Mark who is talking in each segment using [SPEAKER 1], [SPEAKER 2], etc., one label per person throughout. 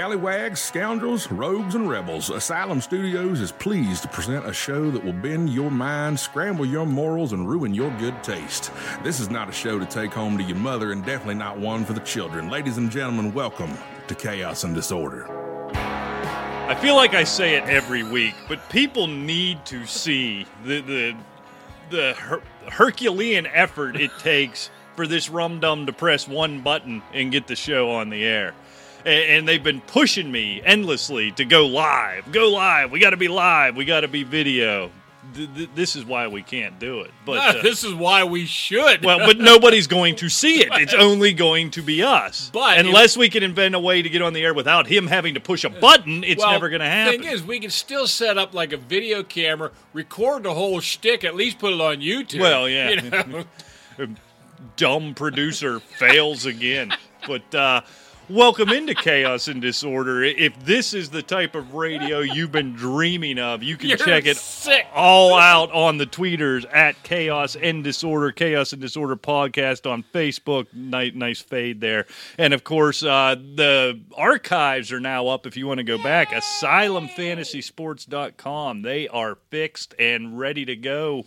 [SPEAKER 1] Scallywags, scoundrels, rogues, and rebels, Asylum Studios is pleased to present a show that will bend your mind, scramble your morals, and ruin your good taste. This is not a show to take home to your mother, and definitely not one for the children. Ladies and gentlemen, welcome to Chaos and Disorder.
[SPEAKER 2] I feel like I say it every week, but people need to see the the the her- Herculean effort it takes for this rum dum to press one button and get the show on the air. A- And, they've been pushing me endlessly to go live, go live. We got to be live. We got to be video. Th- th- this is why we can't do it. But uh,
[SPEAKER 3] this is why we should.
[SPEAKER 2] well, but nobody's going to see it. It's only going to be us.
[SPEAKER 3] But if-
[SPEAKER 2] unless we can invent a way to get on the air without him having to push a button, it's never going to happen.
[SPEAKER 3] The thing is, we can still set up like a video camera, record the whole shtick, at least put it on YouTube.
[SPEAKER 2] Well, yeah.
[SPEAKER 3] You know?
[SPEAKER 2] dumb producer fails again. But uh, welcome into Chaos and Disorder. I- If this is the type of radio you've been dreaming of, you can
[SPEAKER 3] You're
[SPEAKER 2] check it
[SPEAKER 3] sick.
[SPEAKER 2] all out on the tweeters at Chaos and Disorder, Chaos and Disorder podcast on Facebook. Nice, nice fade there. And of course, uh, the archives are now up if you want to go back. AsylumFantasySports.com. They are fixed and ready to go.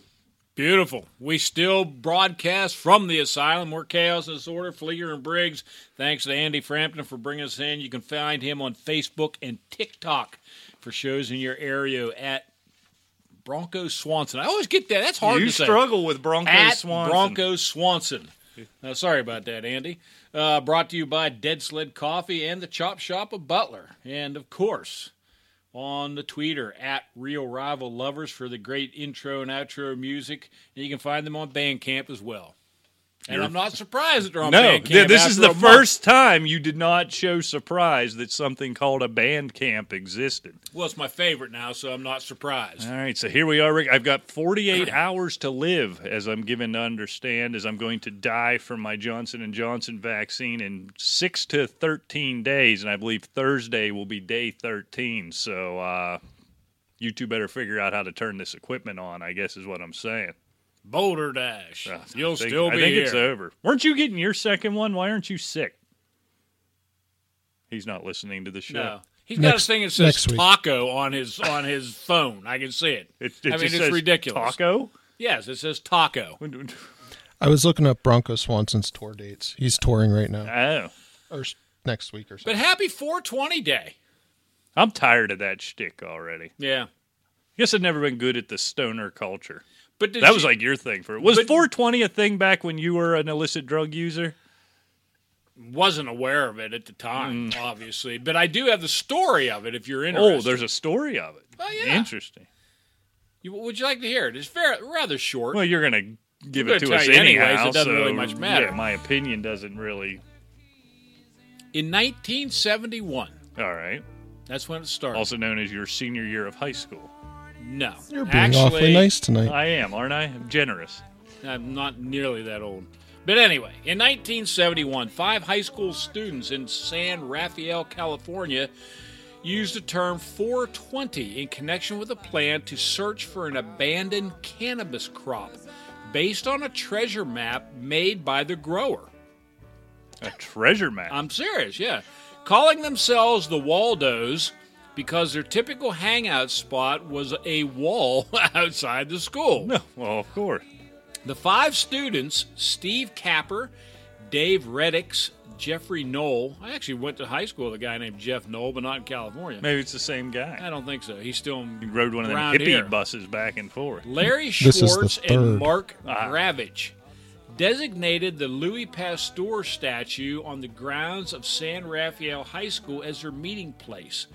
[SPEAKER 3] Beautiful. We still broadcast from the asylum. We're Chaos and Disorder, Fleer and Briggs. Thanks to Andy Frampton for bringing us in. You can find him on Facebook and TikTok for shows in your area at Bronco Swanson. I always get that. That's hard
[SPEAKER 2] You
[SPEAKER 3] to say.
[SPEAKER 2] struggle with Bronco
[SPEAKER 3] at
[SPEAKER 2] Swanson.
[SPEAKER 3] Bronco Swanson. Now, sorry about that, Andy. Uh, brought to you by Dead Sled Coffee and the Chop Shop of Butler, and of course on the tweeter at Real Rival Lovers for the great intro and outro music. And you can find them on Bandcamp as well. And I'm not surprised that they're on
[SPEAKER 2] No,
[SPEAKER 3] Bandcamp.
[SPEAKER 2] th- this is
[SPEAKER 3] after
[SPEAKER 2] the
[SPEAKER 3] a month.
[SPEAKER 2] first time you did not show surprise that something called a band camp existed.
[SPEAKER 3] Well, it's my favorite now, so I'm not surprised.
[SPEAKER 2] All right, so here we are, Rick. I've got 48 hours to live, as I'm given to understand, as I'm going to die from my Johnson and Johnson vaccine in six to 13 days, and I believe Thursday will be day 13. So uh, you two better figure out how to turn this equipment on. I guess is what I'm saying.
[SPEAKER 3] Boulder Dash.
[SPEAKER 2] Uh,
[SPEAKER 3] You'll
[SPEAKER 2] I think-
[SPEAKER 3] still be
[SPEAKER 2] I think
[SPEAKER 3] here.
[SPEAKER 2] it's over. Weren't you getting your second one? Why aren't you sick? He's not listening to the show.
[SPEAKER 3] No. He's got
[SPEAKER 4] Next-
[SPEAKER 3] this thing that says
[SPEAKER 4] next week.
[SPEAKER 3] taco on his on his phone. I can see it.
[SPEAKER 2] It, it
[SPEAKER 3] I mean,
[SPEAKER 2] just
[SPEAKER 3] it's
[SPEAKER 2] says
[SPEAKER 3] ridiculous.
[SPEAKER 2] Taco.
[SPEAKER 3] Yes, it says taco.
[SPEAKER 4] I was looking up Bronco Swanson's tour dates. He's touring right now,
[SPEAKER 2] Oh,
[SPEAKER 4] or s- next week or
[SPEAKER 3] But
[SPEAKER 4] something.
[SPEAKER 3] happy 420 day.
[SPEAKER 2] I'm tired of that shtick already.
[SPEAKER 3] Yeah.
[SPEAKER 2] Guess I've never been good at the stoner culture.
[SPEAKER 3] But did
[SPEAKER 2] that
[SPEAKER 3] you-
[SPEAKER 2] was like your thing for it. Was
[SPEAKER 3] But-
[SPEAKER 2] 420 a thing back when you were an illicit drug user?
[SPEAKER 3] wasn't aware of it at the time, obviously. But I do have the story of it if you're interested.
[SPEAKER 2] Mm. Oh, there's a story of it.
[SPEAKER 3] Oh, yeah.
[SPEAKER 2] Interesting.
[SPEAKER 3] You- would you like to hear it? It's very rather short.
[SPEAKER 2] Well, you're gonna give
[SPEAKER 3] I'm
[SPEAKER 2] it
[SPEAKER 3] gonna
[SPEAKER 2] to
[SPEAKER 3] tell
[SPEAKER 2] us
[SPEAKER 3] you anyways,
[SPEAKER 2] anyhow.
[SPEAKER 3] it doesn't
[SPEAKER 2] so,
[SPEAKER 3] really much matter.
[SPEAKER 2] Yeah, my opinion doesn't really.
[SPEAKER 3] In 1971,
[SPEAKER 2] All right.
[SPEAKER 3] that's when it started.
[SPEAKER 2] Also known as your senior year of high school.
[SPEAKER 3] no,
[SPEAKER 4] You're being
[SPEAKER 3] actually, uh,
[SPEAKER 4] awfully nice tonight.
[SPEAKER 2] I am, aren't I? I'm generous.
[SPEAKER 3] I'm not nearly that old. But anyway, in 1971, five high school students in San Rafael, California, used the term 420 in connection with a plan to search for an abandoned cannabis crop based on a treasure map made by the grower.
[SPEAKER 2] A treasure map.
[SPEAKER 3] I'm serious, yeah. Calling themselves the Waldos because their typical hangout spot was a wall outside the school.
[SPEAKER 2] no, well, of course.
[SPEAKER 3] The five students, Steve Capper, Dave Reddicks, Jeffrey Knoll. I actually went to high school with a guy named Jeff Knoll, but not in California.
[SPEAKER 2] Maybe it's the same
[SPEAKER 3] I
[SPEAKER 2] guy.
[SPEAKER 3] don't think so. He's still
[SPEAKER 2] He
[SPEAKER 3] in
[SPEAKER 2] rode one of them
[SPEAKER 3] around
[SPEAKER 2] hippie
[SPEAKER 3] here.
[SPEAKER 2] buses back and forth.
[SPEAKER 3] Larry
[SPEAKER 4] This is the
[SPEAKER 3] Schwartz and
[SPEAKER 4] third.
[SPEAKER 3] Mark
[SPEAKER 2] Ah.
[SPEAKER 3] Gravich designated the Louis Pasteur statue on the grounds of San Rafael High School as their meeting place,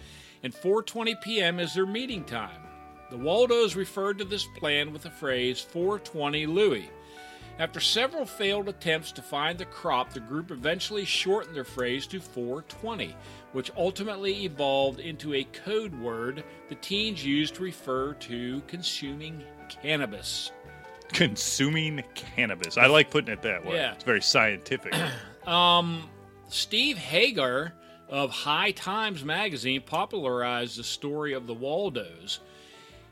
[SPEAKER 3] and 4:20 p.m. as their meeting time. The Waldos referred to this plan with the phrase 420 Louis. After several failed attempts to find the crop, the group eventually shortened their phrase to 420, which ultimately evolved into a code word the teens used to refer to consuming cannabis.
[SPEAKER 2] Consuming cannabis. I like putting it that way.
[SPEAKER 3] Yeah.
[SPEAKER 2] It's very scientific.
[SPEAKER 3] Steve Hagar of High Times magazine popularized the story of the Waldos.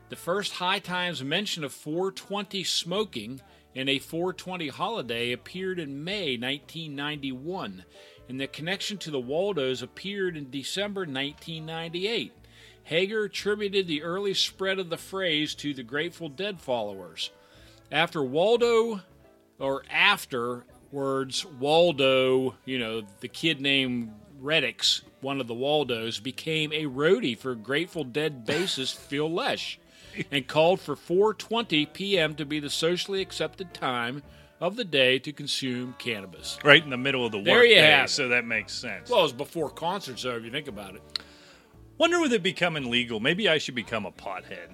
[SPEAKER 3] The first High Times mention of 420 smoking and a 420 holiday appeared in May 1991, and the connection to the Waldos appeared in December 1998. Hager attributed the early spread of the phrase to the Grateful Dead followers. After Waldo, or after words, Waldo, you know, the kid named Reddix, one of the Waldos, became a roadie for Grateful Dead bassist Phil Lesh and called for 4:20 p.m. to be the socially accepted time of the day to consume cannabis.
[SPEAKER 2] Right in the middle of the work
[SPEAKER 3] There you
[SPEAKER 2] day,
[SPEAKER 3] have it.
[SPEAKER 2] so that makes sense.
[SPEAKER 3] Well, it was before concerts, though. If you think about it,
[SPEAKER 2] Wonder with it becoming legal, maybe I should become a pothead.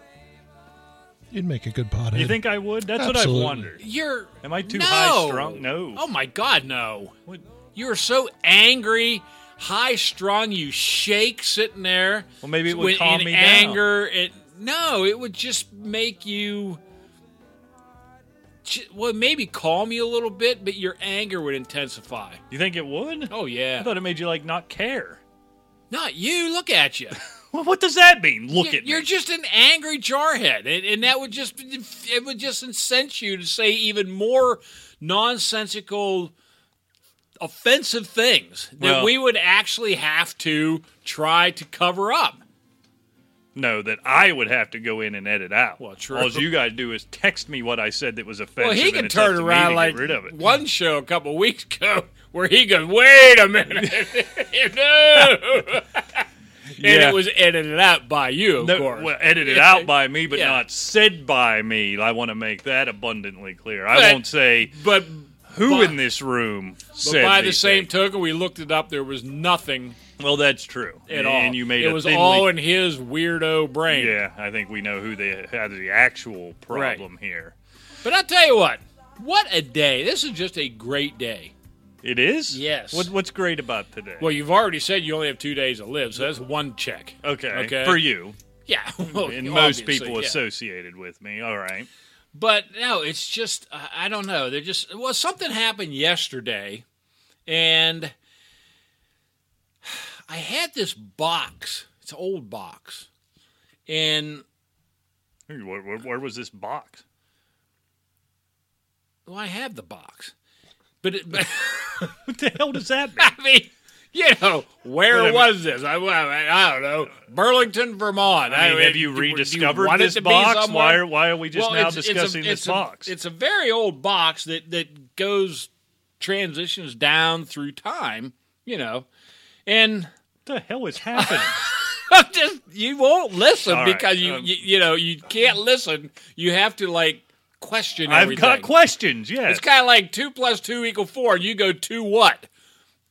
[SPEAKER 4] You'd make a good pothead.
[SPEAKER 2] You think I would? That's what
[SPEAKER 4] Absolutely.
[SPEAKER 2] I've wondered.
[SPEAKER 3] you're.
[SPEAKER 2] Am I too
[SPEAKER 3] No!
[SPEAKER 2] high strung? No.
[SPEAKER 3] Oh my God, no!
[SPEAKER 2] What?
[SPEAKER 3] You are so angry, high strung. You shake sitting there.
[SPEAKER 2] Well, maybe it would
[SPEAKER 3] When-
[SPEAKER 2] calm
[SPEAKER 3] in
[SPEAKER 2] me down.
[SPEAKER 3] anger, It no, it would just make you. j- Well, maybe calm you a little bit, but your anger would intensify.
[SPEAKER 2] You think it would?
[SPEAKER 3] Oh
[SPEAKER 2] I
[SPEAKER 3] yeah,
[SPEAKER 2] thought it made you like not care.
[SPEAKER 3] not you. Look at you.
[SPEAKER 2] Well, what does that mean? Look
[SPEAKER 3] you're,
[SPEAKER 2] at
[SPEAKER 3] you're
[SPEAKER 2] me.
[SPEAKER 3] just an angry jarhead, and, and that would just it would just incense you to say even more nonsensical, offensive things that
[SPEAKER 2] Well-
[SPEAKER 3] we would actually have to try to cover up.
[SPEAKER 2] No, that I would have to go in and edit out.
[SPEAKER 3] Well, true.
[SPEAKER 2] All you guys do is text me what I said that was offensive.
[SPEAKER 3] Well, he
[SPEAKER 2] and
[SPEAKER 3] can
[SPEAKER 2] it's up
[SPEAKER 3] turn
[SPEAKER 2] to me
[SPEAKER 3] around
[SPEAKER 2] to
[SPEAKER 3] like
[SPEAKER 2] get rid of it.
[SPEAKER 3] one show a couple weeks ago where he goes, "Wait a minute, no," and
[SPEAKER 2] Yeah.
[SPEAKER 3] it was edited out by you, of
[SPEAKER 2] No,
[SPEAKER 3] course.
[SPEAKER 2] well, edited
[SPEAKER 3] Yeah.
[SPEAKER 2] out by me, but
[SPEAKER 3] Yeah.
[SPEAKER 2] not said by me. I want to make that abundantly clear. I
[SPEAKER 3] But-
[SPEAKER 2] won't say
[SPEAKER 3] but
[SPEAKER 2] who
[SPEAKER 3] by-
[SPEAKER 2] in this room
[SPEAKER 3] but
[SPEAKER 2] said.
[SPEAKER 3] by the
[SPEAKER 2] these
[SPEAKER 3] same
[SPEAKER 2] things.
[SPEAKER 3] token, we looked it up. There was nothing
[SPEAKER 2] well, that's true.
[SPEAKER 3] at
[SPEAKER 2] and,
[SPEAKER 3] all.
[SPEAKER 2] you made
[SPEAKER 3] it
[SPEAKER 2] a
[SPEAKER 3] was
[SPEAKER 2] thinly-
[SPEAKER 3] all in his weirdo brain.
[SPEAKER 2] Yeah, I think we know who they had the actual problem here.
[SPEAKER 3] But I tell you what, what a day! This is just a great day.
[SPEAKER 2] It is.
[SPEAKER 3] Yes.
[SPEAKER 2] What, what's great about today?
[SPEAKER 3] Well, you've already said you only have two days to live, so that's one check.
[SPEAKER 2] okay.
[SPEAKER 3] Okay.
[SPEAKER 2] For you
[SPEAKER 3] Yeah, well,
[SPEAKER 2] Uh, and most
[SPEAKER 3] obviously,
[SPEAKER 2] people
[SPEAKER 3] yeah.
[SPEAKER 2] associated with me. All right.
[SPEAKER 3] But no, it's just I I don't know. They're just well, something happened yesterday, and I had this box. It's an old box, and
[SPEAKER 2] Where, where, where was this box?
[SPEAKER 3] well, I have the box, but, it, but
[SPEAKER 2] What the hell does that mean?
[SPEAKER 3] I mean, you know, where
[SPEAKER 2] Wait a
[SPEAKER 3] was this? I, I, I don't know, Burlington, Vermont.
[SPEAKER 2] I mean, have
[SPEAKER 3] it-
[SPEAKER 2] you
[SPEAKER 3] do
[SPEAKER 2] rediscovered
[SPEAKER 3] want it
[SPEAKER 2] this
[SPEAKER 3] to be
[SPEAKER 2] box?
[SPEAKER 3] somewhere?
[SPEAKER 2] Why are, why are we just
[SPEAKER 3] Well,
[SPEAKER 2] now
[SPEAKER 3] it's- it's a-
[SPEAKER 2] discussing
[SPEAKER 3] it's
[SPEAKER 2] this
[SPEAKER 3] a-
[SPEAKER 2] box?
[SPEAKER 3] It's a very old box that that goes transitions down through time, you know, and.
[SPEAKER 2] What the hell is happening?
[SPEAKER 3] I'm just you won't listen
[SPEAKER 2] All right,
[SPEAKER 3] because you,
[SPEAKER 2] um,
[SPEAKER 3] you you know you can't listen. You have to like question.
[SPEAKER 2] I've
[SPEAKER 3] everything.
[SPEAKER 2] got questions. Yes,
[SPEAKER 3] It's kind of like two plus two equal four. and You go two what?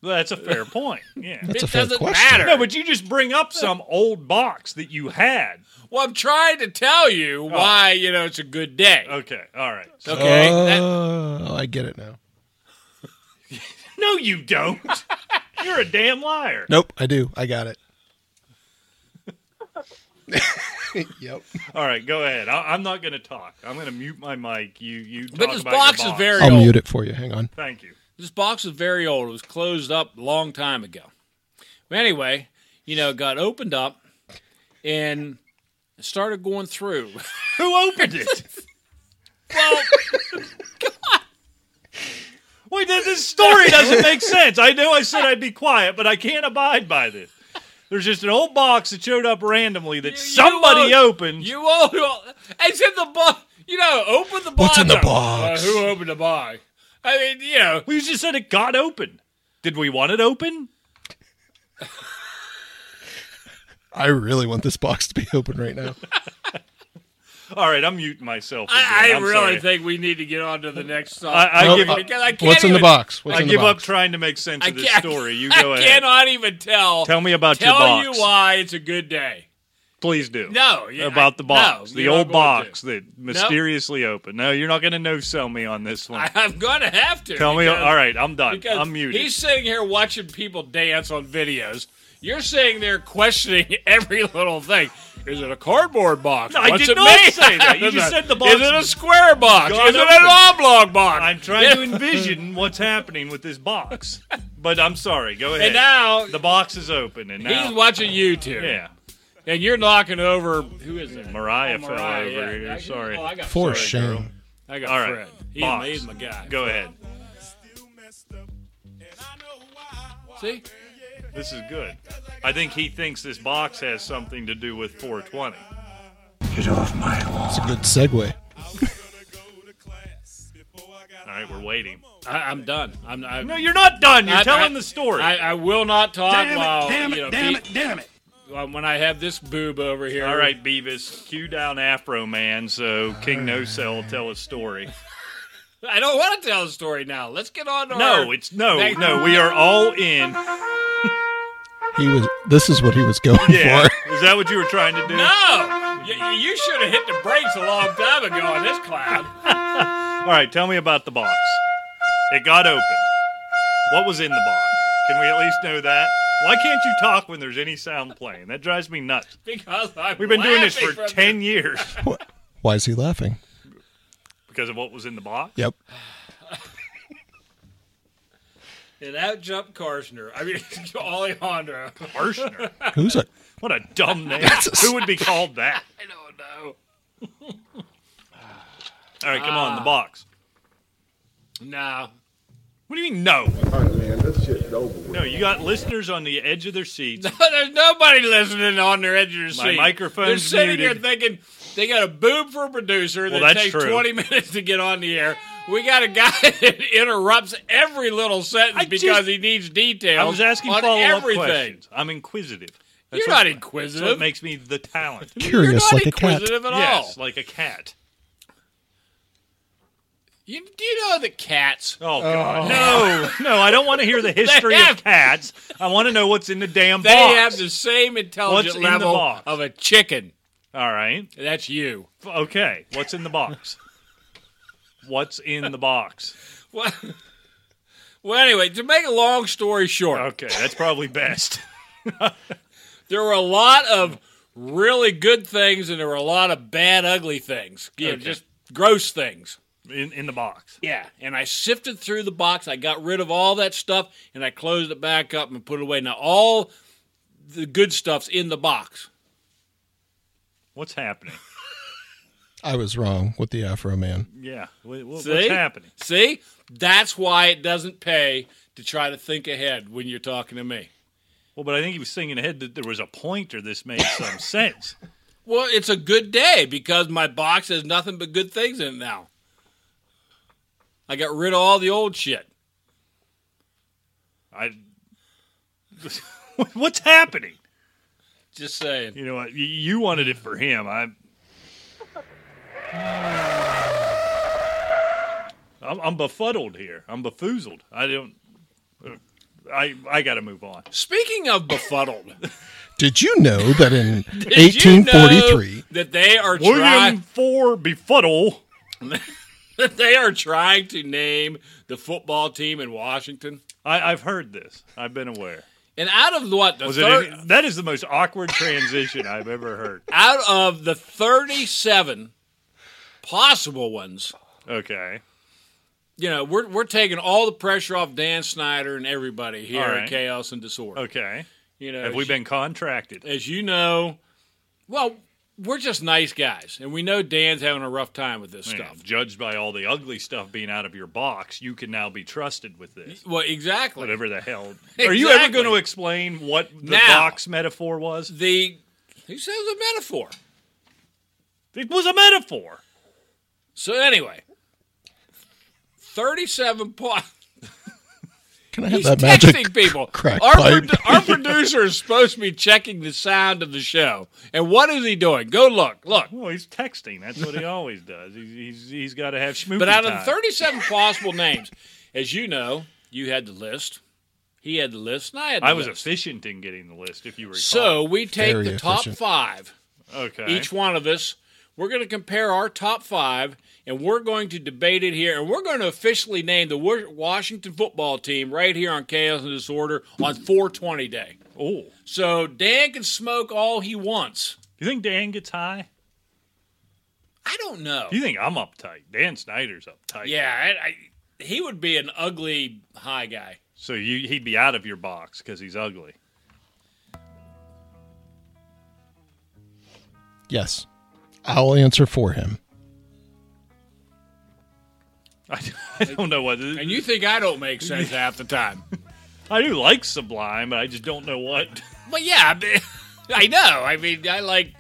[SPEAKER 2] that's a fair point. Yeah.
[SPEAKER 3] it
[SPEAKER 4] That's a fair
[SPEAKER 3] doesn't
[SPEAKER 4] question.
[SPEAKER 3] matter.
[SPEAKER 2] No, but you just bring up some old box that you had.
[SPEAKER 3] Well, I'm trying to tell you why you know it's a good day.
[SPEAKER 2] Oh. Okay, all right. So-
[SPEAKER 3] Okay, that-
[SPEAKER 4] Oh, I get it now.
[SPEAKER 2] no, you don't. You're a damn liar.
[SPEAKER 4] Nope, I do. I got it. yep.
[SPEAKER 2] All right, go ahead. I- I'm not going to talk. I'm going to mute my mic. You, you. Talk
[SPEAKER 3] But this
[SPEAKER 2] about your
[SPEAKER 3] box is very-
[SPEAKER 4] I'll
[SPEAKER 3] Ariel.
[SPEAKER 4] mute it for you. Hang on.
[SPEAKER 2] Thank you.
[SPEAKER 3] this box is very old. It was closed up a long time ago. But anyway, you know, it got opened up and started going through.
[SPEAKER 2] Who opened it?
[SPEAKER 3] Well,
[SPEAKER 2] Wait, th- this story doesn't make sense. I know I said I'd be quiet, but I can't abide by this. There's just an old box that showed up randomly that somebody
[SPEAKER 3] won't-
[SPEAKER 2] opened.
[SPEAKER 3] You all, who all it's in the box. You know, open the box.
[SPEAKER 4] What's in the
[SPEAKER 3] up.
[SPEAKER 4] box?
[SPEAKER 3] Uh, who opened the box? I mean, you know,
[SPEAKER 2] we just said it got open. Did we want it open?
[SPEAKER 4] I really want this box to be open right now.
[SPEAKER 2] All right, I'm muting myself.
[SPEAKER 3] I, I
[SPEAKER 2] again. I'm
[SPEAKER 3] really
[SPEAKER 2] sorry.
[SPEAKER 3] think we need to get on to the next song.
[SPEAKER 2] I- I
[SPEAKER 4] Nope.
[SPEAKER 2] give up.
[SPEAKER 3] because I can't
[SPEAKER 4] Oh, What's in the
[SPEAKER 3] even-
[SPEAKER 4] box? What's
[SPEAKER 2] I
[SPEAKER 4] in the
[SPEAKER 2] give up
[SPEAKER 4] box?
[SPEAKER 2] trying to make sense
[SPEAKER 3] I
[SPEAKER 2] of this
[SPEAKER 3] can't,
[SPEAKER 2] story. You
[SPEAKER 3] I
[SPEAKER 2] go ahead.
[SPEAKER 3] cannot even tell.
[SPEAKER 2] Tell me about your
[SPEAKER 3] tell
[SPEAKER 2] box.
[SPEAKER 3] you why it's a good day.
[SPEAKER 2] Please do.
[SPEAKER 3] No, yeah,
[SPEAKER 2] about
[SPEAKER 3] I-
[SPEAKER 2] the box,
[SPEAKER 3] no,
[SPEAKER 2] the
[SPEAKER 3] you're not
[SPEAKER 2] old
[SPEAKER 3] going to.
[SPEAKER 2] box that mysteriously opened. No, you're not going to no sell me on this one.
[SPEAKER 3] I, I'm gonna have to.
[SPEAKER 2] Tell me.
[SPEAKER 3] because-
[SPEAKER 2] All right, I'm done.
[SPEAKER 3] Because
[SPEAKER 2] I'm muted.
[SPEAKER 3] He's sitting here watching people dance on videos. You're sitting there questioning every little thing. Is it a cardboard box?
[SPEAKER 2] I
[SPEAKER 3] What's
[SPEAKER 2] did
[SPEAKER 3] it
[SPEAKER 2] not
[SPEAKER 3] made
[SPEAKER 2] say that. You
[SPEAKER 3] out of?
[SPEAKER 2] just said the box-
[SPEAKER 3] Is it a square box?
[SPEAKER 2] God
[SPEAKER 3] Is it
[SPEAKER 2] open.
[SPEAKER 3] an oblong box?
[SPEAKER 2] I'm trying to envision what's happening with this box. But I'm sorry. Go ahead.
[SPEAKER 3] And now
[SPEAKER 2] the box is open, and now
[SPEAKER 3] he's watching YouTube,
[SPEAKER 2] yeah,
[SPEAKER 3] and you're knocking over who is it?
[SPEAKER 2] Mariah
[SPEAKER 3] Oh,
[SPEAKER 2] fell
[SPEAKER 3] Mariah,
[SPEAKER 2] over
[SPEAKER 3] yeah. I
[SPEAKER 2] here.
[SPEAKER 3] can-
[SPEAKER 2] Sorry.
[SPEAKER 3] oh, I got
[SPEAKER 4] For
[SPEAKER 3] sorry,
[SPEAKER 4] shame.
[SPEAKER 3] girl. I got
[SPEAKER 2] All right.
[SPEAKER 3] Fred. He
[SPEAKER 2] Box.
[SPEAKER 3] made my guy.
[SPEAKER 2] Go ahead.
[SPEAKER 3] See?
[SPEAKER 2] This is good. I think he thinks this box has something to do with 420.
[SPEAKER 5] Get off my lawn.
[SPEAKER 4] It's a good segue.
[SPEAKER 2] All right, we're waiting.
[SPEAKER 3] I, I'm done. I'm. I,
[SPEAKER 2] No, you're not done. You're
[SPEAKER 3] I-
[SPEAKER 2] telling
[SPEAKER 3] I-
[SPEAKER 2] the story.
[SPEAKER 3] I, I will not talk
[SPEAKER 5] Damn
[SPEAKER 3] while
[SPEAKER 5] it, damn it,
[SPEAKER 3] you know,
[SPEAKER 5] damn
[SPEAKER 3] Be-
[SPEAKER 5] it, damn it.
[SPEAKER 3] Well, when I have this boob over here.
[SPEAKER 2] All right, Beavis, cue down Afro Man so King No Cell will tell a story.
[SPEAKER 3] I don't want to tell the story now. Let's get on to our-
[SPEAKER 2] No, it's no, no. We are all in.
[SPEAKER 4] He was. This is what he was going
[SPEAKER 2] Yeah,
[SPEAKER 4] for.
[SPEAKER 2] is that what you were trying to do?
[SPEAKER 3] No! You, you should have hit the brakes a long time ago on this clown.
[SPEAKER 2] All right, tell me about the box. It got opened. What was in the box? Can we at least know that? Why can't you talk when there's any sound playing? That drives me nuts.
[SPEAKER 3] Because I'm
[SPEAKER 2] We've been doing this
[SPEAKER 3] laughing
[SPEAKER 2] for
[SPEAKER 3] from-
[SPEAKER 2] 10 years
[SPEAKER 4] Wh- Why is he laughing?
[SPEAKER 2] because of what was in the box.
[SPEAKER 4] Yep.
[SPEAKER 3] And out jumped Karshner. I mean, Alejandro.
[SPEAKER 2] Arshner.
[SPEAKER 4] Who's it?
[SPEAKER 2] What a dumb name. Who would be called that?
[SPEAKER 3] I don't know.
[SPEAKER 2] All right, come
[SPEAKER 3] Ah.
[SPEAKER 2] on, the box.
[SPEAKER 3] No.
[SPEAKER 2] What do you mean, no?
[SPEAKER 6] All right, man, this shit's over with.
[SPEAKER 2] No, you got listeners on the edge of their seats.
[SPEAKER 3] There's nobody listening on their edge of their
[SPEAKER 2] My
[SPEAKER 3] seat.
[SPEAKER 2] microphone's
[SPEAKER 3] They're sitting
[SPEAKER 2] muted.
[SPEAKER 3] there thinking they got a boob for a producer
[SPEAKER 2] Well,
[SPEAKER 3] that
[SPEAKER 2] that's
[SPEAKER 3] takes
[SPEAKER 2] true.
[SPEAKER 3] 20 minutes to get on the air. We got a guy that interrupts every little sentence
[SPEAKER 2] I
[SPEAKER 3] because
[SPEAKER 2] just-
[SPEAKER 3] he needs details.
[SPEAKER 2] I was asking
[SPEAKER 3] on
[SPEAKER 2] follow up
[SPEAKER 3] everything.
[SPEAKER 2] questions. I'm inquisitive. That's
[SPEAKER 3] You're
[SPEAKER 2] what-
[SPEAKER 3] not
[SPEAKER 2] That's what
[SPEAKER 3] inquisitive.
[SPEAKER 2] makes me the talent.
[SPEAKER 3] You're
[SPEAKER 4] Curious
[SPEAKER 3] not
[SPEAKER 4] like a cat.
[SPEAKER 3] inquisitive at all.
[SPEAKER 2] yes, like a cat.
[SPEAKER 3] You, do you know that cats?
[SPEAKER 2] Oh, God. No, no, I don't want to hear the history
[SPEAKER 3] have-
[SPEAKER 2] of cats. I want to know what's in the damn
[SPEAKER 3] They
[SPEAKER 2] box.
[SPEAKER 3] have the same
[SPEAKER 2] What's
[SPEAKER 3] intelligent
[SPEAKER 2] in the
[SPEAKER 3] level
[SPEAKER 2] box?
[SPEAKER 3] of a chicken.
[SPEAKER 2] All right.
[SPEAKER 3] That's you.
[SPEAKER 2] F- Okay. What's in the box? What's in the box?
[SPEAKER 3] Well, well, anyway, to make a long story short,
[SPEAKER 2] Okay, that's probably best.
[SPEAKER 3] there were a lot of really good things and there were a lot of bad, ugly things. You know,
[SPEAKER 2] Okay.
[SPEAKER 3] just gross things.
[SPEAKER 2] In, in the box.
[SPEAKER 3] Yeah. And I sifted through the box. I got rid of all that stuff and I closed it back up and put it away. Now, all the good stuff's in the box.
[SPEAKER 2] What's happening?
[SPEAKER 4] I was wrong with the Afro man.
[SPEAKER 2] Yeah. wh- wh- What's
[SPEAKER 3] See?
[SPEAKER 2] happening?
[SPEAKER 3] See? That's why it doesn't pay to try to think ahead when you're talking to me.
[SPEAKER 2] Well, but I think he was thinking ahead that there was a pointer. This made some sense.
[SPEAKER 3] Well, it's a good day because my box has nothing but good things in it now. I got rid of all the old shit.
[SPEAKER 2] I. What's happening?
[SPEAKER 3] Just saying.
[SPEAKER 2] You know what? You- You wanted it for him. I. I'm, I'm befuddled here. I'm befoozled. I don't. I I got to move on.
[SPEAKER 3] Speaking of befuddled,
[SPEAKER 4] Did you know that in
[SPEAKER 3] did you know
[SPEAKER 4] 1843?
[SPEAKER 3] that they are
[SPEAKER 2] William
[SPEAKER 3] trying
[SPEAKER 2] Four befuddle.
[SPEAKER 3] that they are trying to name the football team in Washington.
[SPEAKER 2] I, I've heard this. I've been aware.
[SPEAKER 3] And out of the, what the
[SPEAKER 2] Was
[SPEAKER 3] thir-
[SPEAKER 2] it any, that is the most awkward transition I've ever heard.
[SPEAKER 3] out of the thirty-seven possible ones,
[SPEAKER 2] Okay.
[SPEAKER 3] you know, we're we're taking all the pressure off Dan Snyder and everybody here
[SPEAKER 2] All
[SPEAKER 3] at
[SPEAKER 2] right.
[SPEAKER 3] Chaos and Disorder.
[SPEAKER 2] Okay.
[SPEAKER 3] You know,
[SPEAKER 2] Have we been contracted?
[SPEAKER 3] as you know, well, we're just nice guys, and we know Dan's having a rough time with this
[SPEAKER 2] Man,
[SPEAKER 3] stuff.
[SPEAKER 2] judged by all the ugly stuff being out of your box, you can now be trusted with this.
[SPEAKER 3] Well, exactly.
[SPEAKER 2] whatever the hell. Are you ever
[SPEAKER 3] Exactly.
[SPEAKER 2] going to explain what the
[SPEAKER 3] Now.
[SPEAKER 2] box metaphor was?
[SPEAKER 3] The he says a metaphor.
[SPEAKER 2] It was a metaphor.
[SPEAKER 3] So anyway, thirty-seven points.
[SPEAKER 4] Can I have
[SPEAKER 3] He's
[SPEAKER 4] that
[SPEAKER 3] texting
[SPEAKER 4] magic?
[SPEAKER 3] people.
[SPEAKER 4] crack
[SPEAKER 3] our,
[SPEAKER 4] pipe.
[SPEAKER 3] produ- our producer is supposed to be checking the sound of the show, and what is he doing? Go look, look.
[SPEAKER 2] Well, he's texting. That's what he always does. He's he's, he's got to have schmoopy
[SPEAKER 3] But out of
[SPEAKER 2] time.
[SPEAKER 3] the 37 possible names, as you know, you had the list. He had the list, and I had the
[SPEAKER 2] I was
[SPEAKER 3] list.
[SPEAKER 2] efficient in getting the list, if you recall.
[SPEAKER 3] So we take
[SPEAKER 4] Very
[SPEAKER 3] the top
[SPEAKER 4] efficient.
[SPEAKER 3] five,
[SPEAKER 2] okay,
[SPEAKER 3] each one of us. We're going to compare our top five, and we're going to debate it here, and we're going to officially name the Wa- Washington football team right here on Chaos and Disorder on 420 Day.
[SPEAKER 2] oh,
[SPEAKER 3] So Dan can smoke all he wants.
[SPEAKER 2] you think Dan gets high?
[SPEAKER 3] I don't know.
[SPEAKER 2] You think I'm uptight? Dan Snyder's uptight.
[SPEAKER 3] Yeah, I, I, he would be an ugly high guy.
[SPEAKER 2] So you he'd be out of your box because he's ugly.
[SPEAKER 4] Yes. I'll answer for him.
[SPEAKER 2] I, I don't know what.
[SPEAKER 3] And you think I don't make sense half the time.
[SPEAKER 2] I do like Sublime, but I just don't know what.
[SPEAKER 3] But yeah, I mean- I know. I mean, I like,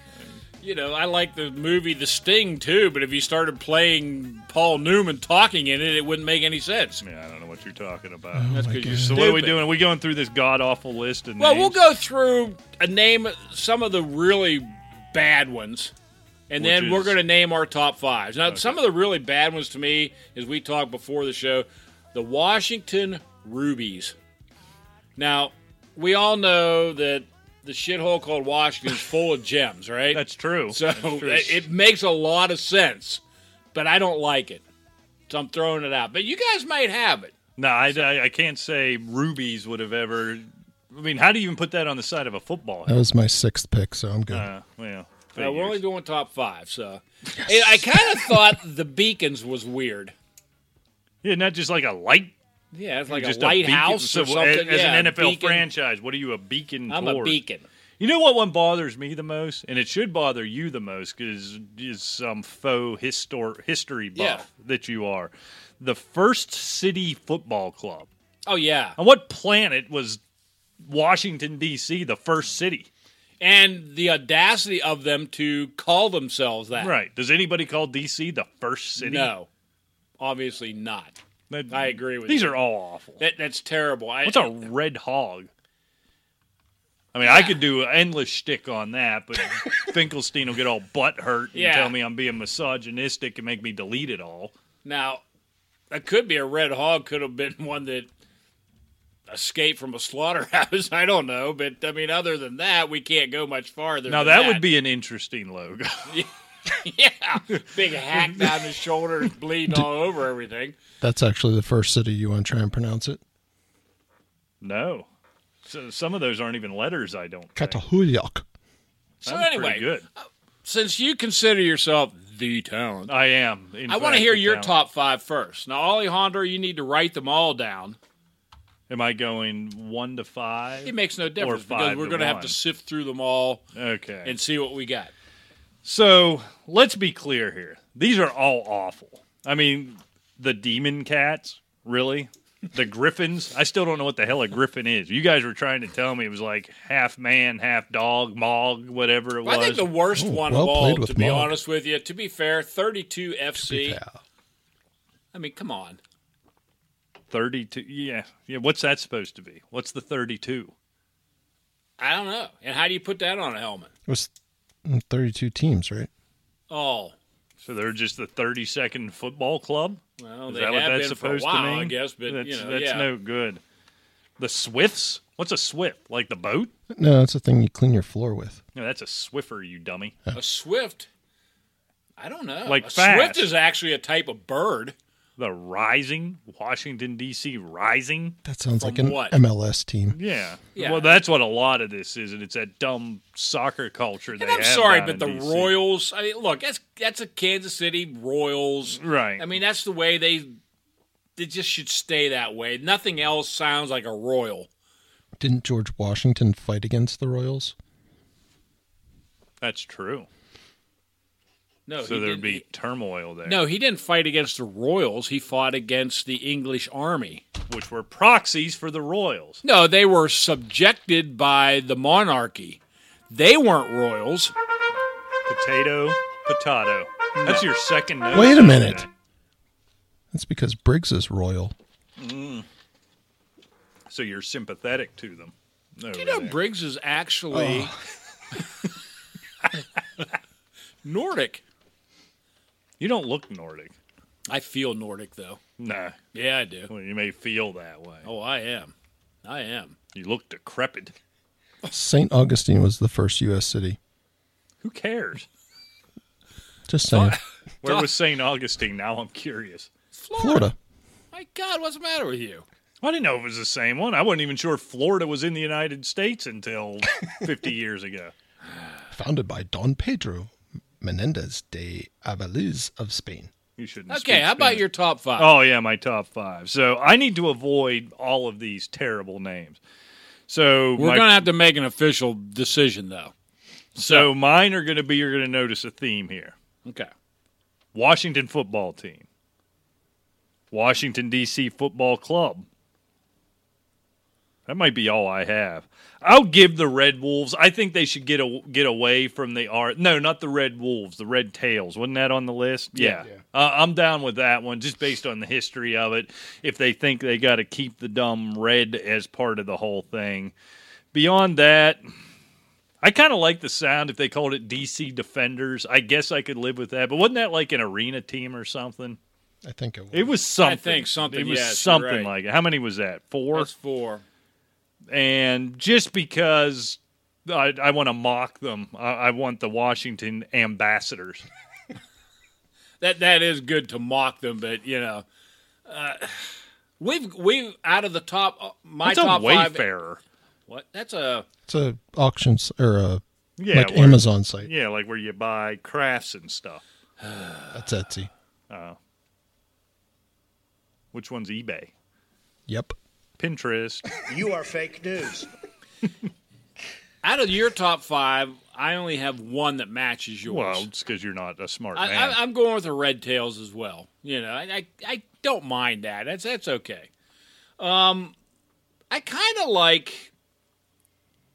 [SPEAKER 3] you know, I like the movie The Sting too. But if you started playing Paul Newman talking in it, it wouldn't make any sense.
[SPEAKER 2] Yeah, I don't know what you're talking about.
[SPEAKER 4] Oh
[SPEAKER 3] That's because you're
[SPEAKER 2] so
[SPEAKER 3] stupid.
[SPEAKER 2] what are we doing? Are we going through this god awful list and
[SPEAKER 3] Well, we'll go through a name, some of the really bad ones, and then
[SPEAKER 2] Which
[SPEAKER 3] we're
[SPEAKER 2] is-
[SPEAKER 3] going to name our top fives. Now, some of the really bad ones to me, as we talked before the show, the Washington Rubies. Now, we all know that the shithole called Washington is full of gems, right?
[SPEAKER 2] That's true.
[SPEAKER 3] So
[SPEAKER 2] That's true.
[SPEAKER 3] it, it makes a lot of sense, but I don't like it. So I'm throwing it out. But you guys might have it.
[SPEAKER 2] no, I, I, I can't say rubies would have ever. I mean, how do you even put that on the side of a football?
[SPEAKER 4] That was my sixth pick, so I'm good.
[SPEAKER 2] Uh, well,
[SPEAKER 3] Uh, we're only
[SPEAKER 2] figures.
[SPEAKER 3] doing top five, so And I kind of thought the beacons was weird.
[SPEAKER 2] yeah, not just like a light,
[SPEAKER 3] Yeah, it's like
[SPEAKER 2] just
[SPEAKER 3] a lighthouse
[SPEAKER 2] beacon.
[SPEAKER 3] or
[SPEAKER 2] So,
[SPEAKER 3] something.
[SPEAKER 2] As
[SPEAKER 3] yeah,
[SPEAKER 2] an NFL
[SPEAKER 3] beacon.
[SPEAKER 2] franchise, what are you a beacon?
[SPEAKER 3] I'm a
[SPEAKER 2] toward?
[SPEAKER 3] beacon.
[SPEAKER 2] You know what one bothers me the most, and it should bother you the most, because is some faux histor- history buff
[SPEAKER 3] Yeah.
[SPEAKER 2] that you are. The first city football club.
[SPEAKER 3] Oh yeah,
[SPEAKER 2] On what planet was Washington D.C. the first city?
[SPEAKER 3] and the audacity of them to call themselves that.
[SPEAKER 2] Right. Does anybody call D.C. the first city?
[SPEAKER 3] No, obviously not.
[SPEAKER 2] That-
[SPEAKER 3] I agree with
[SPEAKER 2] These
[SPEAKER 3] you.
[SPEAKER 2] are all awful.
[SPEAKER 3] That, that's terrible. I,
[SPEAKER 2] What's a red hog? I mean, I could do an endless shtick on that, but Finkelstein will get all butt hurt and
[SPEAKER 3] Yeah.
[SPEAKER 2] tell me I'm being misogynistic and make me delete it all.
[SPEAKER 3] now? That could be a red hog. Could have been one that escaped from a slaughterhouse. I don't know, but I mean, other than that, we can't go much farther.
[SPEAKER 2] Now
[SPEAKER 3] than
[SPEAKER 2] that would be an interesting logo.
[SPEAKER 3] yeah, big hack down his shoulder, bleeding all over everything.
[SPEAKER 4] That's actually the first city you want to try and pronounce it.
[SPEAKER 2] no, so some of those aren't even letters. I don't. Think.
[SPEAKER 4] Catahuliok.
[SPEAKER 3] So
[SPEAKER 2] Sounds
[SPEAKER 3] anyway,
[SPEAKER 2] pretty good.
[SPEAKER 3] since you consider yourself the talent,
[SPEAKER 2] I am. in
[SPEAKER 3] I want
[SPEAKER 2] fact,
[SPEAKER 3] to hear
[SPEAKER 2] Oh, the
[SPEAKER 3] your
[SPEAKER 2] town.
[SPEAKER 3] top five first. Now, Alejandro, you need to write them all down.
[SPEAKER 2] Am I going one to five?
[SPEAKER 3] It makes no difference because
[SPEAKER 2] five
[SPEAKER 3] we're
[SPEAKER 2] to
[SPEAKER 3] going to have
[SPEAKER 2] one.
[SPEAKER 3] to sift through them all
[SPEAKER 2] okay.
[SPEAKER 3] and see what we got.
[SPEAKER 2] So let's be clear here. These are all awful. I mean, the demon cats, really? The griffins? I still don't know what the hell a griffin is. You guys were trying to tell me it was like half man, half dog, mog, whatever it was.
[SPEAKER 3] I think the worst
[SPEAKER 4] Ooh,
[SPEAKER 3] one
[SPEAKER 4] well
[SPEAKER 3] of all,
[SPEAKER 4] played
[SPEAKER 3] to
[SPEAKER 4] with
[SPEAKER 3] be
[SPEAKER 4] Mark.
[SPEAKER 3] honest with you, to be fair, 32 FC.
[SPEAKER 4] Yeah.
[SPEAKER 3] I mean, come on.
[SPEAKER 2] 32. Yeah. Yeah. What's that supposed to be? What's the 32?
[SPEAKER 3] I don't know. And how do you put that on a helmet?
[SPEAKER 4] It was 32 teams, right?
[SPEAKER 3] Oh,
[SPEAKER 2] So they're just the 32nd football club?
[SPEAKER 3] well,
[SPEAKER 2] Is
[SPEAKER 3] they
[SPEAKER 2] that
[SPEAKER 3] have
[SPEAKER 2] what that's
[SPEAKER 3] been
[SPEAKER 2] supposed
[SPEAKER 3] for a while,
[SPEAKER 2] to mean?
[SPEAKER 3] I guess, but
[SPEAKER 2] that's,
[SPEAKER 3] you know,
[SPEAKER 2] that's
[SPEAKER 3] yeah.
[SPEAKER 2] no good. The swifts? What's a swift? Like the boat?
[SPEAKER 4] No, that's the thing you clean your floor with.
[SPEAKER 2] No, that's a swiffer, you dummy.
[SPEAKER 3] a swift. I don't know.
[SPEAKER 2] Like
[SPEAKER 3] a
[SPEAKER 2] fast.
[SPEAKER 3] swift is actually a type of bird.
[SPEAKER 2] The Rising, Washington D.C. Rising.
[SPEAKER 4] That sounds
[SPEAKER 3] From
[SPEAKER 4] like an
[SPEAKER 3] what?
[SPEAKER 4] MLS team.
[SPEAKER 2] Yeah.
[SPEAKER 3] Yeah.
[SPEAKER 2] Well, that's what a lot of this is, and it's that dumb soccer culture. They
[SPEAKER 3] And I'm
[SPEAKER 2] have
[SPEAKER 3] sorry,
[SPEAKER 2] down
[SPEAKER 3] but the
[SPEAKER 2] in DC.
[SPEAKER 3] Royals. I mean, look, that's that's a Kansas City Royals.
[SPEAKER 2] Right.
[SPEAKER 3] I mean, that's the way they. They just should stay that way. Nothing else sounds like a Royal.
[SPEAKER 4] Didn't George Washington fight against the Royals?
[SPEAKER 2] that's true.
[SPEAKER 3] No,
[SPEAKER 2] So
[SPEAKER 3] Oh, he
[SPEAKER 2] there'd
[SPEAKER 3] didn't-
[SPEAKER 2] be turmoil there,
[SPEAKER 3] No, he didn't fight against the Royals. He fought against the English Army.
[SPEAKER 2] which were proxies for the Royals.
[SPEAKER 3] No, they were subjected by the monarchy. They weren't royals.
[SPEAKER 2] Potato, potato. That's your second note.
[SPEAKER 4] Wait a
[SPEAKER 2] today.
[SPEAKER 4] minute. That's because Briggs is royal.
[SPEAKER 2] So you're sympathetic to them. over
[SPEAKER 3] Do you know
[SPEAKER 2] there.
[SPEAKER 3] Briggs is actually
[SPEAKER 2] Oh.
[SPEAKER 3] Nordic?
[SPEAKER 2] you don't look Nordic.
[SPEAKER 3] I feel Nordic though.
[SPEAKER 2] Nah.
[SPEAKER 3] Yeah, I do.
[SPEAKER 2] Well, you may feel that way.
[SPEAKER 3] Oh, I am. I am.
[SPEAKER 2] You look decrepit.
[SPEAKER 4] St. Augustine was the first U.S. city.
[SPEAKER 2] Who cares?
[SPEAKER 4] Just saying.
[SPEAKER 2] Where was St. Augustine? Now I'm curious.
[SPEAKER 4] Florida.
[SPEAKER 3] My God, what's the matter with you?
[SPEAKER 2] I didn't know it was the same one. I wasn't even sure Florida was in the United States until 50 years ago.
[SPEAKER 4] Founded by Don Pedro Menendez de Avaluz of Spain.
[SPEAKER 2] You shouldn't.
[SPEAKER 3] Okay,
[SPEAKER 2] speak
[SPEAKER 3] how about
[SPEAKER 2] Spanish.
[SPEAKER 3] your top five?
[SPEAKER 2] Oh yeah, my top five. So I need to avoid all of these terrible names. So
[SPEAKER 3] We're
[SPEAKER 2] my,
[SPEAKER 3] gonna have to make an official decision though.
[SPEAKER 2] so mine are going to be. You're going to notice a theme here.
[SPEAKER 3] Okay.
[SPEAKER 2] Washington football team, Washington, D.C. Football Club. That might be all I have. I'll give the Red Wolves. I think they should get a, get away from the art. No, not the Red Wolves. The Red Tails. Wasn't that on the list? Yeah, Uh, I'm down with that one, just based on the history of it. If they think they got to keep the dumb red as part of the whole thing, beyond that, I kind of like the sound. If they called it DC Defenders, I guess I could live with that. But wasn't that like an arena team or something?
[SPEAKER 4] I think it was.
[SPEAKER 2] It was something.
[SPEAKER 3] think something,
[SPEAKER 2] It was
[SPEAKER 3] yes, you're
[SPEAKER 2] something
[SPEAKER 3] right.
[SPEAKER 2] like it. How many was that? Four
[SPEAKER 3] That's four.
[SPEAKER 2] and just because I, I want to mock them, I, I want the Washington ambassadors.
[SPEAKER 3] That that is good to mock them, but you know, uh, we've we've out of the top. uh, My
[SPEAKER 2] That's a
[SPEAKER 3] top five.
[SPEAKER 2] wayfarer.
[SPEAKER 3] What? That's a
[SPEAKER 4] It's a auctions or a
[SPEAKER 2] Yeah,
[SPEAKER 4] like
[SPEAKER 2] where-
[SPEAKER 4] Amazon site.
[SPEAKER 2] Yeah, like where you buy crafts and stuff.
[SPEAKER 4] That's Etsy.
[SPEAKER 2] Which one's eBay?
[SPEAKER 4] Yep.
[SPEAKER 2] Pinterest.
[SPEAKER 7] You are fake news.
[SPEAKER 3] out of your top five. I only have one that matches yours.
[SPEAKER 2] well, it's because you're not a smart
[SPEAKER 3] I,
[SPEAKER 2] man.
[SPEAKER 3] I, I'm going with the Red Tails as well. You know, I I, I don't mind that. That's that's okay. Um, I kind of like,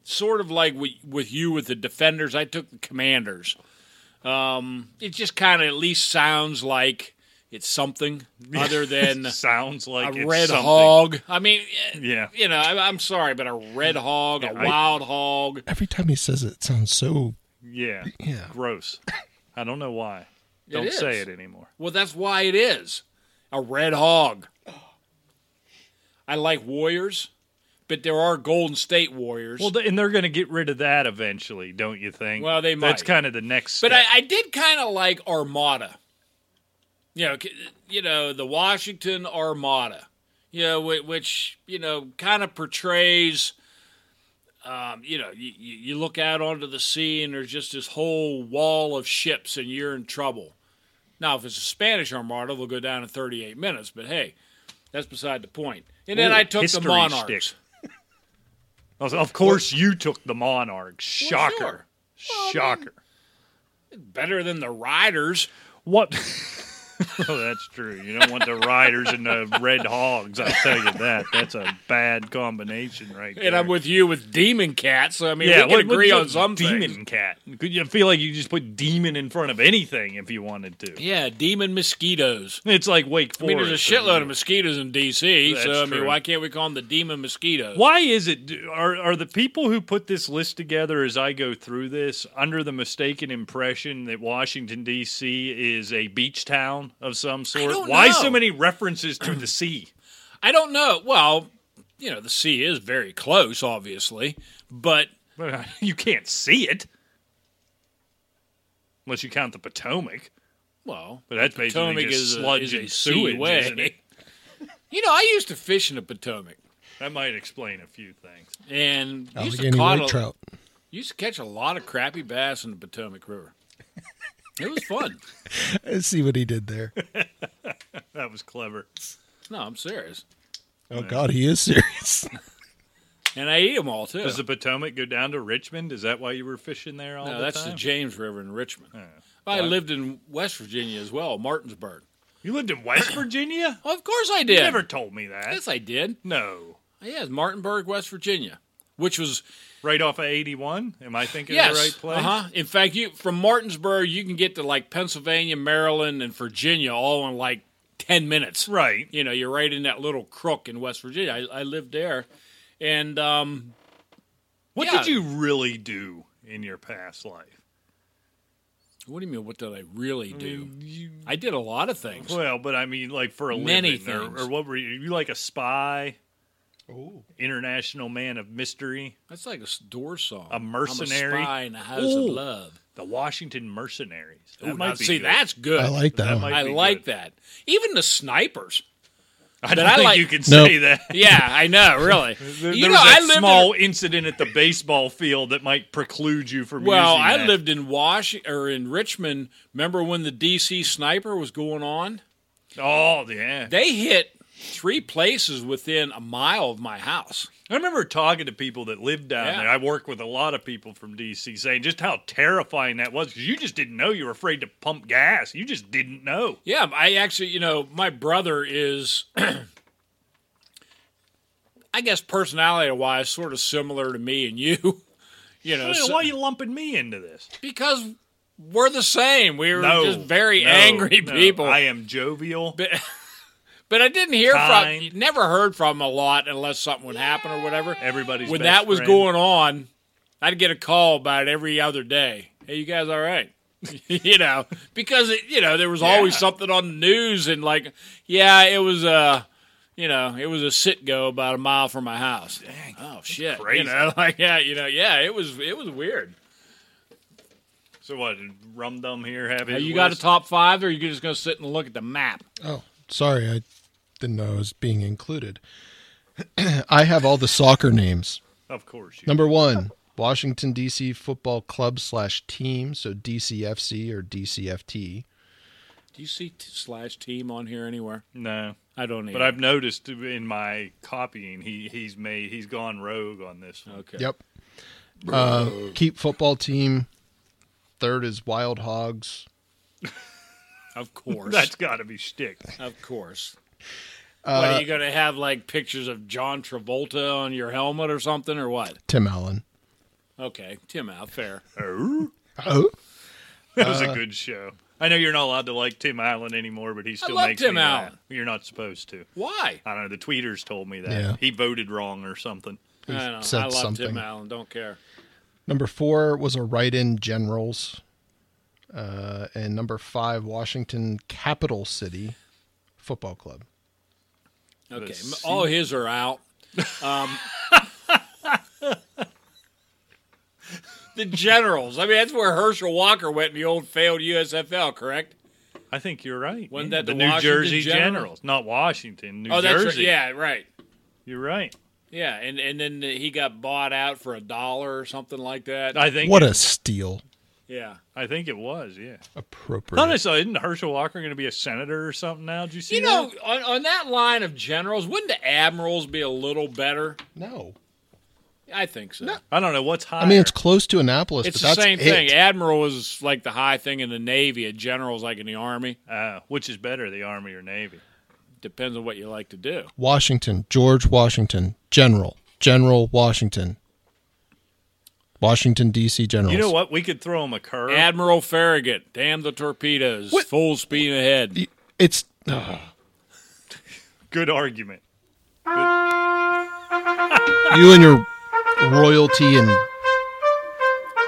[SPEAKER 3] sort of like with, with you with the Defenders. I took the Commanders. Um, it just kind of at least sounds like it's something other than
[SPEAKER 2] Sounds like
[SPEAKER 3] a
[SPEAKER 2] it's
[SPEAKER 3] red
[SPEAKER 2] something.
[SPEAKER 3] hog. I mean, eh,
[SPEAKER 2] Yeah.
[SPEAKER 3] you know, I, I'm sorry, but a red hog, a
[SPEAKER 2] I-
[SPEAKER 3] wild hog.
[SPEAKER 4] Every time he says it, it sounds so.
[SPEAKER 2] Yeah.
[SPEAKER 4] Yeah.
[SPEAKER 2] Gross. I don't know why. Don't say
[SPEAKER 3] is.
[SPEAKER 2] it anymore.
[SPEAKER 3] Well, that's why it is a red hog. I like Warriors, but there are Golden State Warriors.
[SPEAKER 2] Well, th- and they're going to get rid of that eventually, don't you think?
[SPEAKER 3] Well, they
[SPEAKER 2] That's
[SPEAKER 3] might.
[SPEAKER 2] kind of the next.
[SPEAKER 3] but
[SPEAKER 2] step.
[SPEAKER 3] I, I did kind of like Armada. You know, c- you know the Washington Armada. You know, whi- which you know kind of portrays. Um, you know, you, you you look out onto the sea and there's just this whole wall of ships, and you're in trouble. Now, if it's a Spanish Armada, they'll go down in 38 minutes. But hey, that's beside the point. And then
[SPEAKER 2] Ooh,
[SPEAKER 3] I took the
[SPEAKER 2] history
[SPEAKER 3] Monarchs.
[SPEAKER 2] stick. Of- Of course, you took the Monarchs.
[SPEAKER 3] Well,
[SPEAKER 2] Shocker.
[SPEAKER 3] sure.
[SPEAKER 2] Shocker.
[SPEAKER 3] Better than the Riders.
[SPEAKER 2] What? well, that's true. You don't want the Riders and the Red Hogs. I'll tell you that. That's a bad combination right there.
[SPEAKER 3] And I'm with you with Demon Cats. So, I mean,
[SPEAKER 2] Yeah,
[SPEAKER 3] we can
[SPEAKER 2] what-
[SPEAKER 3] agree
[SPEAKER 2] what's
[SPEAKER 3] on
[SPEAKER 2] a
[SPEAKER 3] some
[SPEAKER 2] Demon
[SPEAKER 3] things.
[SPEAKER 2] cat. Could you feel like you just put demon in front of anything if you wanted to?
[SPEAKER 3] Yeah, demon mosquitoes.
[SPEAKER 2] It's like Wake
[SPEAKER 3] I
[SPEAKER 2] Forest.
[SPEAKER 3] mean, there's a shitload of mosquitoes in D.C.,
[SPEAKER 2] That's
[SPEAKER 3] so I mean,
[SPEAKER 2] true.
[SPEAKER 3] why can't we call them the demon mosquitoes?
[SPEAKER 2] Why is it? do- Are are the people who put this list together as I go through this under the mistaken impression that Washington D.C. is a beach town of some sort?
[SPEAKER 3] don't
[SPEAKER 2] Why
[SPEAKER 3] know.
[SPEAKER 2] so many references to the sea?
[SPEAKER 3] I don't know. Well, you know, the sea is very close, obviously, but
[SPEAKER 2] you can't see it unless you count the Potomac.
[SPEAKER 3] well,
[SPEAKER 2] But that's basically
[SPEAKER 3] Potomac
[SPEAKER 2] just
[SPEAKER 3] is a-
[SPEAKER 2] sludge
[SPEAKER 3] is a
[SPEAKER 2] and
[SPEAKER 3] sea
[SPEAKER 2] sewage,
[SPEAKER 3] way.
[SPEAKER 2] isn't it?
[SPEAKER 3] you know, I used to fish in the Potomac
[SPEAKER 2] That might explain a few things.
[SPEAKER 3] and used to,
[SPEAKER 4] Allegheny
[SPEAKER 3] caught
[SPEAKER 4] white
[SPEAKER 3] a-
[SPEAKER 4] trout.
[SPEAKER 3] used to catch a lot of crappy bass in the Potomac River. It was fun.
[SPEAKER 4] I see what he did there.
[SPEAKER 2] That was clever.
[SPEAKER 3] no, I'm serious.
[SPEAKER 4] Oh God, he is serious.
[SPEAKER 3] And I eat them all too.
[SPEAKER 2] Does the Potomac go down to Richmond? Is that why you were fishing there all
[SPEAKER 3] No,
[SPEAKER 2] the
[SPEAKER 3] that's
[SPEAKER 2] time?
[SPEAKER 3] the James River in Richmond. I lived in West Virginia as well, Martinsburg.
[SPEAKER 2] you lived in West Virginia.
[SPEAKER 3] Of course I
[SPEAKER 2] You
[SPEAKER 3] did.
[SPEAKER 2] never told me that.
[SPEAKER 3] Yes, I did.
[SPEAKER 2] no.
[SPEAKER 3] Yes, Martinburg, West Virginia, which was
[SPEAKER 2] Right off of 81? Am I thinking
[SPEAKER 3] yes,
[SPEAKER 2] of the right place?
[SPEAKER 3] Uh-huh. In fact, you from Martinsburg, you can get to like Pennsylvania, Maryland, and Virginia all in like ten minutes.
[SPEAKER 2] Right.
[SPEAKER 3] You know, you're right in that little crook in West Virginia. I, I lived there, and um,
[SPEAKER 2] What
[SPEAKER 3] Yeah.
[SPEAKER 2] did you really do in your past life?
[SPEAKER 3] what do you mean? What did I really do? I did a lot of things.
[SPEAKER 2] Well, but I mean, like for a
[SPEAKER 3] Many
[SPEAKER 2] living, or-
[SPEAKER 3] things.
[SPEAKER 2] Or, what were you? You like a spy? International man of mystery,
[SPEAKER 3] That's like a s- door song.
[SPEAKER 2] mercenary?
[SPEAKER 3] I'm a spy in a house
[SPEAKER 2] Ooh.
[SPEAKER 3] of love.
[SPEAKER 2] the Washington mercenaries. That
[SPEAKER 3] Ooh, now,
[SPEAKER 2] be
[SPEAKER 3] see,
[SPEAKER 2] good.
[SPEAKER 3] that's good.
[SPEAKER 4] I like that.
[SPEAKER 2] That
[SPEAKER 4] one.
[SPEAKER 2] might-
[SPEAKER 3] I
[SPEAKER 2] be
[SPEAKER 3] like
[SPEAKER 2] good.
[SPEAKER 3] that. Even the snipers.
[SPEAKER 2] I don't
[SPEAKER 3] that I
[SPEAKER 2] think
[SPEAKER 3] like-
[SPEAKER 2] you can
[SPEAKER 4] Nope.
[SPEAKER 2] say that.
[SPEAKER 3] Yeah, I know. Really,
[SPEAKER 2] There,
[SPEAKER 3] you
[SPEAKER 2] there
[SPEAKER 3] know,
[SPEAKER 2] was that
[SPEAKER 3] I lived in-
[SPEAKER 2] small incident at the baseball field that might preclude you from.
[SPEAKER 3] Well,
[SPEAKER 2] using
[SPEAKER 3] I
[SPEAKER 2] that.
[SPEAKER 3] lived in Wash or in Richmond. Remember when the DC sniper was going on?
[SPEAKER 2] Oh yeah,
[SPEAKER 3] They hit three places within a mile of my house.
[SPEAKER 2] I remember talking to people that lived down
[SPEAKER 3] Yeah.
[SPEAKER 2] there. I work with a lot of people from DC saying just how terrifying that was because you just didn't know you were afraid to pump gas. You just didn't know.
[SPEAKER 3] Yeah, I actually, you know, my brother is, I guess, personality wise, sort of similar to me and you. You know,
[SPEAKER 2] Why-
[SPEAKER 3] so-
[SPEAKER 2] Why are you lumping me into this?
[SPEAKER 3] because we're the same. We were just very
[SPEAKER 2] no,
[SPEAKER 3] angry
[SPEAKER 2] no.
[SPEAKER 3] people.
[SPEAKER 2] I am jovial.
[SPEAKER 3] but, but I didn't hear
[SPEAKER 2] Kind.
[SPEAKER 3] from, never heard from him a lot unless something would happen or whatever.
[SPEAKER 2] Everybody's
[SPEAKER 3] when
[SPEAKER 2] best
[SPEAKER 3] that was
[SPEAKER 2] friend.
[SPEAKER 3] going on, I'd get a call about it every other day. Hey, you guys all right? you know, because it, you know there was always
[SPEAKER 2] Yeah.
[SPEAKER 3] something on the news and like, yeah, it was a, you know, it was a sit go about a mile from my house. oh shit!
[SPEAKER 2] crazy.
[SPEAKER 3] You know, like yeah, you know, yeah, it was it was weird.
[SPEAKER 2] So what? did Rum Dum here have
[SPEAKER 3] Now,
[SPEAKER 2] his
[SPEAKER 3] you got a
[SPEAKER 2] list?
[SPEAKER 3] top five, or are you just gonna sit and look at the map?
[SPEAKER 4] Oh, sorry, I didn't know I was being included. I have all the soccer names.
[SPEAKER 2] Of course. You.
[SPEAKER 4] Number one, Washington D.C. Football Club slash team, so DCFC or DCFT.
[SPEAKER 3] Do you see t- slash team on here anywhere?
[SPEAKER 2] No,
[SPEAKER 3] I don't. Either.
[SPEAKER 2] but I've noticed in my copying, he he's made he's gone rogue on this one.
[SPEAKER 3] okay.
[SPEAKER 4] Yep. Uh, keep football team. Third is Wild Hogs.
[SPEAKER 3] Of course.
[SPEAKER 2] That's got to be shtick.
[SPEAKER 3] Of course.
[SPEAKER 2] Uh,
[SPEAKER 3] what are you going to have like pictures of John Travolta on your helmet or something or what?
[SPEAKER 4] Tim Allen.
[SPEAKER 3] Okay, Tim out fair.
[SPEAKER 2] Oh,
[SPEAKER 4] Oh,
[SPEAKER 2] that
[SPEAKER 3] Uh,
[SPEAKER 2] was a good show. I know you're not allowed to like Tim Allen anymore, but he still
[SPEAKER 3] love
[SPEAKER 2] makes
[SPEAKER 3] Tim
[SPEAKER 2] me laugh.
[SPEAKER 3] Allen.
[SPEAKER 2] You're not supposed to.
[SPEAKER 3] Why?
[SPEAKER 2] I don't know. The tweeters told me that
[SPEAKER 4] Yeah.
[SPEAKER 2] he voted wrong or something.
[SPEAKER 3] I don't know.
[SPEAKER 4] said
[SPEAKER 3] I love
[SPEAKER 4] something.
[SPEAKER 3] Tim Allen. Don't care.
[SPEAKER 4] Number four was a write-in Generals, uh, and number five Washington Capital City Football Club.
[SPEAKER 3] Okay,
[SPEAKER 2] Let's
[SPEAKER 3] m-
[SPEAKER 2] see.
[SPEAKER 3] all his are out. Um, the Generals. I mean, that's where Herschel Walker went in the old failed USFL, correct?
[SPEAKER 2] I think you're right.
[SPEAKER 3] Wasn't
[SPEAKER 2] Yeah.
[SPEAKER 3] that the
[SPEAKER 2] New
[SPEAKER 3] Washington
[SPEAKER 2] Jersey
[SPEAKER 3] General?
[SPEAKER 2] Generals, not Washington, New
[SPEAKER 3] oh, that's right.
[SPEAKER 2] Jersey?
[SPEAKER 3] Yeah, right.
[SPEAKER 2] you're right.
[SPEAKER 3] Yeah, and, and then he got bought out for a dollar or something like that.
[SPEAKER 2] I think
[SPEAKER 4] What
[SPEAKER 2] it,
[SPEAKER 4] a steal!
[SPEAKER 3] yeah.
[SPEAKER 2] I think it was. Yeah.
[SPEAKER 4] Appropriate.
[SPEAKER 2] Thought I saw. Isn't Herschel Walker going to be a senator or something now? Did you see?
[SPEAKER 3] You
[SPEAKER 2] that?
[SPEAKER 3] know, on, on that line of generals, wouldn't the admirals be a little better?
[SPEAKER 4] no,
[SPEAKER 3] I think so.
[SPEAKER 2] I don't know what's higher.
[SPEAKER 4] I mean it's close to Annapolis,
[SPEAKER 3] it's the
[SPEAKER 4] but that's
[SPEAKER 3] same
[SPEAKER 4] it.
[SPEAKER 3] thing. Admiral is like the high thing in the Navy. A general's like in the Army.
[SPEAKER 2] Uh, which is better, the Army or Navy?
[SPEAKER 3] Depends on what you like to do.
[SPEAKER 4] Washington, George Washington, General, General Washington, Washington D.C. Generals.
[SPEAKER 2] You know what? We could throw him a curve.
[SPEAKER 3] Admiral Farragut, damn the torpedoes,
[SPEAKER 4] What-
[SPEAKER 3] full speed ahead.
[SPEAKER 4] It's uh, ugh.
[SPEAKER 2] Good argument.
[SPEAKER 4] you and your royalty and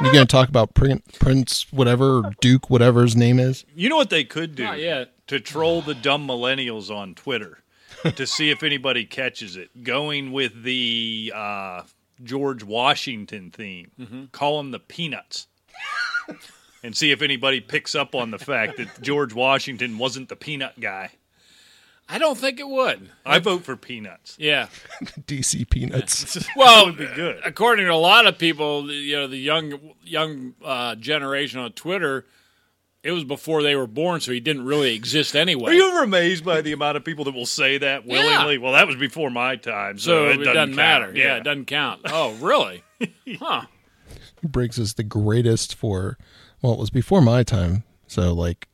[SPEAKER 4] you're going to talk about Prin- Prince whatever or Duke whatever his name is.
[SPEAKER 2] You know what they could do?
[SPEAKER 3] Not yet.
[SPEAKER 2] To troll the dumb millennials on Twitter to see if anybody catches it. Going with the uh, George Washington theme. Call him the Peanuts. and see if anybody picks up on the fact that George Washington wasn't the peanut guy.
[SPEAKER 3] I don't think it would.
[SPEAKER 2] I vote for Peanuts.
[SPEAKER 3] Yeah.
[SPEAKER 4] D.C. Peanuts.
[SPEAKER 3] Well,
[SPEAKER 2] would be good.
[SPEAKER 3] according to a lot of people, the- you know, the young young uh, generation on Twitter, it was before they were born, so he didn't really exist anyway.
[SPEAKER 2] Are you ever amazed by the amount of people that will say that
[SPEAKER 3] Yeah.
[SPEAKER 2] willingly? Well, that was before my time, so, it
[SPEAKER 3] so it,
[SPEAKER 2] doesn't,
[SPEAKER 3] doesn't, matter.
[SPEAKER 2] count.
[SPEAKER 3] Yeah. it doesn't count. Oh, really? huh?
[SPEAKER 4] Briggs is the greatest for, well, it was before my time. So, like,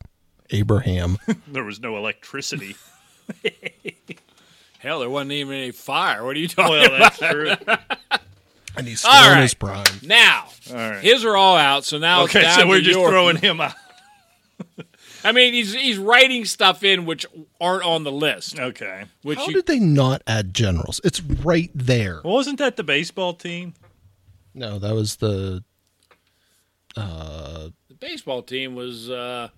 [SPEAKER 4] Abraham.
[SPEAKER 2] there was no electricity.
[SPEAKER 3] Hell, there wasn't even any fire. What are you talking
[SPEAKER 2] well,
[SPEAKER 3] about?
[SPEAKER 2] that's true.
[SPEAKER 4] and he's still
[SPEAKER 3] All
[SPEAKER 4] in his
[SPEAKER 3] right.
[SPEAKER 4] prime.
[SPEAKER 3] Now,
[SPEAKER 2] right.
[SPEAKER 3] his are all out. So now it's
[SPEAKER 2] Okay,
[SPEAKER 3] down
[SPEAKER 2] so we're
[SPEAKER 3] to
[SPEAKER 2] just
[SPEAKER 3] your-
[SPEAKER 2] throwing him out.
[SPEAKER 3] I mean, he's he's writing stuff in which aren't on the list.
[SPEAKER 2] Okay.
[SPEAKER 3] Which
[SPEAKER 4] How
[SPEAKER 3] you,
[SPEAKER 4] did they not add generals? It's right there.
[SPEAKER 2] Well, wasn't that the baseball team?
[SPEAKER 4] No, that was the
[SPEAKER 3] the baseball team was uh,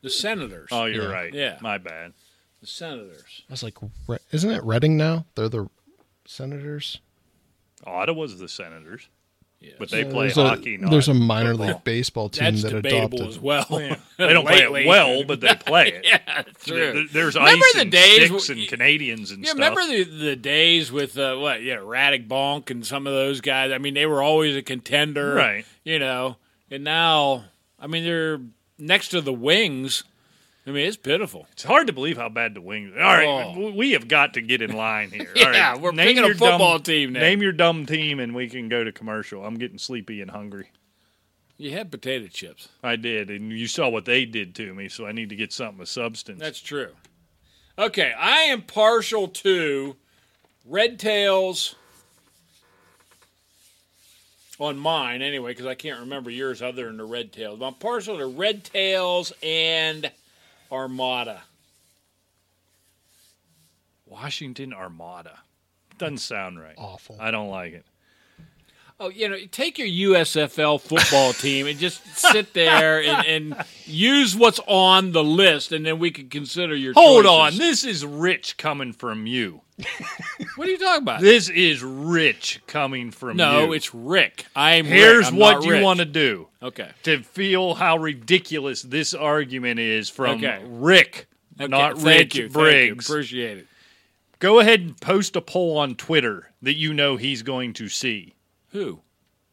[SPEAKER 3] the Senators.
[SPEAKER 2] Oh, you're
[SPEAKER 4] Yeah.
[SPEAKER 2] right.
[SPEAKER 3] Yeah.
[SPEAKER 2] My bad.
[SPEAKER 3] the Senators.
[SPEAKER 4] I was like, Re- isn't it Reading now? They're the Senators.
[SPEAKER 2] Ottawa's the Senators. But they
[SPEAKER 4] Uh,
[SPEAKER 2] play
[SPEAKER 4] there's
[SPEAKER 2] hockey.
[SPEAKER 4] A,
[SPEAKER 2] not
[SPEAKER 4] there's a minor
[SPEAKER 2] football.
[SPEAKER 4] league baseball team
[SPEAKER 3] That's
[SPEAKER 4] that
[SPEAKER 3] debatable
[SPEAKER 4] adopted.
[SPEAKER 3] as well.
[SPEAKER 2] They don't play
[SPEAKER 3] Lately.
[SPEAKER 2] it well, but they play it.
[SPEAKER 3] yeah, true.
[SPEAKER 2] There- There's
[SPEAKER 3] Remember
[SPEAKER 2] ice
[SPEAKER 3] the
[SPEAKER 2] and
[SPEAKER 3] days
[SPEAKER 2] sticks
[SPEAKER 3] w-
[SPEAKER 2] and Canadians and
[SPEAKER 3] Yeah,
[SPEAKER 2] stuff.
[SPEAKER 3] remember the, the days with uh, what? Yeah, Radic Bonk and some of those guys. I mean, they were always a contender,
[SPEAKER 2] Right.
[SPEAKER 3] You know, and now I mean they're next to the Wings, I mean, it's pitiful.
[SPEAKER 2] It's hard to believe how bad the Wings. All right,
[SPEAKER 3] Oh.
[SPEAKER 2] w- we have got to get in line here.
[SPEAKER 3] Yeah,
[SPEAKER 2] All right,
[SPEAKER 3] we're picking a
[SPEAKER 2] your
[SPEAKER 3] football
[SPEAKER 2] dumb,
[SPEAKER 3] team now.
[SPEAKER 2] Name your dumb team, and we can go to commercial. I'm getting sleepy and hungry.
[SPEAKER 3] You had potato chips.
[SPEAKER 2] I did, and you saw what they did to me, so I need to get something of substance.
[SPEAKER 3] That's true. Okay, I am partial to Red Tails on mine anyway, because I can't remember yours other than the Red Tails. But I'm partial to Red Tails and Armada.
[SPEAKER 2] Washington Armada. Doesn't sound right.
[SPEAKER 4] Awful.
[SPEAKER 2] I don't like it.
[SPEAKER 3] Oh, you know, take your USFL football team and just sit there and, and use what's on the list, and then we can consider your.
[SPEAKER 2] Hold on.
[SPEAKER 3] choices.
[SPEAKER 2] This is rich coming from you.
[SPEAKER 3] What are you talking about?
[SPEAKER 2] This is rich coming from you.
[SPEAKER 3] no, it's Rick. I'm. Rick.
[SPEAKER 2] Here's
[SPEAKER 3] I'm
[SPEAKER 2] what
[SPEAKER 3] not
[SPEAKER 2] you
[SPEAKER 3] Rick.
[SPEAKER 2] want to do
[SPEAKER 3] Okay.
[SPEAKER 2] to feel how ridiculous this argument is from
[SPEAKER 3] Okay.
[SPEAKER 2] Rick,
[SPEAKER 3] Okay,
[SPEAKER 2] not
[SPEAKER 3] thank
[SPEAKER 2] Rick
[SPEAKER 3] you, thank you.
[SPEAKER 2] Briggs.
[SPEAKER 3] Appreciate it.
[SPEAKER 2] Go ahead and post a poll on Twitter that you know he's going to see.
[SPEAKER 3] Who?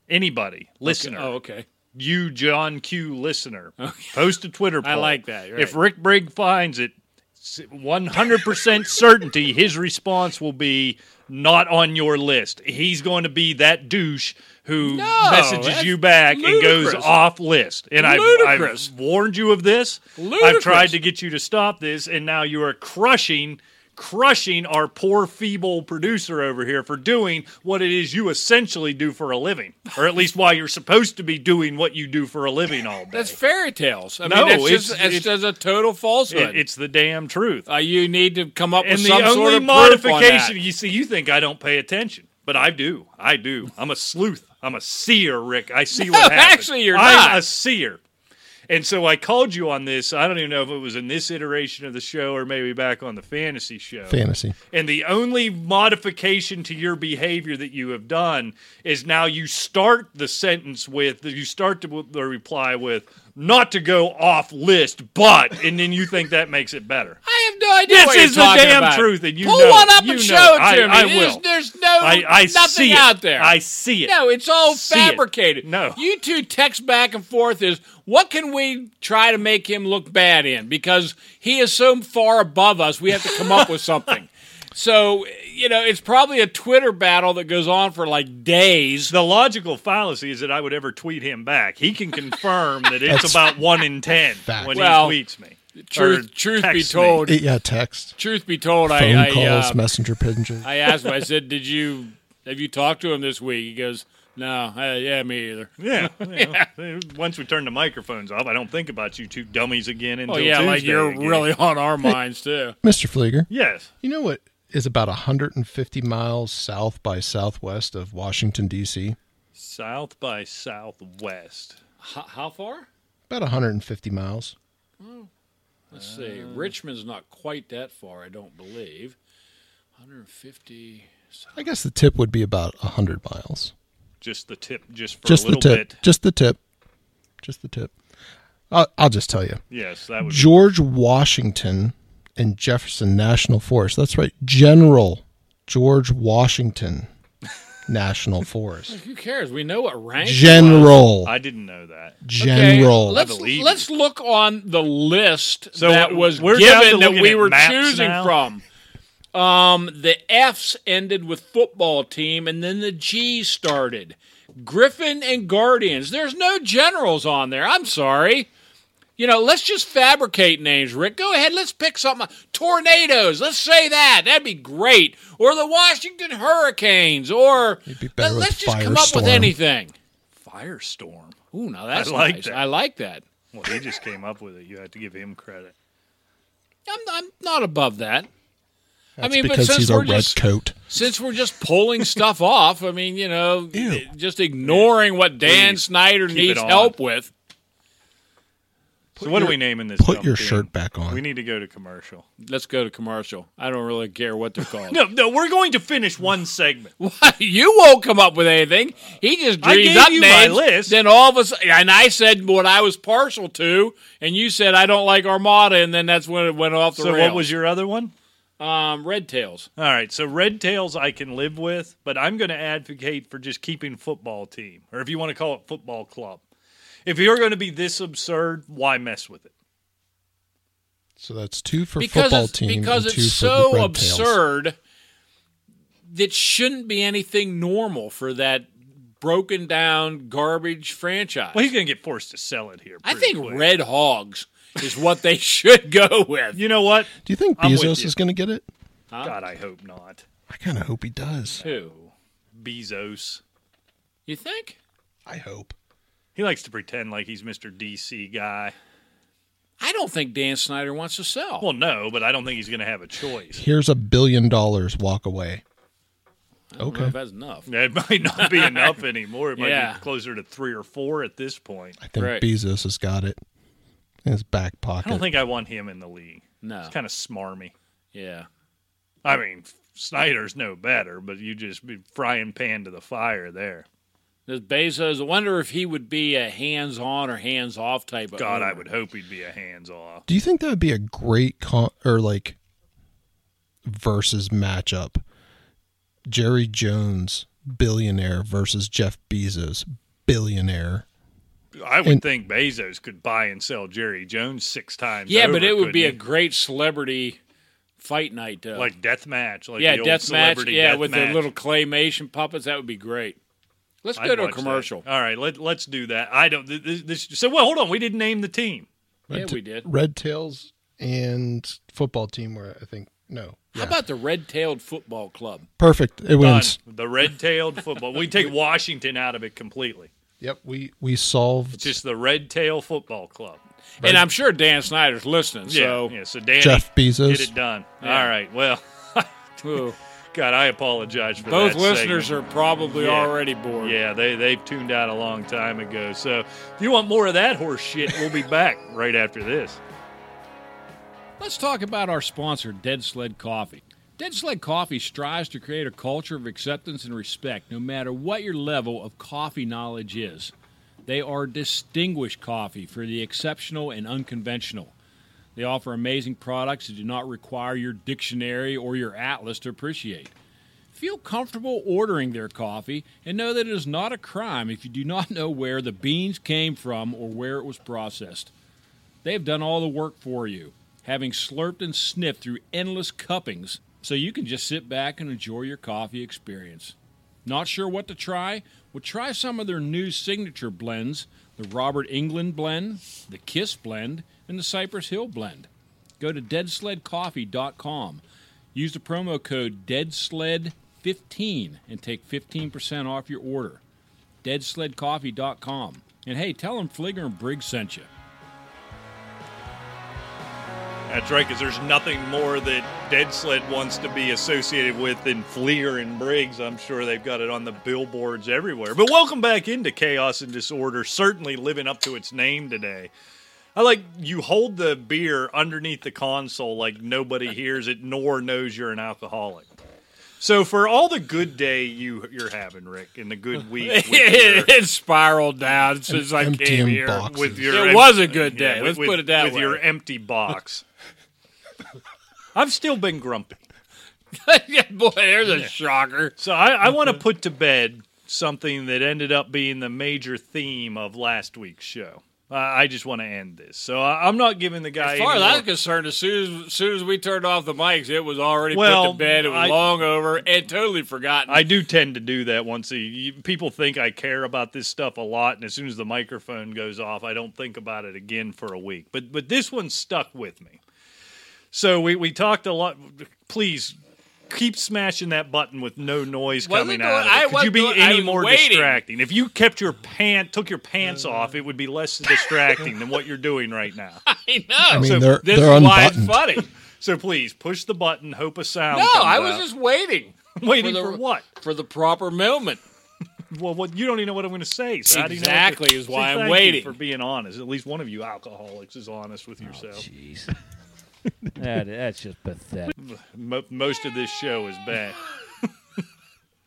[SPEAKER 2] Anybody, listener,
[SPEAKER 3] Oh, okay.
[SPEAKER 2] you John Q listener, post a Twitter poll.
[SPEAKER 3] I like that, right.
[SPEAKER 2] If Rick Brigg finds it, s- 100% certainty his response will be not on your list. He's going to be that douche who
[SPEAKER 3] No,
[SPEAKER 2] messages
[SPEAKER 3] that's
[SPEAKER 2] you back and
[SPEAKER 3] ludicrous.
[SPEAKER 2] goes off list. And I've,
[SPEAKER 3] Ludicrous.
[SPEAKER 2] I've warned you of this. I've
[SPEAKER 3] Ludicrous.
[SPEAKER 2] tried to get you to stop this, and now you are crushing. Crushing our poor feeble producer over here for doing what it is you essentially do for a living, or at least why you're supposed to be doing what you do for a living all day.
[SPEAKER 3] That's fairy tales. I
[SPEAKER 2] No,
[SPEAKER 3] mean, that's
[SPEAKER 2] it's-
[SPEAKER 3] just, that's
[SPEAKER 2] it's-
[SPEAKER 3] just a total falsehood.
[SPEAKER 2] It- it's the damn truth.
[SPEAKER 3] uh, you need to come up
[SPEAKER 2] and
[SPEAKER 3] with
[SPEAKER 2] the
[SPEAKER 3] some
[SPEAKER 2] only
[SPEAKER 3] sort of proof on
[SPEAKER 2] modification
[SPEAKER 3] that.
[SPEAKER 2] you see, you think I don't pay attention, but I do. I do. I'm a sleuth. I'm a seer, Rick. I see what happens.
[SPEAKER 3] actually, you're
[SPEAKER 2] I'm
[SPEAKER 3] not.
[SPEAKER 2] a seer. And so I called you on this. I don't even know if it was in this iteration of the show or maybe back on the fantasy show.
[SPEAKER 4] Fantasy.
[SPEAKER 2] And the only modification to your behavior that you have done is now you start the sentence with, you start the the reply with, not to go off list, but, and then you think that makes it better.
[SPEAKER 3] I have no idea.
[SPEAKER 2] This
[SPEAKER 3] what you're
[SPEAKER 2] is the
[SPEAKER 3] talking
[SPEAKER 2] damn
[SPEAKER 3] about.
[SPEAKER 2] truth, and you
[SPEAKER 3] pull
[SPEAKER 2] know-
[SPEAKER 3] one up
[SPEAKER 2] you
[SPEAKER 3] and
[SPEAKER 2] know.
[SPEAKER 3] show it
[SPEAKER 2] I-
[SPEAKER 3] to me.
[SPEAKER 2] I
[SPEAKER 3] There's,
[SPEAKER 2] will.
[SPEAKER 3] there's no
[SPEAKER 2] I, I
[SPEAKER 3] nothing
[SPEAKER 2] see it.
[SPEAKER 3] out there.
[SPEAKER 2] I see it.
[SPEAKER 3] no, it's all
[SPEAKER 2] See it.
[SPEAKER 3] fabricated.
[SPEAKER 2] No.
[SPEAKER 3] you two text back and forth is what can we try to make him look bad in because he is so far above us. We have to come up with something. So you know, it's probably a Twitter battle that goes on for like days.
[SPEAKER 2] The logical fallacy is that I would ever tweet him back. He can confirm that it's
[SPEAKER 4] That's
[SPEAKER 2] about one in ten
[SPEAKER 4] fact.
[SPEAKER 2] when
[SPEAKER 3] Well,
[SPEAKER 2] he tweets me. or
[SPEAKER 3] Truth, truth be
[SPEAKER 2] texts me.
[SPEAKER 3] told,
[SPEAKER 4] Yeah, text,
[SPEAKER 3] truth be told,
[SPEAKER 4] phone
[SPEAKER 3] I, I
[SPEAKER 4] calls,
[SPEAKER 3] uh,
[SPEAKER 4] messenger pigeons.
[SPEAKER 3] I asked him. I said, "Did you have you talked to him this week?" He goes, "No, uh, yeah, me either."
[SPEAKER 2] Yeah, yeah. Once we turn the microphones off, I don't think about you two dummies again until
[SPEAKER 3] Oh yeah,
[SPEAKER 2] Tuesday.
[SPEAKER 3] like you're
[SPEAKER 2] again.
[SPEAKER 3] really on our minds too.
[SPEAKER 4] Mr. Flieger,
[SPEAKER 2] yes.
[SPEAKER 4] you know what is about 150 miles south by southwest of Washington, D.C.?
[SPEAKER 2] South by Southwest.
[SPEAKER 3] H- how far?
[SPEAKER 4] About 150 miles.
[SPEAKER 3] Let's see. Richmond's not quite that far, I don't believe. 150.
[SPEAKER 4] I guess the tip would be about 100 miles.
[SPEAKER 2] Just the tip, just for
[SPEAKER 4] just
[SPEAKER 2] a
[SPEAKER 4] the
[SPEAKER 2] little
[SPEAKER 4] tip.
[SPEAKER 2] bit.
[SPEAKER 4] Just the tip. Just the tip. I'll, I'll just tell you.
[SPEAKER 2] Yes, that would.
[SPEAKER 4] George Washington and Jefferson National Forest. That's right. General George Washington National Forest.
[SPEAKER 3] Who cares? We know what rank. it was.
[SPEAKER 4] General.
[SPEAKER 2] I didn't know that.
[SPEAKER 3] Okay,
[SPEAKER 4] General.
[SPEAKER 3] let's
[SPEAKER 2] believe you.
[SPEAKER 3] let's look on the list
[SPEAKER 2] So
[SPEAKER 3] that was
[SPEAKER 2] we're down to
[SPEAKER 3] given that
[SPEAKER 2] looking
[SPEAKER 3] we
[SPEAKER 2] at
[SPEAKER 3] were
[SPEAKER 2] maps
[SPEAKER 3] choosing
[SPEAKER 2] now?
[SPEAKER 3] from. Um, the F's ended with football team, and then the G started. Griffin and Guardians. There's no generals on there. I'm sorry. You know, let's just fabricate names, Rick. Go ahead, let's pick something. Tornadoes, let's say that. That'd be great. Or the Washington Hurricanes, or
[SPEAKER 4] You'd be better
[SPEAKER 3] let's
[SPEAKER 4] with
[SPEAKER 3] just come up with
[SPEAKER 4] Firestorm.
[SPEAKER 3] anything.
[SPEAKER 2] Firestorm.
[SPEAKER 3] Ooh, now that's
[SPEAKER 2] like
[SPEAKER 3] nice.
[SPEAKER 2] that.
[SPEAKER 3] I like that.
[SPEAKER 2] Well, he just came up with it. You have to give him credit.
[SPEAKER 3] I'm, I'm not above that. I mean, but
[SPEAKER 4] because
[SPEAKER 3] since
[SPEAKER 4] he's a
[SPEAKER 3] we're
[SPEAKER 4] red
[SPEAKER 3] just
[SPEAKER 4] coat.
[SPEAKER 3] since we're just pulling stuff off, I mean, you know, just ignoring what Dan
[SPEAKER 2] Please,
[SPEAKER 3] Snyder
[SPEAKER 2] keep it
[SPEAKER 3] needs
[SPEAKER 2] on.
[SPEAKER 3] help with.
[SPEAKER 2] so what
[SPEAKER 4] your-
[SPEAKER 2] are we naming this?
[SPEAKER 4] Put
[SPEAKER 2] dumb
[SPEAKER 4] your
[SPEAKER 2] thing?
[SPEAKER 4] shirt back on.
[SPEAKER 2] We need to go to commercial.
[SPEAKER 3] Let's go to commercial. I don't really care what they're called.
[SPEAKER 2] No, no, we're going to finish one segment.
[SPEAKER 3] you won't come up with anything. He just
[SPEAKER 2] I
[SPEAKER 3] dreams
[SPEAKER 2] gave
[SPEAKER 3] up
[SPEAKER 2] you my
[SPEAKER 3] names.
[SPEAKER 2] list.
[SPEAKER 3] Then all of us, and I said what I was partial to, and you said I don't like Armada, and then that's when it went off the
[SPEAKER 2] So,
[SPEAKER 3] rails.
[SPEAKER 2] what was your other one?
[SPEAKER 3] um, Red Tails?
[SPEAKER 2] All right, so red tails I can live with, but I'm going to advocate for just keeping football team, or if you want to call it football club. If you're going to be this absurd, why mess with it?
[SPEAKER 4] So that's two for
[SPEAKER 3] because
[SPEAKER 4] football
[SPEAKER 3] it's,
[SPEAKER 4] team.
[SPEAKER 3] because
[SPEAKER 4] and two
[SPEAKER 3] it's
[SPEAKER 4] for the
[SPEAKER 3] so
[SPEAKER 4] Red Tails.
[SPEAKER 3] absurd that shouldn't be anything normal for that broken down garbage franchise.
[SPEAKER 2] Well, he's going to get forced to sell it here.
[SPEAKER 3] I
[SPEAKER 2] pretty
[SPEAKER 3] think
[SPEAKER 2] quick.
[SPEAKER 3] Red Hogs is what they should go with.
[SPEAKER 2] You know what?
[SPEAKER 4] Do you think
[SPEAKER 2] I'm with
[SPEAKER 4] Bezos
[SPEAKER 2] you.
[SPEAKER 4] is going to get it?
[SPEAKER 2] God, I hope not.
[SPEAKER 4] I kind of hope he does.
[SPEAKER 3] Who?
[SPEAKER 2] Bezos.
[SPEAKER 3] You think?
[SPEAKER 4] I hope.
[SPEAKER 2] He likes to pretend like he's Mr. DC guy.
[SPEAKER 3] I don't think Dan Snyder wants to sell.
[SPEAKER 2] Well, no, but I don't think he's going to have a choice.
[SPEAKER 4] Here's a billion dollars. Walk away.
[SPEAKER 3] I don't know
[SPEAKER 4] okay.
[SPEAKER 3] if that's enough.
[SPEAKER 2] That might not be enough anymore. It might
[SPEAKER 3] Yeah.
[SPEAKER 2] be closer to three or four at this point.
[SPEAKER 4] I think
[SPEAKER 3] Right.
[SPEAKER 4] Bezos has got it in his back
[SPEAKER 2] I
[SPEAKER 4] pocket.
[SPEAKER 2] don't think I want him in the league.
[SPEAKER 3] No.
[SPEAKER 2] It's kind of smarmy.
[SPEAKER 3] Yeah.
[SPEAKER 2] I mean, Snyder's no better, but you just be frying pan to the fire there.
[SPEAKER 3] This Bezos, I wonder if he would be a hands on or hands off type of
[SPEAKER 2] God, I
[SPEAKER 3] owner.
[SPEAKER 2] would hope he'd be a hands off.
[SPEAKER 4] Do you think that would be a great con- or like versus matchup? Jerry Jones, billionaire, versus Jeff Bezos, billionaire.
[SPEAKER 2] I would
[SPEAKER 4] And-
[SPEAKER 2] think Bezos could buy and sell Jerry Jones six times.
[SPEAKER 3] Yeah, but
[SPEAKER 2] over,
[SPEAKER 3] it would be a
[SPEAKER 2] couldn't
[SPEAKER 3] great celebrity fight night, uh, though.
[SPEAKER 2] he? like death match, like
[SPEAKER 3] yeah,
[SPEAKER 2] the old
[SPEAKER 3] death match.
[SPEAKER 2] celebrity
[SPEAKER 3] Yeah,
[SPEAKER 2] death
[SPEAKER 3] with
[SPEAKER 2] match.
[SPEAKER 3] the little claymation puppets, that would be great. Let's
[SPEAKER 2] I'd
[SPEAKER 3] go to a
[SPEAKER 2] watch that.
[SPEAKER 3] commercial.
[SPEAKER 2] All right, let let's do that. I don't. th- This, this, so well, hold on. We didn't name the team.
[SPEAKER 3] Yeah,
[SPEAKER 4] Red-
[SPEAKER 3] we did.
[SPEAKER 4] Red Tails and football team were, I think, no.
[SPEAKER 3] How about the Red Tailed Football Club?
[SPEAKER 4] Perfect. It
[SPEAKER 2] Done.
[SPEAKER 4] wins.
[SPEAKER 2] The red-tailed football. We take Washington out of it completely.
[SPEAKER 4] Yep. We we solved
[SPEAKER 2] It's just the Red Tail Football Club.
[SPEAKER 3] And I'm sure Dan Snyder's listening.
[SPEAKER 2] Yeah,
[SPEAKER 3] So,
[SPEAKER 2] yeah. So Danny,
[SPEAKER 4] Jeff Bezos.
[SPEAKER 2] get it done.
[SPEAKER 3] Yeah.
[SPEAKER 2] All right. Well,
[SPEAKER 3] Ooh,
[SPEAKER 2] God, I apologize for
[SPEAKER 3] both
[SPEAKER 2] that
[SPEAKER 3] listeners
[SPEAKER 2] segment.
[SPEAKER 3] are probably
[SPEAKER 2] Yeah.
[SPEAKER 3] already bored.
[SPEAKER 2] Yeah, they they've tuned out a long time ago. So if you want more of that horse shit, we'll be back right after this.
[SPEAKER 3] Let's talk about our sponsor, Dead Sled Coffee. Dead Sled Coffee strives to create a culture of acceptance and respect, no matter what your level of coffee knowledge is. They are distinguished coffee for the exceptional and unconventional. They offer amazing products that do not require your dictionary or your atlas to appreciate. Feel comfortable ordering their coffee and know that it is not a crime if you do not know where the beans came from or where it was processed. They have done all the work for you, having slurped and sniffed through endless cuppings, so you can just sit back and enjoy your coffee experience. Not sure what to try? Well, try some of their new signature blends the Robert England blend, the Kiss blend, and the Cypress Hill blend. Go to deadsledcoffee.com. Use the promo code DEADSLED15 and take 15% off your order. DeadSledCoffee.com. And hey, tell them Fligger and Briggs sent you.
[SPEAKER 2] That's right, because there's nothing more that Dead Sled wants to be associated with than Fleer and Briggs. I'm sure they've got it on the billboards everywhere. But welcome back into Chaos and Disorder, certainly living up to its name today. I like you hold the beer underneath the console like nobody hears it nor knows you're an alcoholic. So for all the good day you you're having, Rick, and the good week with your,
[SPEAKER 3] it spiraled down since I came
[SPEAKER 4] emptying
[SPEAKER 3] here.
[SPEAKER 4] boxes.
[SPEAKER 2] with your
[SPEAKER 3] It
[SPEAKER 2] em-
[SPEAKER 3] was a good day.
[SPEAKER 2] yeah,
[SPEAKER 3] Let's
[SPEAKER 2] with-
[SPEAKER 3] put it that
[SPEAKER 2] with
[SPEAKER 3] way.
[SPEAKER 2] your empty box. I've still been grumpy.
[SPEAKER 3] yeah, boy, there's a shocker.
[SPEAKER 2] So I, I want to put to bed something that ended up being the major theme of last week's show. I I just want to end this. So I, I'm not giving the guy.
[SPEAKER 3] As far as
[SPEAKER 2] any
[SPEAKER 3] I
[SPEAKER 2] more-
[SPEAKER 3] was concerned, as soon as, as soon as we turned off the mics, it was already put
[SPEAKER 2] Well,
[SPEAKER 3] to bed. It was
[SPEAKER 2] I-
[SPEAKER 3] long over and totally forgotten.
[SPEAKER 2] I do tend to do that once a you, people think I care about this stuff a lot, and as soon as the microphone goes off, I don't think about it again for a week. But but this one stuck with me. So we, we talked a lot. Please keep smashing that button with no noise
[SPEAKER 3] Wasn't
[SPEAKER 2] coming
[SPEAKER 3] doing-
[SPEAKER 2] out. Of it. Could
[SPEAKER 3] I
[SPEAKER 2] you
[SPEAKER 3] wasn't
[SPEAKER 2] be
[SPEAKER 3] doing- I
[SPEAKER 2] any
[SPEAKER 3] was
[SPEAKER 2] more
[SPEAKER 3] waiting. Uh.
[SPEAKER 2] distracting? If you kept your pant took your pants off, it would be less distracting than what you're doing right now.
[SPEAKER 3] I know.
[SPEAKER 4] I mean,
[SPEAKER 2] So
[SPEAKER 4] they're,
[SPEAKER 3] this
[SPEAKER 4] they're
[SPEAKER 3] is why it's
[SPEAKER 4] unbuttoned.
[SPEAKER 3] funny.
[SPEAKER 2] So please push the button. Hope a sound.
[SPEAKER 3] No,
[SPEAKER 2] comes
[SPEAKER 3] I was
[SPEAKER 2] out.
[SPEAKER 3] just waiting
[SPEAKER 2] waiting
[SPEAKER 3] for
[SPEAKER 2] for,
[SPEAKER 3] the-
[SPEAKER 2] what?
[SPEAKER 3] for the proper moment.
[SPEAKER 2] Well, what you don't even know what I'm going to say. So how do you know what
[SPEAKER 3] Exactly
[SPEAKER 2] to-
[SPEAKER 3] is why I'm
[SPEAKER 2] thank you
[SPEAKER 3] waiting.
[SPEAKER 2] for being honest. At least one of you alcoholics is honest with yourself.
[SPEAKER 7] Jeez. that, that's just pathetic.
[SPEAKER 2] Mo- most of this show is bad.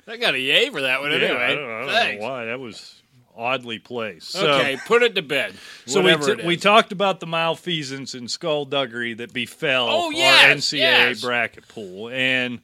[SPEAKER 3] I got a yay for that one
[SPEAKER 2] Yeah,
[SPEAKER 3] anyway.
[SPEAKER 2] I don't, I don't
[SPEAKER 3] Thanks.
[SPEAKER 2] know why that was oddly placed. So,
[SPEAKER 3] okay, put it to bed.
[SPEAKER 2] So we,
[SPEAKER 3] whatever
[SPEAKER 2] t-
[SPEAKER 3] it is.
[SPEAKER 2] we talked about the malfeasance and skullduggery that befell
[SPEAKER 3] Oh,
[SPEAKER 2] our
[SPEAKER 3] yes,
[SPEAKER 2] NCAA
[SPEAKER 3] yes.
[SPEAKER 2] bracket pool, and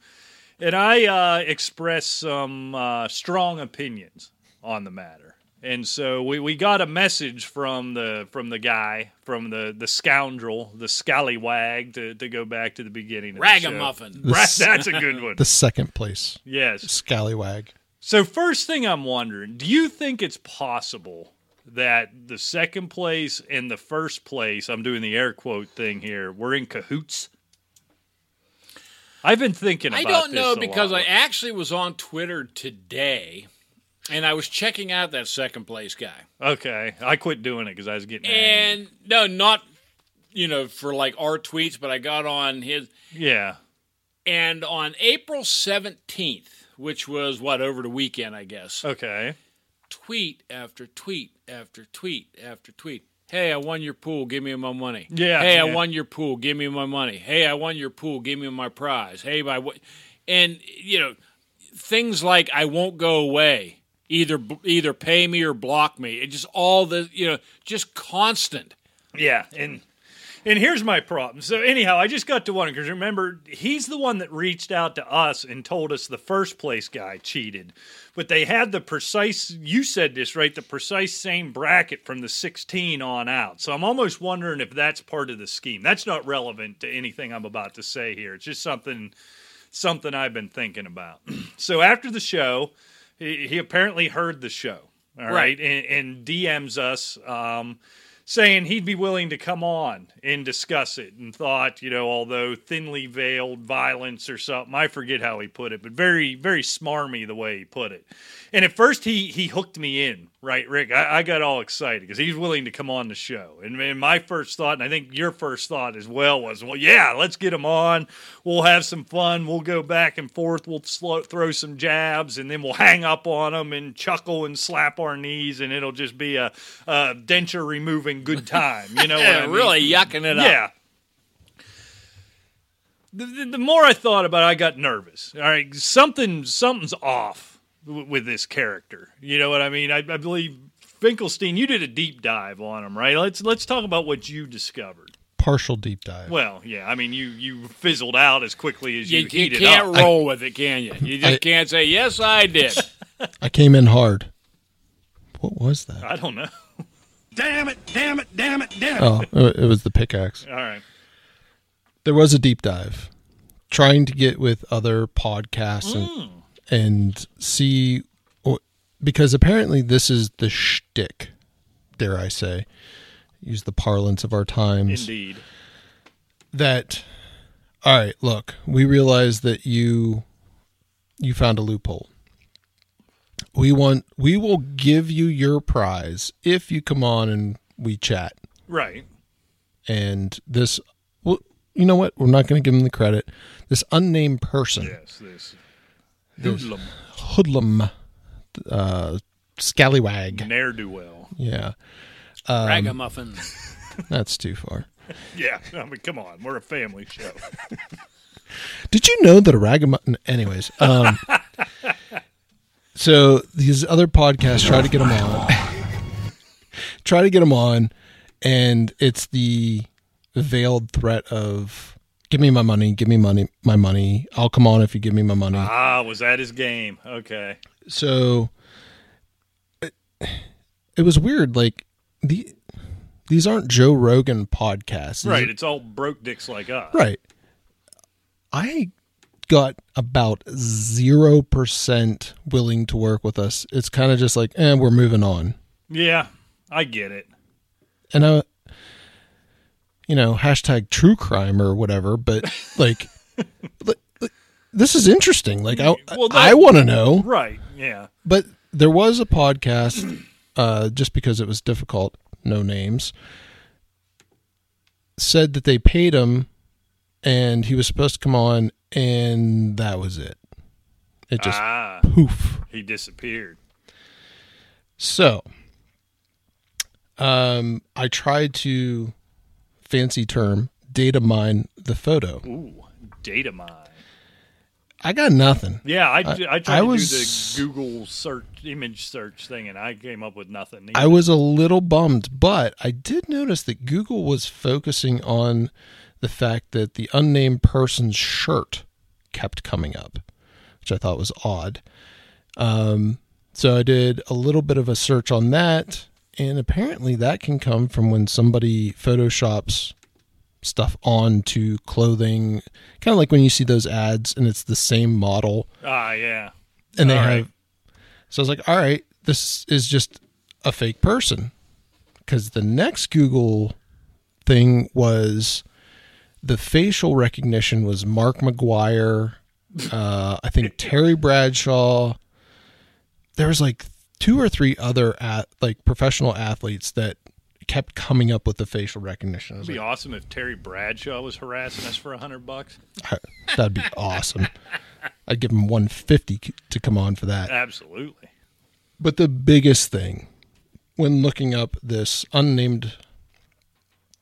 [SPEAKER 2] and I uh, expressed some uh, strong opinions on the matter. And so we, we got a message from the from the guy from the the scoundrel the scallywag to, to go back to the beginning. Of the show.
[SPEAKER 3] Ragamuffin.
[SPEAKER 4] The
[SPEAKER 2] Right,
[SPEAKER 4] s-
[SPEAKER 2] that's a good one.
[SPEAKER 4] The second place
[SPEAKER 2] Yes.
[SPEAKER 4] scallywag.
[SPEAKER 2] So first thing I'm wondering, do you think it's possible that the second place and the first place, I'm doing the air quote thing here, we're in cahoots? I've been thinking
[SPEAKER 3] I
[SPEAKER 2] about
[SPEAKER 3] don't
[SPEAKER 2] this
[SPEAKER 3] know
[SPEAKER 2] a
[SPEAKER 3] because
[SPEAKER 2] lot.
[SPEAKER 3] I actually was on Twitter today and I was checking out that second place guy.
[SPEAKER 2] Okay, I quit doing it because I was getting angry.
[SPEAKER 3] And no, not you know for like our tweets, but I got on his
[SPEAKER 2] yeah.
[SPEAKER 3] and on April 17th, which was what over the weekend, I guess.
[SPEAKER 2] Okay.
[SPEAKER 3] Tweet after tweet after tweet after tweet. Hey, I won your pool. Give me my money.
[SPEAKER 2] Yeah,
[SPEAKER 3] Hey, I
[SPEAKER 2] yeah.
[SPEAKER 3] won your pool. Give me my money. Hey, I won your pool. Give me my prize. Hey, my what? And you know, things like I won't go away. Either either pay me or block me. It just all the you know, just constant.
[SPEAKER 2] Yeah, and and here's my problem. So anyhow, I just got to one because remember he's the one that reached out to us and told us the first place guy cheated, but they had the precise. You said this right, the precise same bracket from the 16 on out. So I'm almost wondering if that's part of the scheme. That's not relevant to anything I'm about to say here. It's just something something I've been thinking about. so after the show, he, he apparently heard the show. All right,
[SPEAKER 3] Right.
[SPEAKER 2] and, and DMs us. Um, saying he'd be willing to come on and discuss it and thought, you know, although thinly veiled violence or something, I forget how he put it, but very, very smarmy the way he put it. And at first he he hooked me in, right, Rick? I, I got all excited because he's willing to come on the show. And, and my first thought, and I think your first thought as well was, well, yeah, let's get him on. We'll have some fun. We'll go back and forth. We'll slow, throw some jabs, and then we'll hang up on him and chuckle and slap our knees, and it'll just be a, a denture removing good time. You know, what I
[SPEAKER 3] Yeah,
[SPEAKER 2] mean?
[SPEAKER 3] really yucking it up.
[SPEAKER 2] Yeah. The, the, the more I thought about it, I got nervous. All right, something something's off w- with this character. You know what I mean? I, I believe Finkelstein. You did a deep dive on him, right? Let's let's talk about what you discovered.
[SPEAKER 4] Partial deep dive.
[SPEAKER 2] Well, yeah, I mean you you fizzled out as quickly as you,
[SPEAKER 3] You, you
[SPEAKER 2] heated
[SPEAKER 3] can't
[SPEAKER 2] up.
[SPEAKER 3] roll with it, can you? You just
[SPEAKER 4] I-
[SPEAKER 3] can't say yes, I did.
[SPEAKER 4] I came in hard. What was
[SPEAKER 3] Uh,
[SPEAKER 4] that?
[SPEAKER 2] I don't know.
[SPEAKER 5] Damn it, damn it, damn it, damn it.
[SPEAKER 4] Oh, it it was the pickaxe.
[SPEAKER 2] All right.
[SPEAKER 4] There was a deep dive trying to get with other podcasts and, and see wh- because apparently this is the shtick, dare I say, use the parlance of our times.
[SPEAKER 2] Indeed.
[SPEAKER 4] that all right look we realize that you you found a loophole we want we will give you your prize if you come on and we chat
[SPEAKER 2] Right.
[SPEAKER 4] and this well, you know what we're not going to give him the credit this unnamed person
[SPEAKER 2] Yes. This. Hoodlum.
[SPEAKER 4] hoodlum uh scallywag
[SPEAKER 2] Ne'er do well.
[SPEAKER 4] yeah
[SPEAKER 3] Ragamuffin.
[SPEAKER 4] that's too far
[SPEAKER 2] Yeah. I mean, come on. We're a family show.
[SPEAKER 4] Did you know that a ragamuffin? Anyways, um, so these other podcasts try to get them on, try to get them on, and it's the veiled threat of "Give me my money, give me money, my money. I'll come on if you give me my money."
[SPEAKER 2] ah, was that his game? Okay.
[SPEAKER 4] So it, it was weird. Like the these aren't Joe Rogan podcasts, These
[SPEAKER 2] Right. It's all broke dicks like us.
[SPEAKER 4] Right. I got about 0% willing to work with us. It's kind of just like, eh, we're moving on.
[SPEAKER 2] Yeah. I get it.
[SPEAKER 4] And I, you know, hashtag true crime or whatever, but like, li- li- this is interesting. Like, I,
[SPEAKER 2] Well, that-
[SPEAKER 4] I want to know.
[SPEAKER 2] Right. Yeah.
[SPEAKER 4] But there was a podcast, uh, just because it was difficult, no names, said that they paid him and he was supposed to come on, and that was it. It just
[SPEAKER 2] Ah,
[SPEAKER 4] poof.
[SPEAKER 2] he disappeared.
[SPEAKER 4] So, um, I tried to fancy term data mine the photo.
[SPEAKER 2] Ooh, data mine.
[SPEAKER 4] I got nothing.
[SPEAKER 2] Yeah, I,
[SPEAKER 4] I-
[SPEAKER 2] I, tried
[SPEAKER 4] I
[SPEAKER 2] to
[SPEAKER 4] was-
[SPEAKER 2] do the Google search image search thing, and I came up with nothing.
[SPEAKER 4] I was a little bummed, but I did notice that Google was focusing on the fact that the unnamed person's shirt kept coming up, which I thought was odd. Um, So I did a little bit of a search on that, and apparently that can come from when somebody photoshops stuff onto clothing, kind of like when you see those ads and it's the same model
[SPEAKER 2] Ah, yeah.
[SPEAKER 4] and they
[SPEAKER 2] All right.
[SPEAKER 4] have. So I was like, all right, this is just a fake person, because the next Google thing was the facial recognition was Mark McGuire, uh, I think Terry Bradshaw. There was like two or three other at, like professional athletes that kept coming up with the facial recognition. I was
[SPEAKER 2] It'd be
[SPEAKER 4] like,
[SPEAKER 2] awesome if Terry Bradshaw was harassing us for a hundred bucks.
[SPEAKER 4] that'd be awesome. I'd give him 150 to come on for that.
[SPEAKER 2] Absolutely.
[SPEAKER 4] But the biggest thing when looking up this unnamed,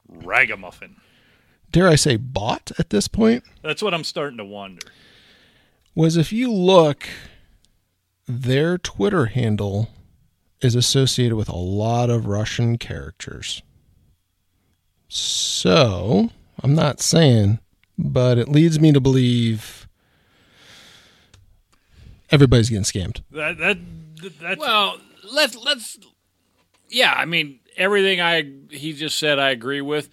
[SPEAKER 2] Ragamuffin.
[SPEAKER 4] dare I say, bot at this point
[SPEAKER 2] That's what I'm starting to wonder.
[SPEAKER 4] was if you look, their Twitter handle is associated with a lot of Russian characters. So I'm not saying, but it leads me to believe everybody's getting scammed.
[SPEAKER 2] That that, that that's
[SPEAKER 3] Well, let's let's yeah, I mean everything I he just said I agree with.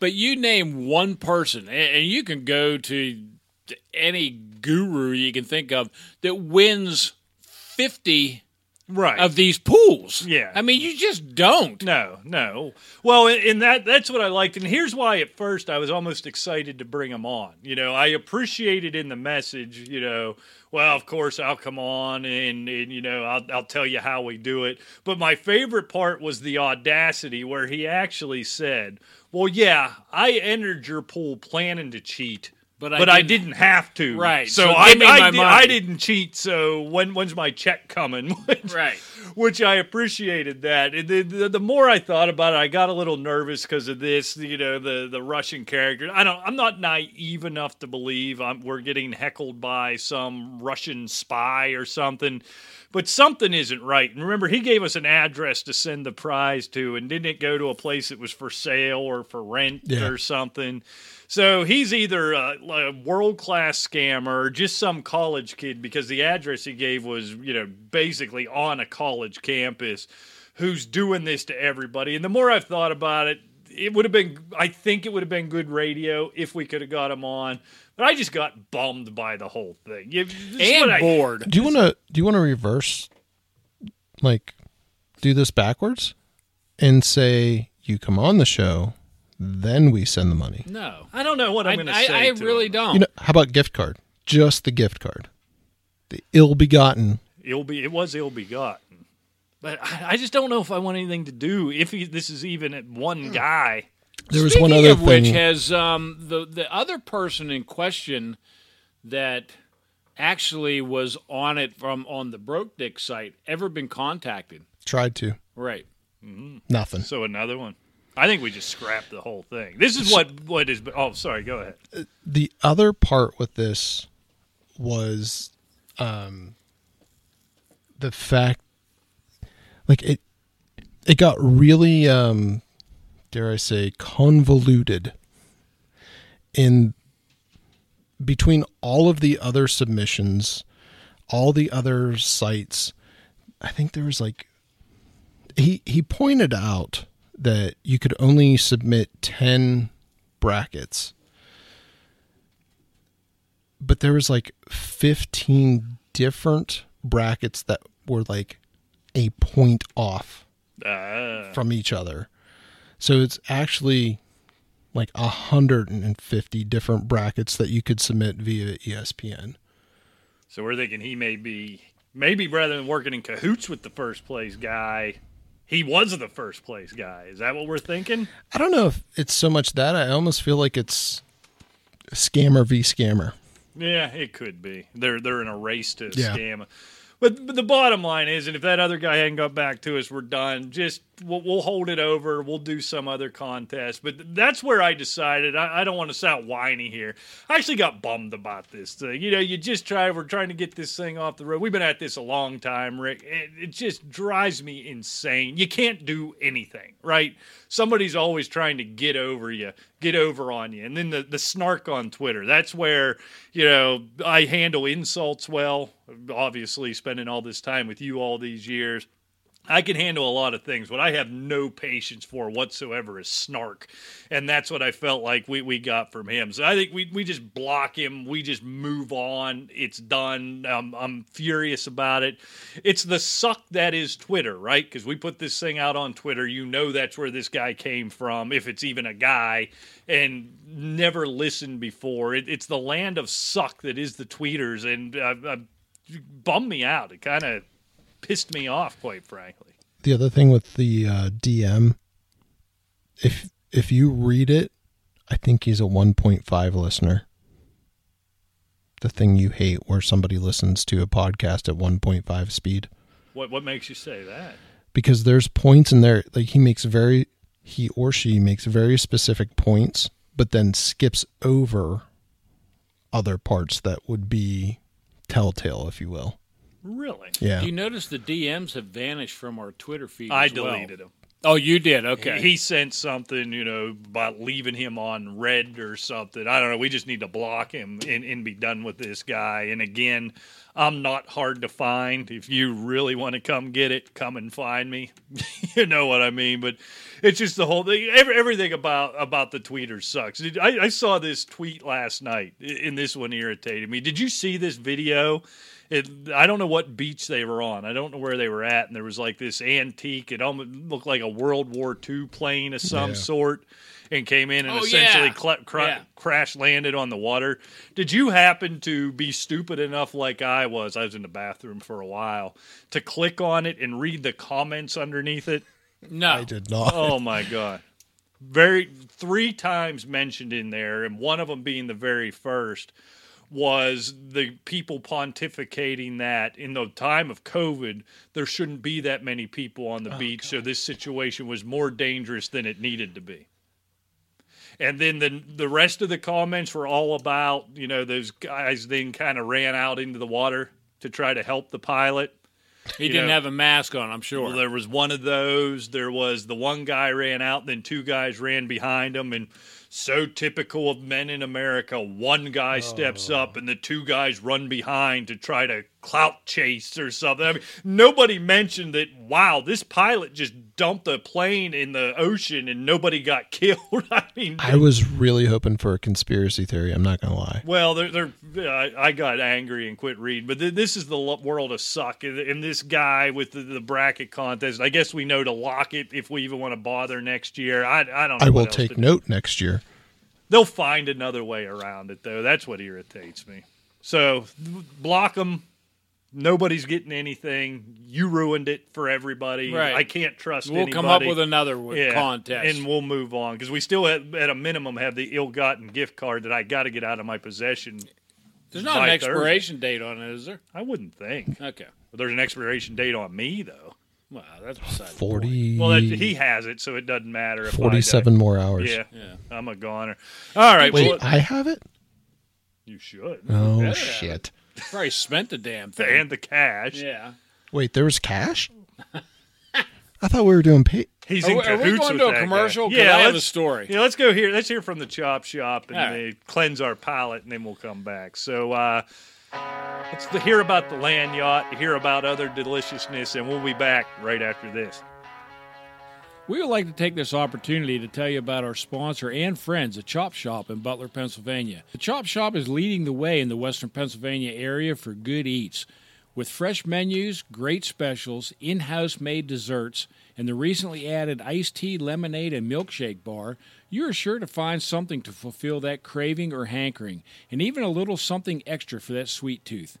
[SPEAKER 3] But you name one person a- and you can go to to any guru you can think of that wins 50
[SPEAKER 2] right.
[SPEAKER 3] of these pools.
[SPEAKER 2] Yeah.
[SPEAKER 3] I mean, you just don't.
[SPEAKER 2] No, no. Well, and- and that that's what I liked, and here's why. At first, I was almost excited to bring him on. You know, I appreciated in the message. You know, well, of course, I'll come on, and, and you know, I'll I'll tell you how we do it. But my favorite part was the audacity where he actually said, "Well, yeah, I entered your pool planning to cheat."
[SPEAKER 3] But
[SPEAKER 2] But
[SPEAKER 3] I
[SPEAKER 2] I, didn't,
[SPEAKER 3] didn't."
[SPEAKER 2] have to.
[SPEAKER 3] Right,
[SPEAKER 2] So,
[SPEAKER 3] so
[SPEAKER 2] I,
[SPEAKER 3] give me my
[SPEAKER 2] I, did,
[SPEAKER 3] money.
[SPEAKER 2] I didn't cheat. So when when's my check coming?
[SPEAKER 3] Right.
[SPEAKER 2] which I appreciated that. And the, the, the more I thought about it, I got a little nervous because of this, you know, the, the Russian character. I don't, I'm not naive enough to believe I'm, we're getting heckled by some Russian spy or something, but something isn't right. And remember, he gave us an address to send the prize to, and didn't it go to a place that was for sale or for rent
[SPEAKER 4] Yeah.
[SPEAKER 2] or something? So he's either a, a world class scammer or just some college kid because the address he gave was, you know, basically on a college campus who's doing this to everybody. And the more I've thought about it, it would have been, I think it would have been good radio if we could have got him on. But I just got bummed by the whole thing. You- this is what I-
[SPEAKER 3] And bored.
[SPEAKER 4] Do you want to do you want to reverse like do this backwards and say you come on the show then we send the money.
[SPEAKER 3] No.
[SPEAKER 2] I don't know what
[SPEAKER 3] I,
[SPEAKER 2] I'm going to
[SPEAKER 3] I,
[SPEAKER 2] say.
[SPEAKER 3] I
[SPEAKER 2] to
[SPEAKER 3] really
[SPEAKER 2] him.
[SPEAKER 3] don't.
[SPEAKER 4] You know how about gift card? Just the gift card. The ill-begotten.
[SPEAKER 2] It'll be, it was ill begotten. But I, I just don't know if I want anything to do if he, this is even at
[SPEAKER 3] Hmm.
[SPEAKER 2] one guy.
[SPEAKER 4] There was
[SPEAKER 3] Speaking
[SPEAKER 4] one other
[SPEAKER 3] of which
[SPEAKER 4] thing.
[SPEAKER 3] has um, the the other person in question that actually was on it from on the Broke Dick site ever been contacted?
[SPEAKER 4] tried to.
[SPEAKER 3] Right.
[SPEAKER 4] Nothing.
[SPEAKER 2] So another one. I think we just scrapped the whole thing. This is what what is. Oh, sorry. Go ahead.
[SPEAKER 4] the other part with this was um the fact like it it got really um dare i say convoluted in between all of the other submissions all the other sites i think there was like he he pointed out that you could only submit 10 brackets but there was like 15 different brackets that were like a point off from each other so it's actually like 150 different brackets that you could submit via E espn
[SPEAKER 2] So we're thinking he may be maybe rather than working in cahoots with the first place guy, he was the first place guy. Is that what we're thinking?
[SPEAKER 4] i don't know if it's so much that i almost feel like it's scammer v scammer
[SPEAKER 2] Yeah, it could be. They're they're in a race to
[SPEAKER 4] Yeah.
[SPEAKER 2] scam. But, but the bottom line is, and if that other guy hadn't got back to us, we're done. Just we'll, we'll hold it over. We'll do some other contest. But that's where I decided. I, I don't want to sound whiny here. I actually got bummed about this thing. You know, you just try. We're trying to get this thing off the road. We've been at this a long time, Rick. It, it just drives me insane. You can't do anything, right? Somebody's always trying to get over you, get over on you. And then the, the snark on Twitter. That's where, you know, I handle insults well. Obviously, spending all this time with you all these years. I can handle a lot of things. What I have no patience for whatsoever is snark. And that's what I felt like we, we got from him. So I think we, we just block him. We just move on. It's done. Um, I'm furious about it. It's the suck that is Twitter, right? Because we put this thing out on Twitter. You know that's where this guy came from, if it's even a guy, and never listened before. It, it's the land of suck that is the tweeters. And uh, uh, bummed me out. It kind of pissed me off, quite frankly.
[SPEAKER 4] The other thing with the uh, DM, if if you read it, I think he's a 1.5 listener. The thing you hate, where somebody listens to a podcast at 1.5 speed,
[SPEAKER 2] What what makes you say that?
[SPEAKER 4] because there's points in there. Like he makes very he or she makes very specific points, but then skips over other parts that would be telltale, if you will.
[SPEAKER 2] Really?
[SPEAKER 4] Yeah,
[SPEAKER 3] Do you notice the DMs have vanished from our Twitter feed?
[SPEAKER 2] I
[SPEAKER 3] as well?
[SPEAKER 2] deleted him.
[SPEAKER 3] Oh, you did. Okay.
[SPEAKER 2] He sent something, you know, about leaving him on red or something. I don't know. We just need to block him and, and be done with this guy. And again, I'm not hard to find. If you really want to come get it, come and find me. you know what I mean? But it's just the whole thing. Every, everything about about the tweeter sucks. Did- I, I saw this tweet last night, and this one irritated me. Did you see this video? it, I don't know what beach they were on. I don't know where they were at, and there was like this antique. It almost looked like a World War II plane of some sort, and came in and
[SPEAKER 3] Oh,
[SPEAKER 2] essentially
[SPEAKER 3] yeah.
[SPEAKER 2] cla- cra-
[SPEAKER 3] Yeah.
[SPEAKER 2] crash landed on the water. Did you happen to be stupid enough, like I was? I was in the bathroom for a while to click on it and read the comments underneath it.
[SPEAKER 3] no.
[SPEAKER 4] I did not.
[SPEAKER 2] Oh my god. Very three times mentioned in there and one of them being the very first was the people pontificating that in the time of COVID there shouldn't be that many people on the beach so this situation was more dangerous than it needed to be. And then the the rest of the comments were all about, you know, those guys then kind of ran out into the water to try to help the pilot.
[SPEAKER 3] he didn't
[SPEAKER 2] know-
[SPEAKER 3] have a mask on, I'm sure.
[SPEAKER 2] Well, there was one of those. There was the one guy ran out, then two guys ran behind him, and so typical of men in America, one guy steps up and the two guys run behind to try to clout chase or something. I mean, nobody mentioned that. Wow, this pilot just dumped a plane in the ocean and nobody got killed. I mean,
[SPEAKER 4] I was really hoping for a conspiracy theory. I'm not gonna lie.
[SPEAKER 2] well, they're, they're, I, I got angry and quit reading, but th- this is the lo- world of suck. And, and this guy with the, the bracket contest, I guess we know to lock it if we even want to bother next year. I, I don't know.
[SPEAKER 4] I
[SPEAKER 2] what
[SPEAKER 4] will
[SPEAKER 2] else to
[SPEAKER 4] take
[SPEAKER 2] do.
[SPEAKER 4] note next year.
[SPEAKER 2] They'll find another way around it, though. That's what irritates me. So th- block them. Nobody's getting anything. You ruined it for everybody.
[SPEAKER 3] Right.
[SPEAKER 2] I can't trust
[SPEAKER 3] we'll come up
[SPEAKER 2] anybody.
[SPEAKER 3] with another w- contest.
[SPEAKER 2] And we'll move on because we still, have, at a minimum, have the ill gotten gift card that I got to get out of my possession.
[SPEAKER 3] There's not an
[SPEAKER 2] by
[SPEAKER 3] expiration date on it, is there?
[SPEAKER 2] I wouldn't think.
[SPEAKER 3] Okay.
[SPEAKER 2] But there's an expiration date on me, though.
[SPEAKER 3] Well, that's beside the point.
[SPEAKER 4] Forty.
[SPEAKER 2] Well, that, he has it, so it doesn't matter. If I don't.
[SPEAKER 4] 47 more hours.
[SPEAKER 2] Yeah,
[SPEAKER 3] Yeah.
[SPEAKER 2] I'm a goner. All right.
[SPEAKER 4] Wait,
[SPEAKER 2] well,
[SPEAKER 4] I have it?
[SPEAKER 2] you should.
[SPEAKER 4] Oh, shit.
[SPEAKER 3] Probably spent the damn thing.
[SPEAKER 2] And the cash.
[SPEAKER 3] Yeah.
[SPEAKER 4] Wait, there was cash? I thought we were doing pay.
[SPEAKER 2] He's
[SPEAKER 3] Are
[SPEAKER 2] in
[SPEAKER 3] we- are we
[SPEAKER 2] cahoots
[SPEAKER 3] going
[SPEAKER 2] with
[SPEAKER 3] to a
[SPEAKER 2] that guy.
[SPEAKER 3] commercial? 'Cause
[SPEAKER 2] Yeah,
[SPEAKER 3] I have a
[SPEAKER 2] let's-
[SPEAKER 3] story.
[SPEAKER 2] Yeah, let's go here. Let's hear from the chop shop and
[SPEAKER 3] All
[SPEAKER 2] they cleanse our palate, and then we'll come back. So uh, let's hear about the land yacht, hear about other deliciousness, and we'll be back right after this.
[SPEAKER 3] We would like to take this opportunity to tell you about our sponsor and friends, the Chop Shop in Butler, Pennsylvania. The Chop Shop is leading the way in the Western Pennsylvania area for good eats. With fresh menus, great specials, in house made desserts, and the recently added iced tea, lemonade, and milkshake bar, you are sure to find something to fulfill that craving or hankering, and even a little something extra for that sweet tooth.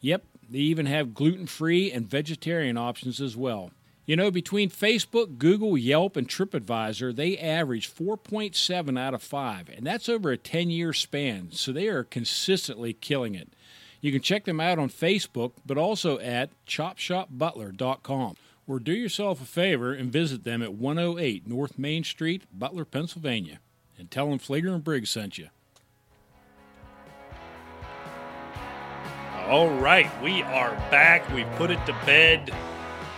[SPEAKER 3] Yep, they even have gluten free and vegetarian options as well. You know, between Facebook, Google, Yelp, and TripAdvisor, they average 4.7 out of 5, and that's over a 10 year span, so they are consistently killing it. You can check them out on Facebook, but also at chopshopbutler.com or do yourself a favor and visit them at 108 North Main Street, Butler, Pennsylvania, and tell them Flager and Briggs sent you.
[SPEAKER 2] All right, we are back. We put it to bed.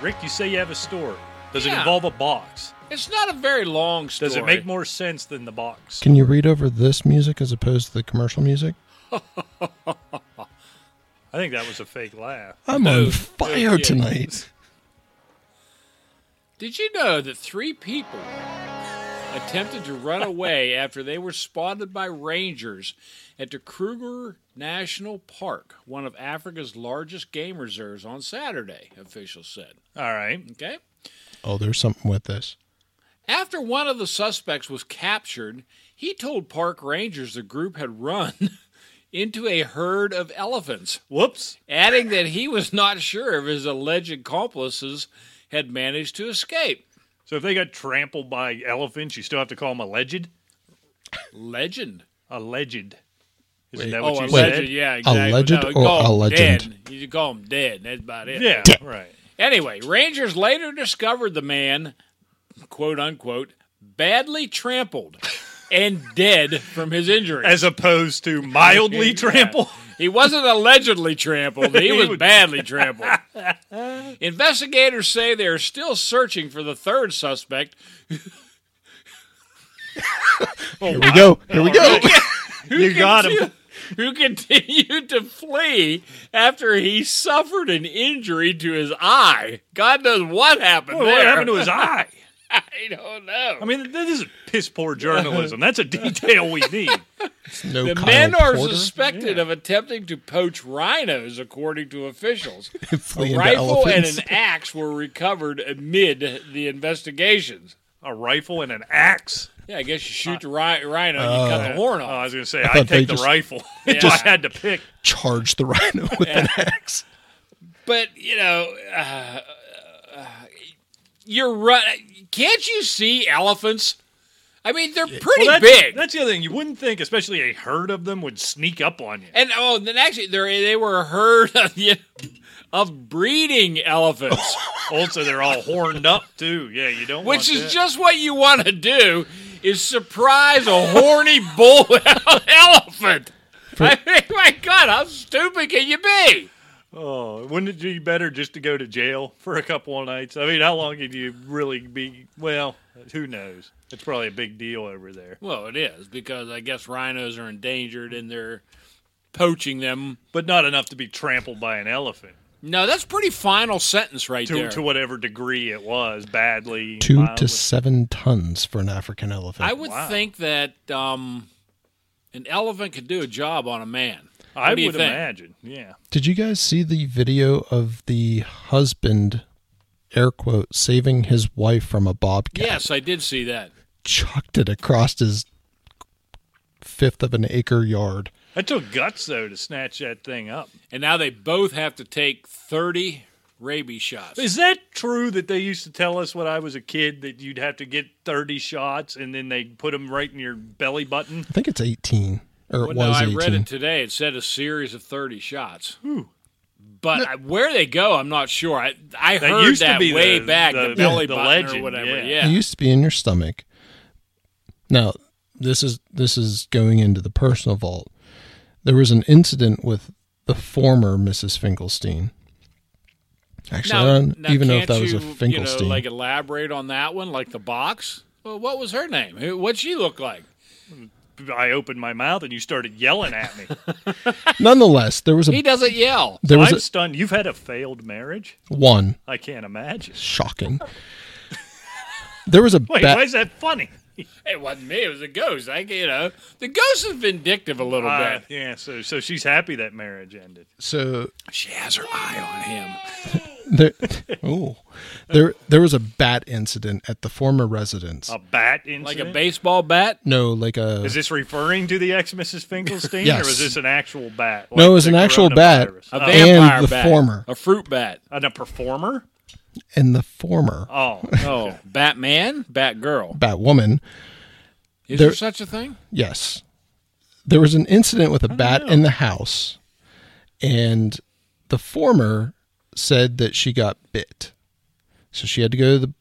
[SPEAKER 2] Rick, you say you have a store. Does it
[SPEAKER 3] Yeah.
[SPEAKER 2] involve a box?
[SPEAKER 3] It's not a very long story.
[SPEAKER 2] Does it make more sense than the box?
[SPEAKER 4] Can you read over this music as opposed to the commercial music?
[SPEAKER 2] I think that was a fake laugh.
[SPEAKER 4] I'm
[SPEAKER 3] No.
[SPEAKER 4] on fire
[SPEAKER 3] Yeah.
[SPEAKER 4] tonight.
[SPEAKER 3] Did you know that three people attempted to run away after they were spotted by rangers at the Kruger National Park, one of Africa's largest game reserves, on Saturday, officials said.
[SPEAKER 2] All right.
[SPEAKER 3] Okay?
[SPEAKER 4] Oh, there's something with this.
[SPEAKER 3] After one of the suspects was captured, he told park rangers the group had run into a herd of elephants,
[SPEAKER 2] Whoops.
[SPEAKER 3] adding that he was not sure if his alleged accomplices had managed to escape.
[SPEAKER 2] So if they got trampled by elephants, you still have to call them alleged?
[SPEAKER 3] Legend.
[SPEAKER 2] Alleged. Isn't
[SPEAKER 4] Wait.
[SPEAKER 2] that what
[SPEAKER 3] oh,
[SPEAKER 2] you
[SPEAKER 3] a
[SPEAKER 2] said?
[SPEAKER 3] legend, yeah, exactly.
[SPEAKER 4] Alleged
[SPEAKER 3] No, you
[SPEAKER 4] or
[SPEAKER 3] call 'em
[SPEAKER 4] a legend?
[SPEAKER 3] Dead. You call him dead. That's about it.
[SPEAKER 2] Yeah, right.
[SPEAKER 3] Anyway, Rangers later discovered the man, quote unquote, badly trampled and dead from his injuries.
[SPEAKER 2] As opposed to mildly
[SPEAKER 3] Yeah.
[SPEAKER 2] trample.
[SPEAKER 3] He wasn't allegedly trampled, he
[SPEAKER 2] He
[SPEAKER 3] was
[SPEAKER 2] would-
[SPEAKER 3] badly trampled. Investigators say they are still searching for the third suspect
[SPEAKER 4] Here
[SPEAKER 3] Ah.
[SPEAKER 4] we go. Here we go.
[SPEAKER 2] You got him.
[SPEAKER 3] who continued to flee after he suffered an injury to his eye. God knows what happened there.
[SPEAKER 2] What happened to his eye?
[SPEAKER 3] I don't know.
[SPEAKER 2] I mean, this is piss poor journalism. That's a detail we need.
[SPEAKER 4] No
[SPEAKER 3] the
[SPEAKER 4] Kyle
[SPEAKER 3] men are
[SPEAKER 4] Porter
[SPEAKER 3] suspected of attempting to poach rhinos, according to officials. A
[SPEAKER 4] fleeing to
[SPEAKER 3] rifle and
[SPEAKER 4] elephants.
[SPEAKER 3] an axe were recovered amid the investigations.
[SPEAKER 2] A rifle and an axe.
[SPEAKER 3] Yeah, I guess you shoot the ri- rhino, and you
[SPEAKER 4] Uh,
[SPEAKER 3] cut the horn
[SPEAKER 2] Oh, I
[SPEAKER 3] off.
[SPEAKER 2] was going to say,
[SPEAKER 4] thought
[SPEAKER 2] I'd
[SPEAKER 4] they
[SPEAKER 2] take the
[SPEAKER 4] just-
[SPEAKER 2] rifle. if
[SPEAKER 3] Yeah.
[SPEAKER 2] I had to pick.
[SPEAKER 4] Charge the rhino with an axe.
[SPEAKER 3] But you know, uh, uh, you're right. Can't you see elephants? I mean, they're pretty
[SPEAKER 2] Well, that's,
[SPEAKER 3] big.
[SPEAKER 2] That's the other thing. You wouldn't think, especially a herd of them would sneak up on you.
[SPEAKER 3] And oh, then actually, they they were a herd of, you of breeding elephants,
[SPEAKER 2] Also, they're all horned up too. Yeah, you don't.
[SPEAKER 3] which
[SPEAKER 2] want
[SPEAKER 3] is
[SPEAKER 2] that.
[SPEAKER 3] just what you want to do: is surprise a horny bull elephant. I mean, my God, how stupid can you be?
[SPEAKER 2] Oh, wouldn't it be better just to go to jail for a couple of nights? I mean, how long could you really be? Well, who knows? It's probably a big deal over there.
[SPEAKER 3] Well, it is because I guess rhinos are endangered and they're poaching them.
[SPEAKER 2] But not enough to be trampled by an elephant
[SPEAKER 3] No, that's pretty final sentence right
[SPEAKER 2] to,
[SPEAKER 3] there.
[SPEAKER 2] to whatever degree it was, badly.
[SPEAKER 4] Two
[SPEAKER 2] mildly.
[SPEAKER 4] to seven tons for an African elephant.
[SPEAKER 3] I would
[SPEAKER 2] Wow.
[SPEAKER 3] think that um, an elephant could do a job on a man.
[SPEAKER 2] I
[SPEAKER 3] What do you
[SPEAKER 2] would
[SPEAKER 3] think?
[SPEAKER 2] imagine. Yeah.
[SPEAKER 4] Did you guys see the video of the husband, air quote, saving his wife from a bobcat?
[SPEAKER 3] Yes, I did see that.
[SPEAKER 4] Chucked it across his fifth of an acre yard.
[SPEAKER 2] That took guts though to snatch that thing up.
[SPEAKER 3] And now they both have to take 30 rabies shots.
[SPEAKER 2] Is that true that they used to tell us when I was a kid that you'd have to get 30 shots and then they put them right in your belly button?
[SPEAKER 4] I think it's 18. Or it
[SPEAKER 3] Well, no,
[SPEAKER 4] was
[SPEAKER 3] I
[SPEAKER 4] 18.
[SPEAKER 3] read it today. It said a series of 30 shots. But I, where they go, I'm not sure. I, I
[SPEAKER 2] That
[SPEAKER 3] heard
[SPEAKER 2] used to
[SPEAKER 3] that
[SPEAKER 2] be
[SPEAKER 3] way
[SPEAKER 2] the-
[SPEAKER 3] back, the,
[SPEAKER 2] the-
[SPEAKER 3] belly
[SPEAKER 2] the
[SPEAKER 3] button or
[SPEAKER 2] legend,
[SPEAKER 3] whatever.
[SPEAKER 2] yeah.
[SPEAKER 3] Yeah.
[SPEAKER 4] It used to be in your stomach. Now, this is this is going into the personal vault. There was an incident with the former Mrs. Finkelstein. Actually, I don't even know if
[SPEAKER 3] can't
[SPEAKER 4] that was a
[SPEAKER 3] you,
[SPEAKER 4] Finkelstein.
[SPEAKER 3] You know, like elaborate on that one, like the box. Well, what was her name? Who- What'd she look like?
[SPEAKER 2] I opened my mouth and you started yelling at me.
[SPEAKER 4] Nonetheless, there was
[SPEAKER 3] He
[SPEAKER 4] a
[SPEAKER 3] doesn't yell.
[SPEAKER 4] there was
[SPEAKER 2] I'm
[SPEAKER 4] a,
[SPEAKER 2] stunned. You've had a failed marriage?
[SPEAKER 4] one
[SPEAKER 2] I can't imagine.
[SPEAKER 4] shocking. There was a
[SPEAKER 2] Wait,
[SPEAKER 4] bat-
[SPEAKER 2] why is that funny?
[SPEAKER 3] It wasn't me. It was a ghost. I, you know, the ghost is vindictive a little
[SPEAKER 2] Uh,
[SPEAKER 3] bit.
[SPEAKER 2] yeah, so so she's happy that marriage ended.
[SPEAKER 4] so
[SPEAKER 3] She has her eye on him.
[SPEAKER 4] there oh there there was a bat incident at the former residence.
[SPEAKER 2] A bat incident.
[SPEAKER 3] Like a baseball bat.
[SPEAKER 4] No, like a
[SPEAKER 2] Oh. Is this referring to the ex Mrs. Finkelstein, or
[SPEAKER 4] Yes.
[SPEAKER 2] was this an actual bat?
[SPEAKER 4] No, it
[SPEAKER 2] like
[SPEAKER 4] was
[SPEAKER 2] the
[SPEAKER 4] an actual bat.
[SPEAKER 2] coronavirus?
[SPEAKER 3] A
[SPEAKER 2] Uh,
[SPEAKER 3] vampire
[SPEAKER 4] the
[SPEAKER 3] bat.
[SPEAKER 4] former.
[SPEAKER 3] A fruit bat.
[SPEAKER 2] and a performer?
[SPEAKER 4] and the former
[SPEAKER 2] Oh,
[SPEAKER 3] Oh, Batman, Batgirl.
[SPEAKER 4] Batwoman.
[SPEAKER 3] Is
[SPEAKER 4] There-
[SPEAKER 3] there such a thing?
[SPEAKER 4] Yes. There was an incident
[SPEAKER 2] Oh,
[SPEAKER 4] with a bat in the house, and the former said that she got bit. So she had to go to the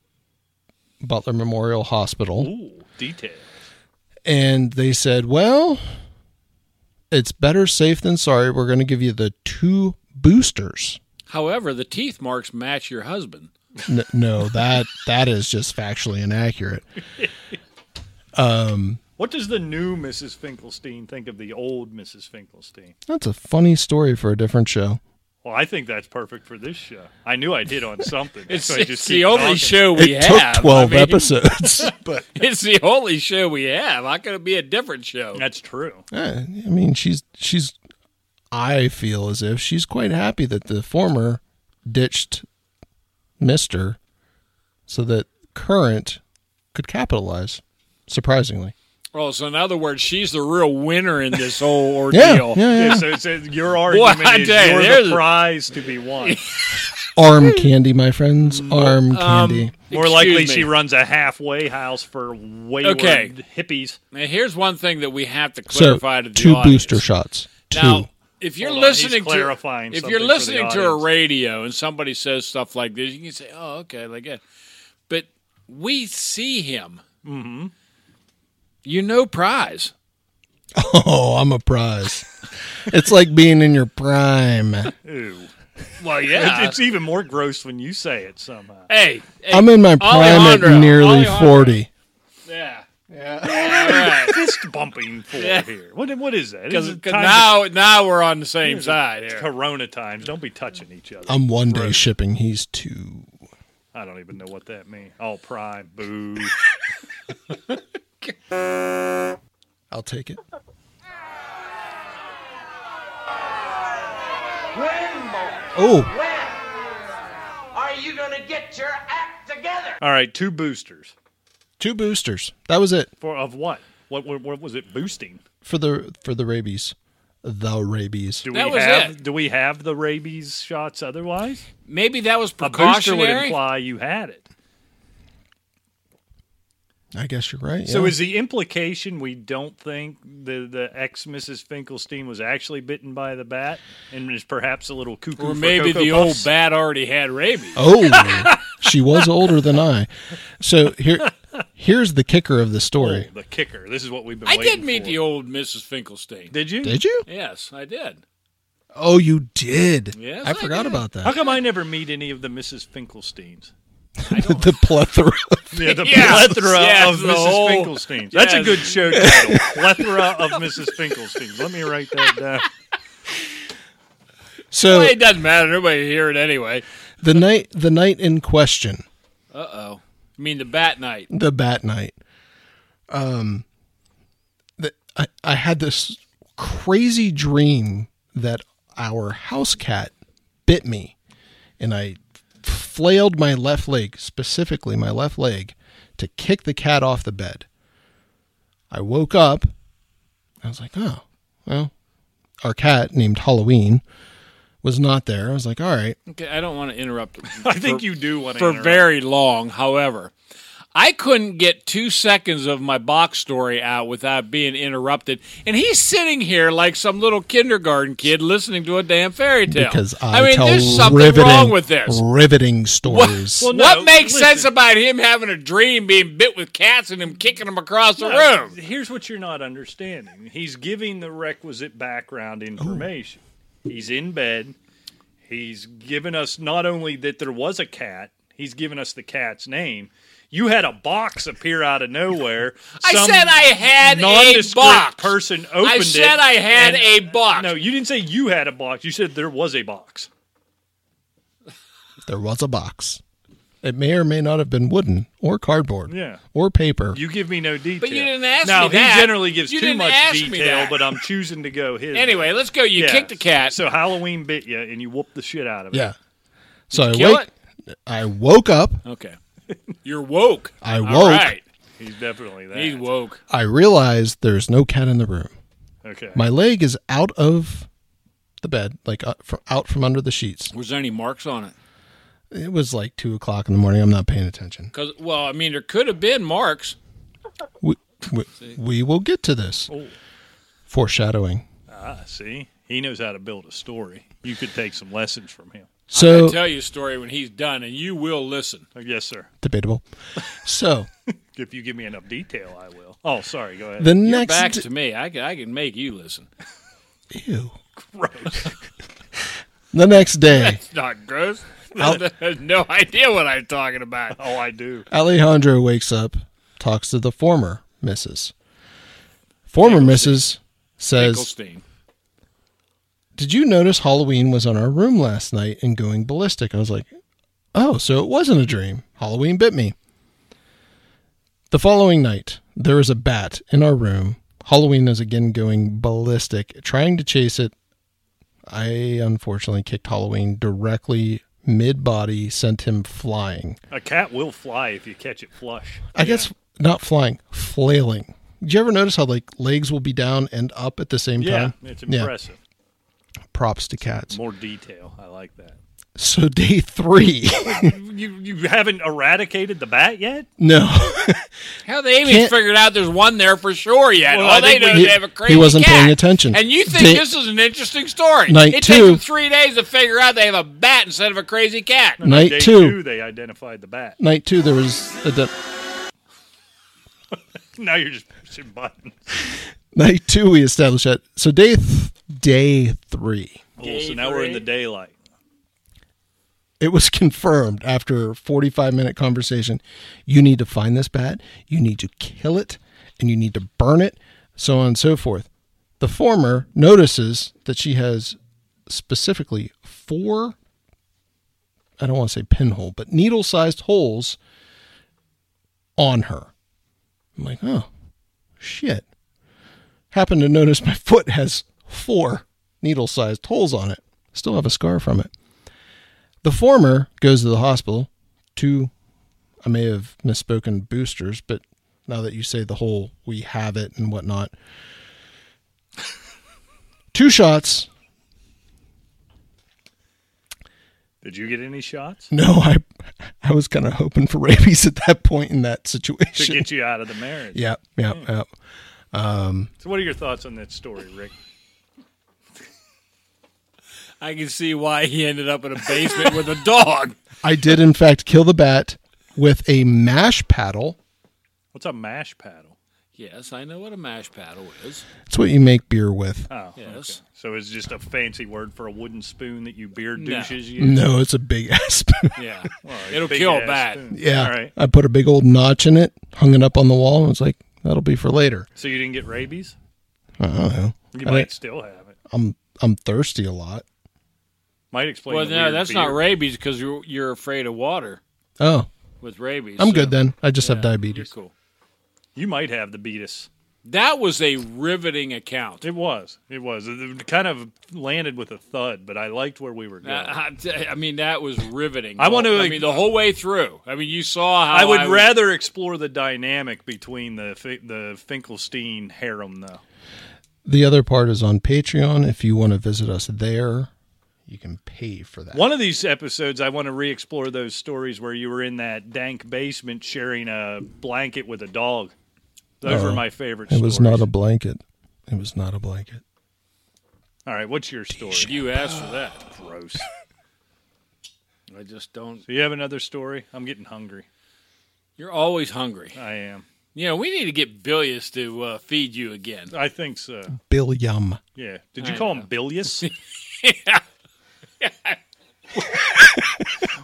[SPEAKER 4] Butler Memorial Hospital.
[SPEAKER 2] Ooh, detail.
[SPEAKER 4] And they said, well, it's better safe than sorry. We're going to give you the two boosters.
[SPEAKER 3] However, the teeth marks match your husband.
[SPEAKER 4] N- no, that that is just factually inaccurate.
[SPEAKER 3] Um,
[SPEAKER 2] What does the new Mrs. Finkelstein think of the old Mrs. Finkelstein?
[SPEAKER 4] That's a funny story for a different show.
[SPEAKER 2] Well, I think that's perfect for this show. I knew I'd hit on something.
[SPEAKER 3] It's,
[SPEAKER 2] so I
[SPEAKER 3] it's
[SPEAKER 2] just
[SPEAKER 3] the
[SPEAKER 2] keep
[SPEAKER 3] only
[SPEAKER 2] talking.
[SPEAKER 3] show we
[SPEAKER 4] it
[SPEAKER 3] have.
[SPEAKER 4] took 12
[SPEAKER 3] I mean,
[SPEAKER 4] episodes, but
[SPEAKER 3] It's the only show we have. How could it be a different show?
[SPEAKER 2] That's true.
[SPEAKER 4] eh, I mean, she's she's I feel as if she's quite happy that the former ditched Mister so that current could capitalize surprisingly.
[SPEAKER 3] Oh, so in other words, she's the real winner in this whole
[SPEAKER 4] Yeah.
[SPEAKER 3] ordeal.
[SPEAKER 4] yeah,
[SPEAKER 2] Yeah,
[SPEAKER 4] yeah.
[SPEAKER 2] so, so your argument
[SPEAKER 3] I
[SPEAKER 2] is
[SPEAKER 3] tell you,
[SPEAKER 2] you're
[SPEAKER 3] there's
[SPEAKER 2] the
[SPEAKER 3] a-
[SPEAKER 2] prize to be won.
[SPEAKER 4] Arm candy, my friends.
[SPEAKER 3] Mm. Um,
[SPEAKER 4] Arm candy.
[SPEAKER 2] More
[SPEAKER 3] Excuse
[SPEAKER 2] likely,
[SPEAKER 3] me.
[SPEAKER 2] she runs a halfway house for wayward
[SPEAKER 3] Okay.
[SPEAKER 2] hippies.
[SPEAKER 3] Now, here's one thing that we have to
[SPEAKER 4] so
[SPEAKER 3] clarify to the
[SPEAKER 4] two
[SPEAKER 3] audience.
[SPEAKER 4] booster shots. Two.
[SPEAKER 3] Now, if you're
[SPEAKER 2] Hold on, he's
[SPEAKER 3] listening
[SPEAKER 2] clarifying
[SPEAKER 3] to if
[SPEAKER 2] something
[SPEAKER 3] you're
[SPEAKER 2] for the
[SPEAKER 3] listening to a
[SPEAKER 2] audience.
[SPEAKER 3] radio and somebody says stuff like this, you can say, "Oh, okay, like that." But we see him. Mm-hmm. You know, prize.
[SPEAKER 4] oh, I'm a prize. it's like being in your prime.
[SPEAKER 2] Ooh.
[SPEAKER 3] Well,
[SPEAKER 2] It's, it's even more gross when you say it somehow.
[SPEAKER 3] hey, hey,
[SPEAKER 4] I'm in my prime
[SPEAKER 3] Alejandro,
[SPEAKER 4] at nearly
[SPEAKER 3] Alejandro.
[SPEAKER 4] 40.
[SPEAKER 3] yeah, yeah. All right.
[SPEAKER 2] Fist bumping for here. What, what is that? Is
[SPEAKER 3] Because
[SPEAKER 2] it time
[SPEAKER 3] now, now we're on the same side
[SPEAKER 2] to-
[SPEAKER 3] here.
[SPEAKER 2] Corona times. Don't be touching each other.
[SPEAKER 4] I'm one day
[SPEAKER 2] Right.
[SPEAKER 4] shipping. He's two.
[SPEAKER 2] I don't even know what that means. Oh, prime. Boo.
[SPEAKER 4] I'll take it. Oh,
[SPEAKER 8] Are you gonna get your act together?
[SPEAKER 2] All right, two boosters.
[SPEAKER 4] two boosters. That was it
[SPEAKER 2] For Of what? What, what, what was it boosting?
[SPEAKER 4] for the for the rabies. The rabies.
[SPEAKER 2] Do
[SPEAKER 3] That
[SPEAKER 2] we
[SPEAKER 3] was
[SPEAKER 2] have
[SPEAKER 3] it.
[SPEAKER 2] do we have the rabies shots otherwise?
[SPEAKER 3] Maybe that was
[SPEAKER 2] A booster would
[SPEAKER 3] precautionary.
[SPEAKER 2] imply you had it.
[SPEAKER 4] I guess you're right.
[SPEAKER 2] So
[SPEAKER 4] yeah.
[SPEAKER 2] is the implication we don't think the the ex Mrs. Finkelstein was actually bitten by the bat and is perhaps a little cuckoo?
[SPEAKER 3] Or
[SPEAKER 2] for
[SPEAKER 3] maybe
[SPEAKER 2] Cocoa
[SPEAKER 3] the old
[SPEAKER 2] Puffs?
[SPEAKER 3] bat already had rabies.
[SPEAKER 4] oh, she was older than I. So here, here's the kicker of the
[SPEAKER 2] Oh,
[SPEAKER 4] story.
[SPEAKER 2] the kicker. This is what we've been.
[SPEAKER 3] I
[SPEAKER 2] waiting
[SPEAKER 3] did meet
[SPEAKER 2] for.
[SPEAKER 3] the old Mrs. Finkelstein.
[SPEAKER 2] Did you?
[SPEAKER 4] Did you?
[SPEAKER 3] Yes, I did.
[SPEAKER 4] Oh, you did.
[SPEAKER 3] Yes,
[SPEAKER 4] I
[SPEAKER 3] I
[SPEAKER 4] forgot
[SPEAKER 3] did.
[SPEAKER 4] about
[SPEAKER 2] How
[SPEAKER 4] that.
[SPEAKER 2] come I never meet any of the Mrs. Finkelsteins?
[SPEAKER 4] the plethora.
[SPEAKER 2] Yeah, the
[SPEAKER 3] Yes,
[SPEAKER 2] plethora
[SPEAKER 3] yes,
[SPEAKER 2] of
[SPEAKER 3] the
[SPEAKER 2] Mrs.
[SPEAKER 3] whole-
[SPEAKER 2] Finkelsteins. That's a
[SPEAKER 3] Yes.
[SPEAKER 2] good show title. plethora of Mrs. Finkelsteins. Let me write that down.
[SPEAKER 4] So
[SPEAKER 3] Well, it doesn't matter. Nobody hear it anyway.
[SPEAKER 4] the night the night in question,
[SPEAKER 3] Uh oh. I mean the bat night.
[SPEAKER 4] the bat night. Um, the, I I had this crazy dream that our house cat bit me, and I flailed my left leg, specifically my left leg, to kick the cat off the bed. I woke up. I was like, oh, well, our cat named Halloween was not there. I was like, all right.
[SPEAKER 3] Okay, I don't want to interrupt
[SPEAKER 2] I think you do want to.
[SPEAKER 3] for
[SPEAKER 2] interrupt.
[SPEAKER 3] very long. However, I couldn't get two seconds of my box story out without being interrupted, and he's sitting here like some little kindergarten kid listening to a damn fairy tale.
[SPEAKER 4] because I,
[SPEAKER 3] mean,
[SPEAKER 4] tell
[SPEAKER 3] there's something
[SPEAKER 4] riveting,
[SPEAKER 3] wrong with this.
[SPEAKER 4] riveting stories.
[SPEAKER 2] well, no,
[SPEAKER 3] what makes
[SPEAKER 2] listen.
[SPEAKER 3] sense about him having a dream, being bit with cats, and him kicking them across the room?
[SPEAKER 2] Here's what you're not understanding. He's giving the requisite background
[SPEAKER 3] Oh.
[SPEAKER 2] information. He's in bed. He's given us not only that there was a cat, he's given us the cat's name. You had a box appear out of nowhere.
[SPEAKER 3] I
[SPEAKER 2] Some
[SPEAKER 3] said I had a
[SPEAKER 2] nondescript
[SPEAKER 3] box.
[SPEAKER 2] person opened
[SPEAKER 3] I said
[SPEAKER 2] it
[SPEAKER 3] I had
[SPEAKER 2] and-
[SPEAKER 3] a box.
[SPEAKER 2] No, you didn't say you had a box. You said there was a box.
[SPEAKER 4] there was a box. It may or may not have been wooden or cardboard,
[SPEAKER 2] Yeah.
[SPEAKER 4] or paper.
[SPEAKER 2] You give me no detail.
[SPEAKER 3] But you didn't ask
[SPEAKER 2] now,
[SPEAKER 3] me that.
[SPEAKER 2] he generally gives
[SPEAKER 3] You
[SPEAKER 2] too
[SPEAKER 3] didn't
[SPEAKER 2] much
[SPEAKER 3] ask me
[SPEAKER 2] detail,
[SPEAKER 3] that.
[SPEAKER 2] but I'm choosing to go his.
[SPEAKER 3] Anyway, let's go. You
[SPEAKER 2] Yeah.
[SPEAKER 3] kicked the cat.
[SPEAKER 2] So Halloween bit you, and you whooped the shit out of it.
[SPEAKER 4] yeah. So I
[SPEAKER 3] kill
[SPEAKER 4] wake. I woke up.
[SPEAKER 3] okay, you're woke.
[SPEAKER 4] I woke.
[SPEAKER 3] All right,
[SPEAKER 2] He's definitely that.
[SPEAKER 3] he's woke.
[SPEAKER 4] I realized there's no cat in the room.
[SPEAKER 2] Okay.
[SPEAKER 4] My leg is out of the bed, like uh, fr- out from under the sheets.
[SPEAKER 3] Was there any marks on it?
[SPEAKER 4] It was like two o'clock in the morning. I'm not paying attention.
[SPEAKER 3] Because well, I mean, there could have been marks.
[SPEAKER 4] We, we, we will get to this. Foreshadowing.
[SPEAKER 2] Ah, see, he knows how to build a story. You could take some lessons from him.
[SPEAKER 3] I'll
[SPEAKER 4] So
[SPEAKER 3] tell you a story when he's done, and you will listen.
[SPEAKER 2] Oh, Yes, sir.
[SPEAKER 4] debatable. So
[SPEAKER 2] If you give me enough detail, I will. Oh, sorry. Go ahead.
[SPEAKER 4] the
[SPEAKER 3] Your
[SPEAKER 4] next
[SPEAKER 3] back's to me. I can, I can make you listen.
[SPEAKER 4] ew.
[SPEAKER 2] Gross.
[SPEAKER 4] The next day,
[SPEAKER 2] It's not gross.
[SPEAKER 3] I have no idea what I'm talking about.
[SPEAKER 2] Oh, I do.
[SPEAKER 4] Alejandro wakes up, talks to the former Mrs. Former Mrs. says,
[SPEAKER 3] Finkelstein.
[SPEAKER 4] Did you notice Halloween was on our room last night and going ballistic? I was like, Oh, so it wasn't a dream. Halloween bit me. The following night, there was a bat in our room. Halloween is again going ballistic, trying to chase it. I unfortunately kicked Halloween directly mid body, sent him flying.
[SPEAKER 2] A cat will fly if you catch it flush.
[SPEAKER 4] I guess not flying, flailing. Did you ever notice how like legs will be down and up at the same
[SPEAKER 2] Yeah,
[SPEAKER 4] time?
[SPEAKER 2] it's
[SPEAKER 4] Yeah.
[SPEAKER 2] impressive.
[SPEAKER 4] Props to cats.
[SPEAKER 2] More detail. I like that.
[SPEAKER 4] So day three.
[SPEAKER 2] You you haven't eradicated the bat yet?
[SPEAKER 4] no.
[SPEAKER 3] How the Amy's
[SPEAKER 4] Can't-
[SPEAKER 3] figured out there's one there for sure yet.
[SPEAKER 2] Well, I
[SPEAKER 3] All they
[SPEAKER 2] think
[SPEAKER 3] know
[SPEAKER 2] we-
[SPEAKER 3] is they have a
[SPEAKER 4] He-
[SPEAKER 3] crazy
[SPEAKER 4] he wasn't
[SPEAKER 3] cat.
[SPEAKER 4] paying attention.
[SPEAKER 3] And you think
[SPEAKER 4] They-
[SPEAKER 3] this is an interesting story.
[SPEAKER 4] Night
[SPEAKER 3] it
[SPEAKER 4] two-
[SPEAKER 3] takes them three days to figure out they have a bat instead of a crazy cat.
[SPEAKER 4] night
[SPEAKER 2] Day
[SPEAKER 4] two.
[SPEAKER 2] they identified the bat.
[SPEAKER 4] Night two, there was a de-
[SPEAKER 2] Now you're just pushing buttons.
[SPEAKER 4] night two. We established that. So day th- day three,
[SPEAKER 2] Cool, so now we're in the daylight.
[SPEAKER 4] it was confirmed after a forty five minute conversation. You need to find this bat. You need to kill it, and you need to burn it, so on and so forth. The former notices that she has specifically four. I don't want to say pinhole, but needle sized holes on her. I'm like, oh, shit. Happened to notice my foot has four needle sized holes on it. Still have a scar from it. The former goes to the hospital. Two, I may have misspoken boosters, but now that you say the whole we have it and whatnot, two shots.
[SPEAKER 2] Did you get any shots
[SPEAKER 4] No, I, I was kind of hoping for rabies at that point in that
[SPEAKER 2] to
[SPEAKER 4] situation.
[SPEAKER 2] get you out of the marriage?
[SPEAKER 4] Yeah, yeah, yeah.
[SPEAKER 2] So what are your thoughts on that story, Rick?
[SPEAKER 3] I can see why he ended up in a basement with a dog.
[SPEAKER 4] I did in fact kill the bat with a mash paddle.
[SPEAKER 2] What's a mash paddle?
[SPEAKER 3] Yes, I know what a mash paddle is.
[SPEAKER 4] It's what you make beer with.
[SPEAKER 2] Oh,
[SPEAKER 3] Yes.
[SPEAKER 2] okay. So it's just a fancy word for a wooden spoon that you beer
[SPEAKER 3] No.
[SPEAKER 2] douches use.
[SPEAKER 4] No, it's a big ass.
[SPEAKER 3] Yeah.
[SPEAKER 2] Well,
[SPEAKER 3] It'll
[SPEAKER 2] big
[SPEAKER 3] kill a
[SPEAKER 2] ass
[SPEAKER 3] bat.
[SPEAKER 2] spoon.
[SPEAKER 4] yeah.
[SPEAKER 2] All right.
[SPEAKER 4] I put a big old notch in it, hung it up on the wall, and was like, that'll be for later.
[SPEAKER 2] So you didn't get rabies?
[SPEAKER 4] I don't know.
[SPEAKER 2] You
[SPEAKER 4] I
[SPEAKER 2] might
[SPEAKER 4] mean,
[SPEAKER 2] still have it.
[SPEAKER 4] I'm I'm thirsty a lot.
[SPEAKER 2] Might explain.
[SPEAKER 3] Well,
[SPEAKER 2] the
[SPEAKER 3] no,
[SPEAKER 2] weird
[SPEAKER 3] that's not
[SPEAKER 2] beer.
[SPEAKER 3] rabies because you're, you're afraid of water
[SPEAKER 4] Oh,
[SPEAKER 3] with rabies.
[SPEAKER 4] I'm
[SPEAKER 3] so
[SPEAKER 4] good then. I just have
[SPEAKER 3] You're
[SPEAKER 4] diabetes.
[SPEAKER 3] cool.
[SPEAKER 2] You might have the beatus.
[SPEAKER 3] That was a riveting account.
[SPEAKER 2] It was. It was. It- It kind of landed with a thud, but I liked where we were going.
[SPEAKER 3] Uh, I, I- I mean, that was riveting.
[SPEAKER 2] I want to-
[SPEAKER 3] I mean, the whole way through. I mean, you saw how
[SPEAKER 2] I would
[SPEAKER 3] was-
[SPEAKER 2] rather explore the dynamic between the Fi- the Finkelstein harem, though.
[SPEAKER 4] The other part is on Patreon. If you want to visit us there, you can pay for that.
[SPEAKER 2] One of these episodes, I want to re-explore those stories where you were in that dank basement sharing a blanket with a dog. Those
[SPEAKER 4] Uh-huh.
[SPEAKER 2] were my favorite.
[SPEAKER 4] It was
[SPEAKER 2] stories.
[SPEAKER 4] not a blanket. It was not a blanket.
[SPEAKER 2] All right, what's your story?
[SPEAKER 3] You asked for that.
[SPEAKER 2] Gross.
[SPEAKER 3] I just don't.
[SPEAKER 2] Do you have another story? I'm getting hungry.
[SPEAKER 3] You're always hungry.
[SPEAKER 2] I am.
[SPEAKER 3] You know, we need to get Bilious to uh, feed you again.
[SPEAKER 2] I think so.
[SPEAKER 4] Bill Yum.
[SPEAKER 2] Yeah. Did you call him bilious?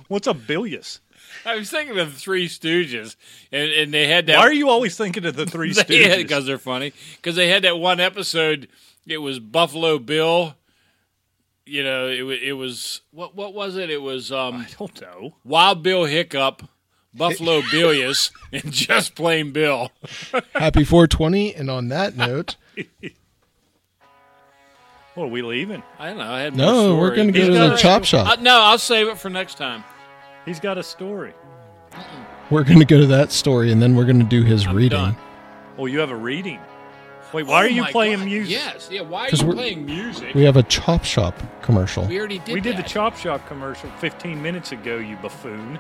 [SPEAKER 2] What's a bilious?
[SPEAKER 3] I was thinking of the Three Stooges, and, and they had that.
[SPEAKER 2] Why are you always thinking of the Three Stooges?
[SPEAKER 3] Because they're funny. Because they had that one episode. It was Buffalo Bill. You know, it, wa- it was what what was it? It was um,
[SPEAKER 2] I don't know.
[SPEAKER 3] Wild Bill Hiccup, Buffalo Bilious, and just plain Bill.
[SPEAKER 4] Happy 420. And on that note,
[SPEAKER 2] Well, are we leaving?
[SPEAKER 3] I don't know. I had
[SPEAKER 4] No,
[SPEAKER 3] more
[SPEAKER 4] we're
[SPEAKER 3] stories.
[SPEAKER 4] gonna go
[SPEAKER 3] He's
[SPEAKER 4] to
[SPEAKER 3] got
[SPEAKER 4] the
[SPEAKER 3] a-
[SPEAKER 4] chop shop.
[SPEAKER 3] Uh, no, I'll save it for next time.
[SPEAKER 2] He's got a story.
[SPEAKER 4] we're going to go to that story and then we're going to do his reading.
[SPEAKER 3] done.
[SPEAKER 2] Oh, you have a reading. Wait, why
[SPEAKER 3] Oh
[SPEAKER 2] are you
[SPEAKER 3] my
[SPEAKER 2] playing
[SPEAKER 3] God,
[SPEAKER 2] music?
[SPEAKER 3] Yes, yeah. Why are
[SPEAKER 4] 'Cause
[SPEAKER 3] you
[SPEAKER 4] we're-
[SPEAKER 3] playing music?
[SPEAKER 4] We have a Chop Shop commercial.
[SPEAKER 3] We already did.
[SPEAKER 2] we did the
[SPEAKER 3] that.
[SPEAKER 2] Chop Shop commercial 15 minutes ago, you buffoon.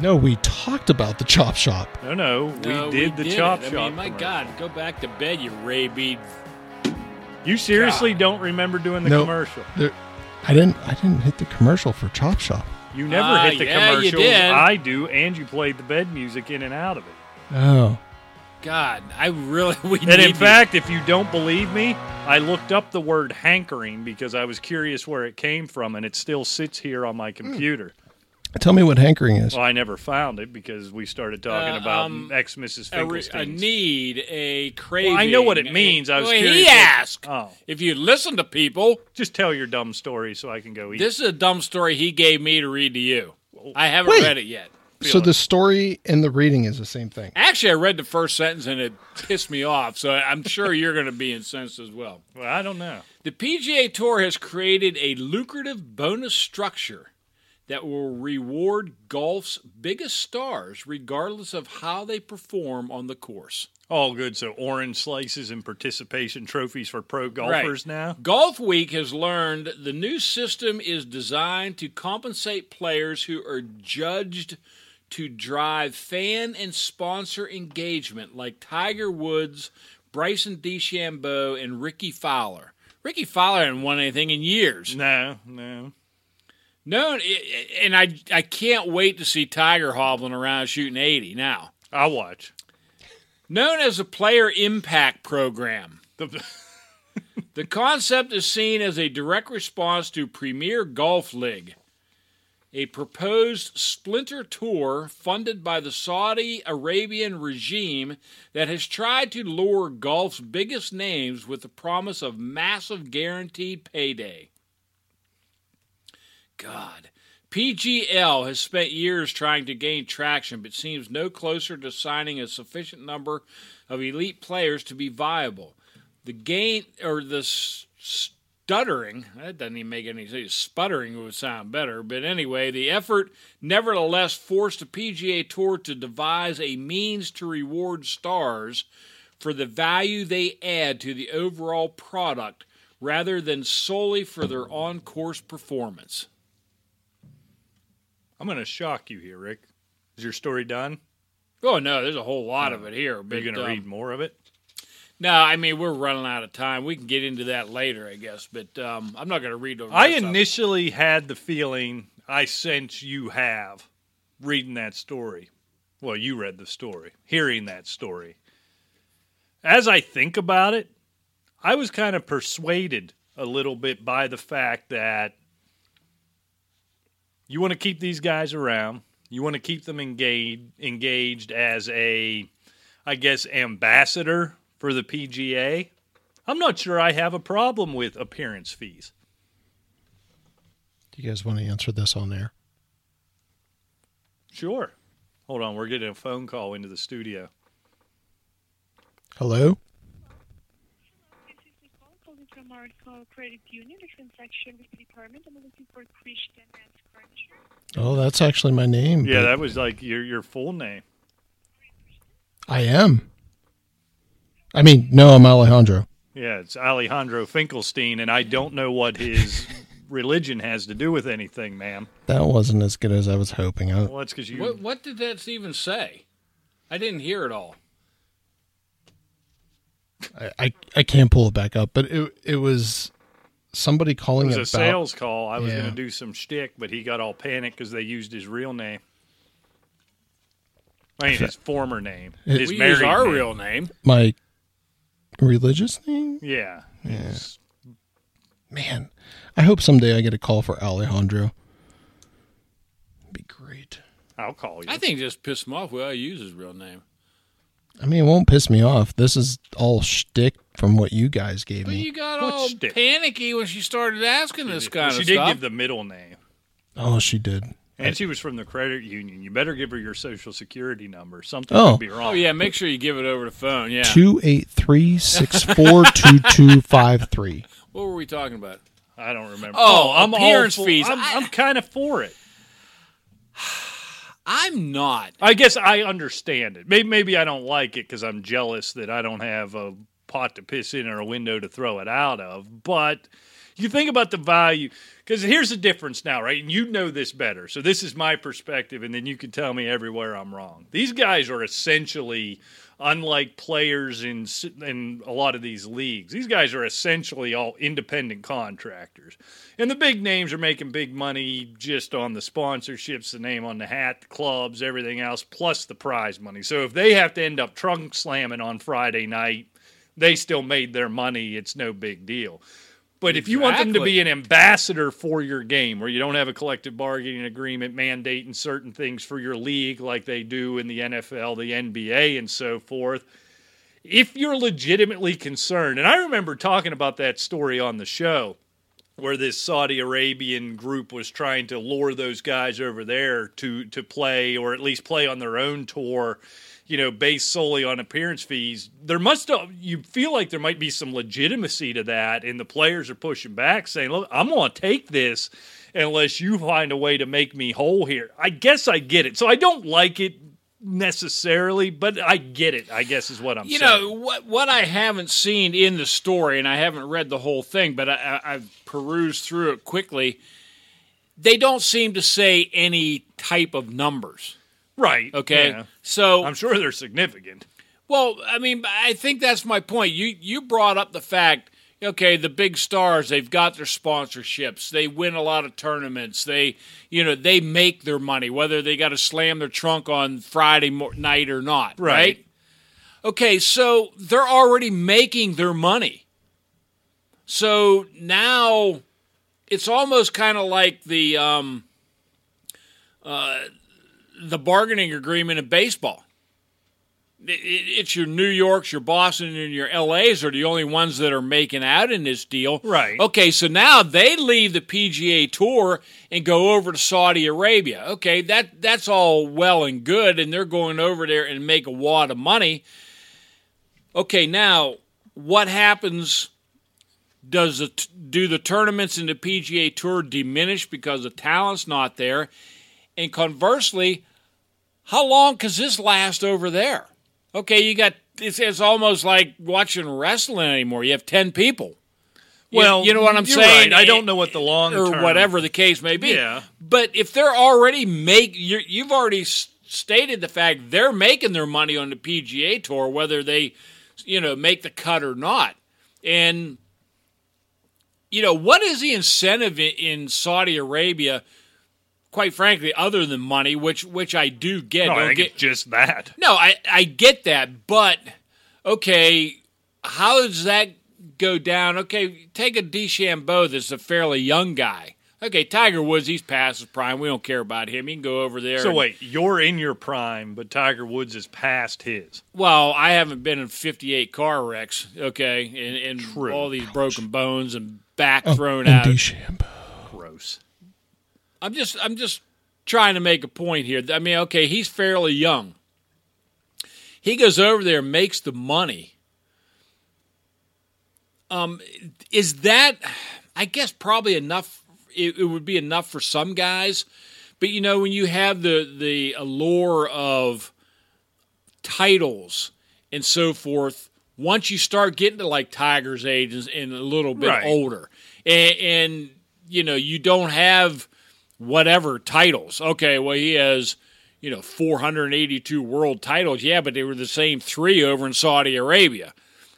[SPEAKER 4] No, we talked about the Chop Shop.
[SPEAKER 2] No, no,
[SPEAKER 3] No,
[SPEAKER 2] we did the
[SPEAKER 3] it.
[SPEAKER 2] Chop
[SPEAKER 3] I
[SPEAKER 2] Shop.
[SPEAKER 3] mean, my
[SPEAKER 2] commercial.
[SPEAKER 3] God, go back to bed, you rabid.
[SPEAKER 2] You seriously don't remember doing the
[SPEAKER 4] No.
[SPEAKER 2] commercial.
[SPEAKER 4] There, I didn't. I didn't hit the commercial for Chop Shop.
[SPEAKER 2] You never
[SPEAKER 3] Ah,
[SPEAKER 2] hit the
[SPEAKER 3] yeah, you
[SPEAKER 2] commercials.
[SPEAKER 3] did.
[SPEAKER 2] I do, and you played the bed music in and out of it.
[SPEAKER 4] Oh,
[SPEAKER 3] God, I really we need
[SPEAKER 2] And in
[SPEAKER 3] you.
[SPEAKER 2] fact, if you don't believe me, I looked up the word hankering because I was curious where it came from, and it still sits here on my computer.
[SPEAKER 4] tell me what hankering is.
[SPEAKER 2] Well, I never found it because we started talking
[SPEAKER 3] Uh,
[SPEAKER 2] about
[SPEAKER 3] um,
[SPEAKER 2] ex Mrs.
[SPEAKER 3] a, re- a
[SPEAKER 2] Finkelstein.
[SPEAKER 3] need, a craving.
[SPEAKER 2] Well, I know what
[SPEAKER 3] a-
[SPEAKER 2] it means. I was
[SPEAKER 3] well,
[SPEAKER 2] curious.
[SPEAKER 3] he
[SPEAKER 2] what-
[SPEAKER 3] asked
[SPEAKER 2] Oh,
[SPEAKER 3] if you listen to people.
[SPEAKER 2] just tell your dumb story so I can go eat.
[SPEAKER 3] This is a dumb story he gave me to read to you. I haven't
[SPEAKER 4] Wait.
[SPEAKER 3] read it yet.
[SPEAKER 4] So the story and the reading is the same thing.
[SPEAKER 3] Actually, I read the first sentence and it pissed me off. So I'm sure you're going to be incensed as well.
[SPEAKER 2] well, I don't know.
[SPEAKER 3] The PGA Tour has created a lucrative bonus structure that will reward golf's biggest stars regardless of how they perform on the course.
[SPEAKER 2] All good. So orange slices and participation trophies for pro golfers now.
[SPEAKER 3] Golf Week has learned the new system is designed to compensate players who are judged to drive fan and sponsor engagement, like Tiger Woods, Bryson DeChambeau, and Ricky Fowler. Ricky Fowler hasn't won anything in years.
[SPEAKER 2] No, no.
[SPEAKER 3] No, it- it- and I I can't wait to see Tiger hobbling around shooting 80 now.
[SPEAKER 2] I watch.
[SPEAKER 3] Known as the Player Impact Program,
[SPEAKER 2] The-
[SPEAKER 3] the concept is seen as a direct response to Premier Golf League, a proposed splinter tour funded by the Saudi Arabian regime that has tried to lure golf's biggest names with the promise of massive guaranteed payday. God. PGL has spent years trying to gain traction, but seems no closer to signing a sufficient number of elite players to be viable. The gain or the s- stuttering that doesn't even make any sense. Sputtering would sound better, but anyway, the effort nevertheless forced the PGA Tour to devise a means to reward stars for the value they add to the overall product rather than solely for their on course performance.
[SPEAKER 2] I'm going to shock you here, Rick. Is your story done?
[SPEAKER 3] Oh no, there's a whole lot of it here. But,
[SPEAKER 2] Are you going to
[SPEAKER 3] um,
[SPEAKER 2] read more of it?
[SPEAKER 3] No, I mean we're running out of time. We can get into that later, I guess. But um, I'm not going to read the. Rest
[SPEAKER 2] I
[SPEAKER 3] of it.
[SPEAKER 2] initially had the feeling I sense you have reading that story. Well, you read the story, hearing that story. As I think about it, I was kind of persuaded a little bit by the fact that you want to keep these guys around. You want to keep them engaged engaged as a I guess ambassador for the PGA. I'm not sure I have a problem with appearance fees.
[SPEAKER 4] Do you guys want to answer this on air?
[SPEAKER 2] Sure. Hold on, we're getting a phone call into the studio.
[SPEAKER 4] Hello.
[SPEAKER 9] This is Nicole calling from Oracle Credit Union, the transaction with the department. I'm looking for Christian and Cruncher.
[SPEAKER 4] Oh, that's actually my name.
[SPEAKER 2] Yeah,
[SPEAKER 4] but
[SPEAKER 2] that was like your your full name.
[SPEAKER 4] I am. I mean, no, I'm Alejandro.
[SPEAKER 2] Yeah, it's Alejandro Finkelstein, and I don't know what his religion has to do with anything, ma'am.
[SPEAKER 4] That wasn't as good as I was hoping. I,
[SPEAKER 2] Well, that's because you.
[SPEAKER 3] What, what did that even say? I didn't hear it all.
[SPEAKER 4] I, I, I can't pull it back up, but it it was somebody
[SPEAKER 2] It
[SPEAKER 4] calling
[SPEAKER 2] was a
[SPEAKER 4] about.
[SPEAKER 2] sales call. I was
[SPEAKER 4] Yeah.
[SPEAKER 2] going to do some shtick, but he got all panicked because they used his real name. I mean, his former name.
[SPEAKER 4] It-
[SPEAKER 2] His
[SPEAKER 3] we
[SPEAKER 2] married
[SPEAKER 3] use our
[SPEAKER 2] name.
[SPEAKER 3] real name.
[SPEAKER 4] My religious name.
[SPEAKER 2] Yeah. It's-
[SPEAKER 4] Man, I hope someday I get a call for Alejandro. Be great.
[SPEAKER 2] I'll call you.
[SPEAKER 3] I think it just pissed him off. Well, I use his real name.
[SPEAKER 4] I mean, it won't piss me off. This is all shtick from what you guys gave
[SPEAKER 3] But
[SPEAKER 4] me.
[SPEAKER 3] you got
[SPEAKER 2] What
[SPEAKER 3] all
[SPEAKER 2] shtick?
[SPEAKER 3] panicky when she started asking this
[SPEAKER 2] Well,
[SPEAKER 3] kind
[SPEAKER 2] she
[SPEAKER 3] of
[SPEAKER 2] did
[SPEAKER 3] stuff.
[SPEAKER 2] give the middle name.
[SPEAKER 4] oh, she did.
[SPEAKER 2] And she was from the credit union. You better give her your social security number. Something
[SPEAKER 4] Oh.
[SPEAKER 2] could be wrong.
[SPEAKER 3] oh yeah, make sure you give it over the phone. Yeah.
[SPEAKER 4] Two eight three six four two two five three.
[SPEAKER 3] What were we talking about?
[SPEAKER 2] I don't remember.
[SPEAKER 3] Oh,
[SPEAKER 2] all
[SPEAKER 3] appearance
[SPEAKER 2] for-
[SPEAKER 3] fees.
[SPEAKER 2] I'm,
[SPEAKER 3] I-
[SPEAKER 2] I'm kind of for it.
[SPEAKER 3] I'm not.
[SPEAKER 2] I guess I understand it. Maybe, maybe I don't like it because I'm jealous that I don't have a pot to piss in or a window to throw it out of. But You think about the value because here's the difference now, right? And you know this better, so this is my perspective, and then you can tell me everywhere I'm wrong. These guys are essentially, unlike players in s- in a lot of these leagues, these guys are essentially all independent contractors, and the big names are making big money just on the sponsorships, the name on the hat, the clubs, everything else, plus the prize money. So if they have to end up trunk slamming on Friday night they still made their money. It's no big deal. But if you want them to be an ambassador for your game, where you don't have a collective bargaining agreement mandating certain things for your league, like they do in the NFL, the NBA, and so forth, if you're legitimately concerned, and I remember talking about that story on the show where this Saudi Arabian group was trying to lure those guys over there to to play or at least play on their own tour, you know, based solely on appearance fees. There must you feel like there might be some legitimacy to that and the players are pushing back saying, "Look, I'm going to take this unless you find a way to make me whole here." I guess I get it. So I don't like it necessarily, but I get it. I guess is what I'm
[SPEAKER 3] you
[SPEAKER 2] saying.
[SPEAKER 3] know what what I haven't seen in the story, and I haven't read the whole thing, but I, I, I've perused through it quickly. They don't seem to say any type of numbers.
[SPEAKER 2] right.
[SPEAKER 3] Okay,
[SPEAKER 2] Yeah.
[SPEAKER 3] so
[SPEAKER 2] I'm sure they're significant.
[SPEAKER 3] well, I mean, I think that's my point. You you brought up the fact. Okay, the big stars, they've got their sponsorships. They win a lot of tournaments. They, you know, they make their money whether they got to slam their trunk on Friday mo- night or not,
[SPEAKER 2] Right.
[SPEAKER 3] right? Okay, so they're already making their money. So now it's almost kind of like the um, uh, the bargaining agreement in baseball. It- it- It's your New Yorks, your Boston, and your LAs are the only ones that are making out in this deal.
[SPEAKER 2] Right.
[SPEAKER 3] Okay, so now they leave the PGA Tour and go over to Saudi Arabia. Okay, that that's all well and good, and they're going over there and make a wad of money. Okay, now what happens? Does the t- do the tournaments in the PGA Tour diminish because the talent's not there? And conversely, how long does this last over there? Okay, you got it's, it's almost like watching wrestling anymore. You have ten people. You- you, know what I'm
[SPEAKER 2] you're
[SPEAKER 3] saying.
[SPEAKER 2] right. I don't know what the long
[SPEAKER 3] or
[SPEAKER 2] term-
[SPEAKER 3] whatever the case may be.
[SPEAKER 2] Yeah.
[SPEAKER 3] But if they're already make you're, you've already s- stated the fact they're making their money on the PGA tour, whether they you know make the cut or not, and you know what is the incentive in, in Saudi Arabia? Quite frankly, other than money, which which I do get,
[SPEAKER 2] No, I
[SPEAKER 3] don't
[SPEAKER 2] think
[SPEAKER 3] get-
[SPEAKER 2] it's just that.
[SPEAKER 3] no, I, I get that, but okay, how does that go down? Okay, take a DeChambeau that's a fairly young guy. Okay, Tiger Woods, he's past his prime. We don't care about him. He can go over there.
[SPEAKER 2] So
[SPEAKER 3] and-
[SPEAKER 2] wait, you're in your prime, but Tiger Woods is past his.
[SPEAKER 3] Well, I haven't been in 58 car wrecks, okay, and, and all these broken bones and back
[SPEAKER 4] Oh,
[SPEAKER 3] thrown out.
[SPEAKER 4] DeChambeau.
[SPEAKER 2] Gross.
[SPEAKER 3] I'm just I'm just trying to make a point here. I mean, okay, he's fairly young. He goes over there, makes the money. Um, is that? I guess probably enough. It, it would be enough for some guys, but you know when you have the the allure of titles and so forth, once you start getting to like Tiger's age and, and a little bit
[SPEAKER 2] Right.
[SPEAKER 3] older, and, and you know you don't have whatever titles. Okay, well he has you know 482 world titles. Yeah, but they were the same three over in Saudi Arabia.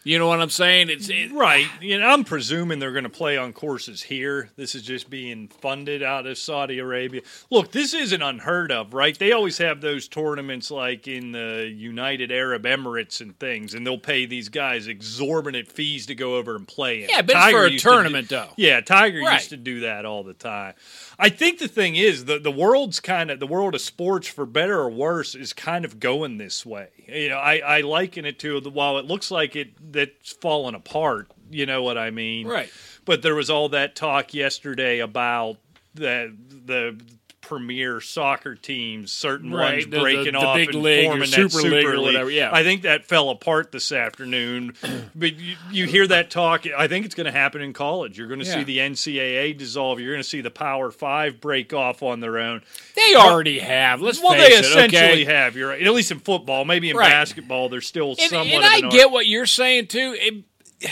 [SPEAKER 3] You know what I'm saying? It's it,
[SPEAKER 2] Right. You know, I'm presuming they're going to play on courses here. This is just being funded out of Saudi Arabia. Look, this isn't unheard of, right? They always have those tournaments like in the United Arab Emirates and things, and they'll pay these guys exorbitant fees to go over and play. in.
[SPEAKER 3] Yeah, but it's
[SPEAKER 2] Tiger
[SPEAKER 3] for a
[SPEAKER 2] used to do-
[SPEAKER 3] tournament, though.
[SPEAKER 2] Yeah, Tiger
[SPEAKER 3] Right.
[SPEAKER 2] used to do that all the time. I think the thing is the the world's kind of the world of sports, for better or worse, is kind of going this way. You know, I, I liken it to the, while it looks like it that's fallen apart. You know what I mean?
[SPEAKER 3] Right.
[SPEAKER 2] But there was all that talk yesterday about the the premier soccer teams, certain
[SPEAKER 3] Right,
[SPEAKER 2] ones
[SPEAKER 3] the- the-
[SPEAKER 2] breaking
[SPEAKER 3] the
[SPEAKER 2] off
[SPEAKER 3] big
[SPEAKER 2] and
[SPEAKER 3] league or
[SPEAKER 2] forming that
[SPEAKER 3] Super League or
[SPEAKER 2] Super
[SPEAKER 3] whatever, yeah.
[SPEAKER 2] I think that fell apart this afternoon. but you, you hear that talk. I think it's going to happen in college. You're going to
[SPEAKER 3] Yeah.
[SPEAKER 2] see the NCAA dissolve. You're going to see the Power Five break off on their own.
[SPEAKER 3] they already have. Let's
[SPEAKER 2] Well,
[SPEAKER 3] face
[SPEAKER 2] they
[SPEAKER 3] it,
[SPEAKER 2] essentially
[SPEAKER 3] okay?
[SPEAKER 2] have. You're right. At least in football, maybe in
[SPEAKER 3] Right.
[SPEAKER 2] basketball, there's still
[SPEAKER 3] and,
[SPEAKER 2] somewhat.
[SPEAKER 3] and
[SPEAKER 2] of
[SPEAKER 3] I
[SPEAKER 2] an
[SPEAKER 3] get what you're saying too. It-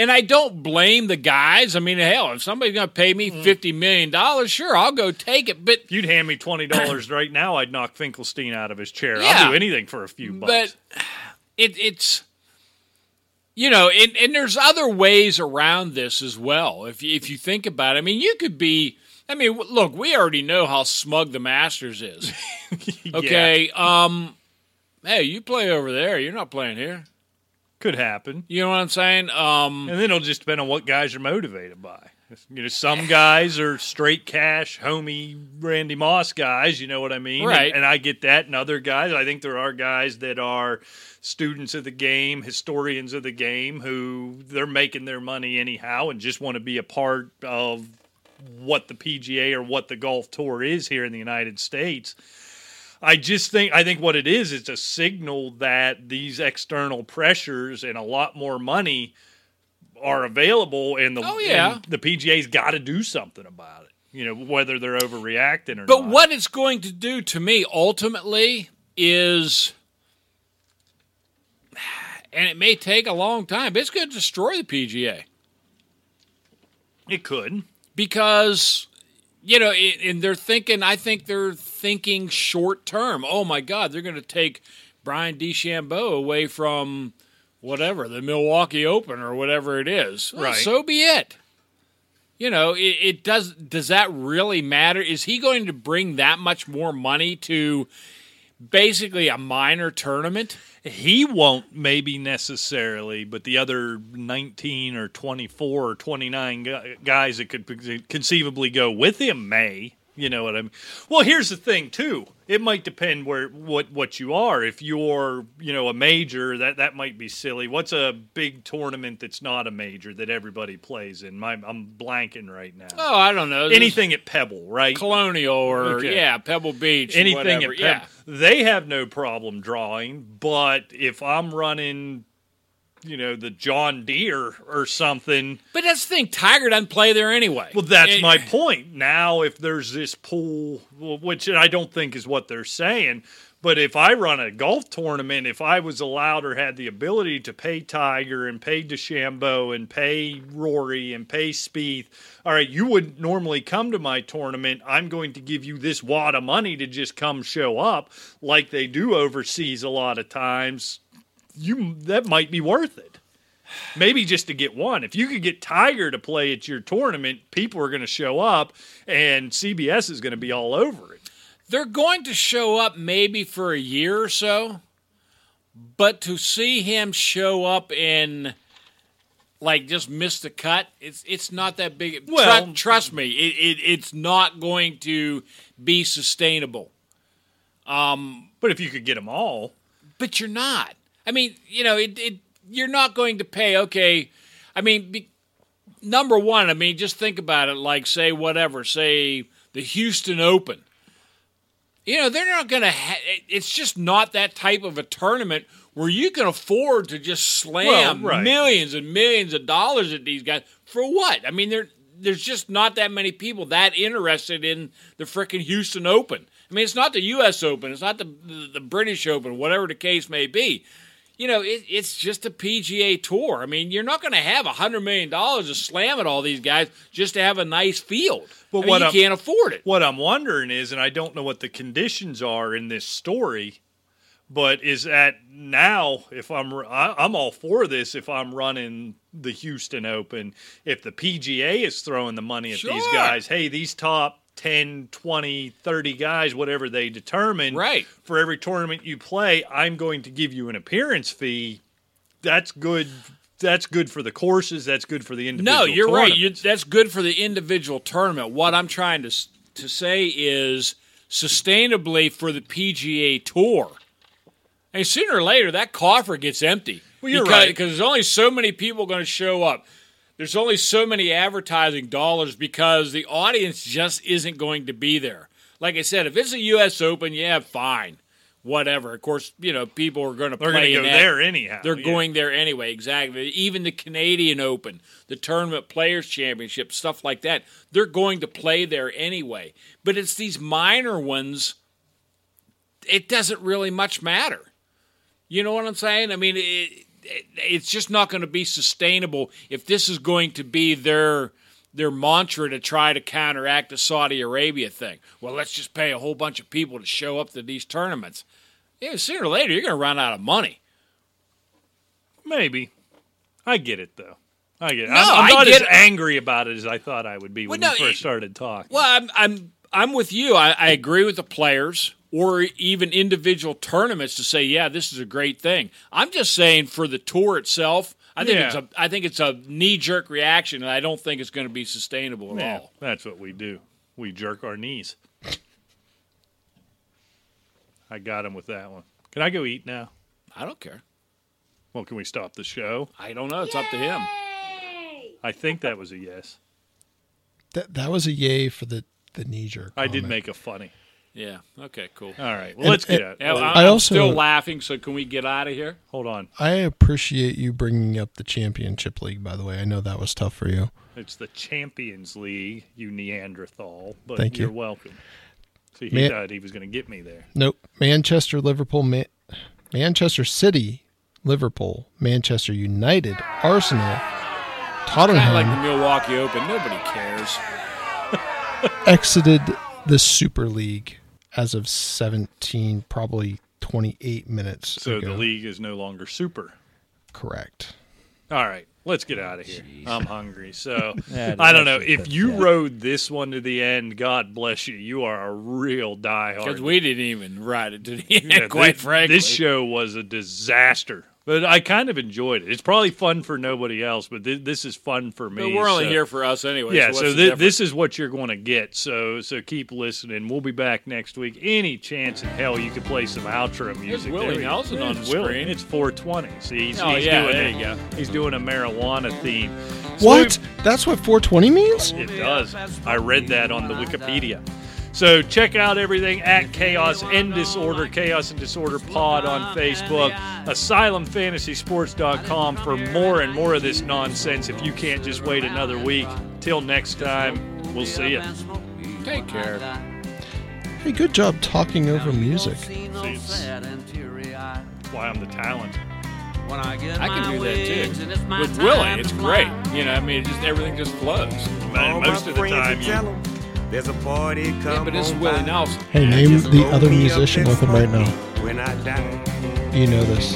[SPEAKER 3] And I don't blame the guys. I mean, hell, if somebody's going to pay me
[SPEAKER 2] Mm.
[SPEAKER 3] $50 million, sure, I'll go take it. But
[SPEAKER 2] If you'd hand me twenty dollars right now, I'd knock Finkelstein out of his chair.
[SPEAKER 3] Yeah.
[SPEAKER 2] I'll do anything for a few bucks.
[SPEAKER 3] But it, it's you know, and, and there's other ways around this as well. If you- if you think about, it. I mean, you could be. I mean, w- look, we already know how smug the Masters is. Okay, um, hey, you play over there. You're not playing here.
[SPEAKER 2] could happen.
[SPEAKER 3] You know what I'm saying? Um,
[SPEAKER 2] And then it'll just depend on what guys are motivated by. You know, some guys are straight cash, homie, Randy Moss guys. You know what I mean? And-
[SPEAKER 3] Right.
[SPEAKER 2] And, I get that. And other guys, I think there are guys that are students of the game, historians of the game, who they're making their money anyhow and just want to be a part of what the PGA or what the golf tour is here in the United States. I just think I think what it is it's a signal that these external pressures and a lot more money are available and the
[SPEAKER 3] Oh, yeah.
[SPEAKER 2] and the PGA's got to do something about it. You know whether they're overreacting or
[SPEAKER 3] but
[SPEAKER 2] not.
[SPEAKER 3] what it's going to do to me ultimately is, and it may take a long time. But it's going to destroy the PGA.
[SPEAKER 2] it could.
[SPEAKER 3] because you know it, and they're thinking i think they're thinking short term oh my god they're going to take brian DeChambeau away from whatever the milwaukee open or whatever it is Well,
[SPEAKER 2] Right.
[SPEAKER 3] so be it you know it, it does does that really matter is he going to bring that much more money to basically a minor tournament
[SPEAKER 2] He won't maybe necessarily, but the other 19 or 24 or 29 gu- guys that could p- conceivably go with him may. You know what I mean? Well, here's the thing too. It might depend where what what you are. If you're, you know, a major, that that might be silly. What's a big tournament that's not a major that everybody plays in? My, I'm blanking right now.
[SPEAKER 3] oh i don't know
[SPEAKER 2] Anything at Pebble, right?
[SPEAKER 3] colonial or
[SPEAKER 2] Okay.
[SPEAKER 3] yeah pebble beach or
[SPEAKER 2] anything
[SPEAKER 3] whatever.
[SPEAKER 2] at Pep,
[SPEAKER 3] yeah
[SPEAKER 2] they have no problem drawing. But if I'm running, you know, the John Deere or something,
[SPEAKER 3] but that's the thing tiger doesn't play there anyway
[SPEAKER 2] well, that's
[SPEAKER 3] It-
[SPEAKER 2] my point. Now, if there's this pool, well, which I don't think is what they're saying, but if I run a golf tournament, if I was allowed or had the ability to pay Tiger and pay DeChambeau and pay Rory and pay Spieth, all right, you wouldn't normally come to my tournament. I'm going to give you this wad of money to just come show up, like they do overseas a lot of times. You that might be worth it maybe just to get one. If you could get Tiger to play at your tournament, people are going to show up, and CBS is going to be all over it.
[SPEAKER 3] they're going to show up maybe for a year or so, but to see him show up and like just miss the cut, it's it's not that big. Tru-
[SPEAKER 2] Well-
[SPEAKER 3] trust me, it, it it's not going to be sustainable.
[SPEAKER 2] But if you could get them all,
[SPEAKER 3] But you're not. I mean, you know, it, it you're not going to pay. Okay, I mean, be, number one, I mean, just think about it. Like, say whatever, say the Houston Open. You know, they're not going to. Ha- it- it's just not that type of a tournament where you can afford to just slam
[SPEAKER 2] Well, right.
[SPEAKER 3] millions and millions of dollars at these guys for what? I mean, there there's just not that many people that interested in the frickin' Houston Open. I mean, it's not the U.S. Open, it's not the the, the British Open, whatever the case may be. You know, it, it's just a PGA tour. I mean, you're not going to have hundred million dollars to slam at all these guys just to have a nice field.
[SPEAKER 2] But
[SPEAKER 3] I mean,
[SPEAKER 2] what
[SPEAKER 3] you
[SPEAKER 2] I'm-
[SPEAKER 3] can't afford it.
[SPEAKER 2] what I'm wondering is, and I don't know what the conditions are in this story, but is that now if I'm I, I'm all for this if I'm running the Houston Open, if the PGA is throwing the money at these
[SPEAKER 3] Sure.
[SPEAKER 2] guys, hey, these top 10, 20, 30 guys, whatever they determine,
[SPEAKER 3] Right.
[SPEAKER 2] for every tournament you play, I'm going to give you an appearance fee. That's good. That's good for the courses. That's good for the individual.
[SPEAKER 3] No, you're right.
[SPEAKER 2] tournaments.
[SPEAKER 3] You, that's good for the individual tournament. What I'm trying to s- to say is sustainably for the PGA Tour. And sooner or later, that coffer gets empty.
[SPEAKER 2] Well, you're
[SPEAKER 3] because,
[SPEAKER 2] right.
[SPEAKER 3] because there's only so many people going to show up. There's only so many advertising dollars because the audience just isn't going to be there. Like I said, if it's a U.S. Open, yeah, fine, whatever. Of course, you know people are going to
[SPEAKER 2] They're going
[SPEAKER 3] play
[SPEAKER 2] to
[SPEAKER 3] in
[SPEAKER 2] go
[SPEAKER 3] that-
[SPEAKER 2] there anyhow.
[SPEAKER 3] they're
[SPEAKER 2] yeah.
[SPEAKER 3] going there anyway, exactly. Even the Canadian Open, the Tournament Players Championship, stuff like that, they're going to play there anyway. But it's these minor ones, it doesn't really much matter. You know what I'm saying? I mean, it, it, it's just not going to be sustainable if this is going to be their their mantra to try to counteract the Saudi Arabia thing. Well, let's just pay a whole bunch of people to show up to these tournaments. Yeah, sooner or later you're going to run out of money.
[SPEAKER 2] Maybe. I get it though. I get it.
[SPEAKER 3] No,
[SPEAKER 2] I'm, I'm
[SPEAKER 3] I
[SPEAKER 2] not
[SPEAKER 3] get
[SPEAKER 2] as
[SPEAKER 3] it.
[SPEAKER 2] angry about it as I thought I would be when
[SPEAKER 3] Well,
[SPEAKER 2] we
[SPEAKER 3] no,
[SPEAKER 2] first
[SPEAKER 3] it-
[SPEAKER 2] started talking.
[SPEAKER 3] Well, I'm I'm I'm with you. I, I agree with the players or even individual tournaments to say, yeah, this is a great thing. I'm just saying for the tour itself, I think
[SPEAKER 2] Yeah.
[SPEAKER 3] it's a I think it's a knee jerk reaction, and I don't think it's going to be sustainable at
[SPEAKER 2] Yeah,
[SPEAKER 3] all.
[SPEAKER 2] that's what we do. We jerk our knees. I got him with that one. Can I go eat now?
[SPEAKER 3] I don't care.
[SPEAKER 2] Well, can we stop the show?
[SPEAKER 3] I don't know. It's up to him.
[SPEAKER 2] I think that was a yes.
[SPEAKER 4] That that was a yay for the the knee jerk.
[SPEAKER 2] I did
[SPEAKER 4] comment.
[SPEAKER 2] make a funny.
[SPEAKER 3] Yeah. Okay. Cool.
[SPEAKER 2] All right. Well,
[SPEAKER 4] Oh, And-
[SPEAKER 2] let's get
[SPEAKER 4] and-
[SPEAKER 2] out.
[SPEAKER 3] Yeah,
[SPEAKER 2] Well,
[SPEAKER 3] I'm,
[SPEAKER 4] I
[SPEAKER 3] I'm
[SPEAKER 4] also-
[SPEAKER 3] still laughing. So can we get out of here?
[SPEAKER 2] Hold on.
[SPEAKER 4] I appreciate you bringing up the championship league. By the way, I know that was tough for you.
[SPEAKER 2] It's the Champions League, you Neanderthal. But
[SPEAKER 4] Thank you.
[SPEAKER 2] you're welcome. See, he
[SPEAKER 4] Man-
[SPEAKER 2] thought he was going to get me there.
[SPEAKER 4] Nope. Manchester, Liverpool, Man- Manchester City, Liverpool, Manchester United, Arsenal,
[SPEAKER 3] Kind
[SPEAKER 4] Tottenham
[SPEAKER 3] of like the Milwaukee Open. Nobody cares.
[SPEAKER 4] exited the Super League as of 17, probably 28 minutes.
[SPEAKER 2] So
[SPEAKER 4] ago.
[SPEAKER 2] the league is no longer super.
[SPEAKER 4] Correct.
[SPEAKER 2] All right, let's get out of here. I'm hungry. So
[SPEAKER 7] That
[SPEAKER 2] I don't
[SPEAKER 7] is
[SPEAKER 2] know.
[SPEAKER 7] actually
[SPEAKER 2] If you
[SPEAKER 7] pathetic.
[SPEAKER 2] rode this one to the end, God bless you. You are a real diehard.
[SPEAKER 3] Because we didn't even ride it to the end.
[SPEAKER 2] Yeah,
[SPEAKER 3] quite
[SPEAKER 2] thi-
[SPEAKER 3] frankly,
[SPEAKER 2] This show was a disaster. But I kind of enjoyed it. It's probably fun for nobody else, but thi- this is fun for me.
[SPEAKER 3] But we're only
[SPEAKER 2] so-
[SPEAKER 3] here for us anyway.
[SPEAKER 2] Yeah,
[SPEAKER 3] what's
[SPEAKER 2] so
[SPEAKER 3] the
[SPEAKER 2] thi-
[SPEAKER 3] difference?
[SPEAKER 2] this is what you're going to get. So so keep listening. We'll be back next week. Any chance in hell you could play some outro music.
[SPEAKER 3] Willie
[SPEAKER 2] There we go.
[SPEAKER 3] Nelson on
[SPEAKER 2] It's
[SPEAKER 3] the
[SPEAKER 2] Willie.
[SPEAKER 3] screen.
[SPEAKER 2] It's 420. See, he's,
[SPEAKER 3] Oh,
[SPEAKER 2] he's
[SPEAKER 3] yeah,
[SPEAKER 2] doing
[SPEAKER 3] there
[SPEAKER 2] a,
[SPEAKER 3] you go.
[SPEAKER 2] He's doing a marijuana theme.
[SPEAKER 4] What? That's what 420 means?
[SPEAKER 2] It does. I read that on the Wikipedia. So check out everything at Chaos and Disorder, Chaos and Disorder Pod on Facebook, asylumfantasysports.com for more and more of this nonsense if you can't just wait another week. Till next time, we'll see you.
[SPEAKER 3] Take care.
[SPEAKER 4] Hey, good job talking over music.
[SPEAKER 2] Why I'm the talent.
[SPEAKER 3] I can do that too. With Willie, it's great. You know, I mean, it just everything just flows.
[SPEAKER 4] Uh,
[SPEAKER 2] Man, most of the time, you,
[SPEAKER 10] There's a party coming.
[SPEAKER 3] Yeah, but it's Willie Nelson.
[SPEAKER 4] Hey, name the other musician with him right now.
[SPEAKER 10] When I die,
[SPEAKER 4] You know this.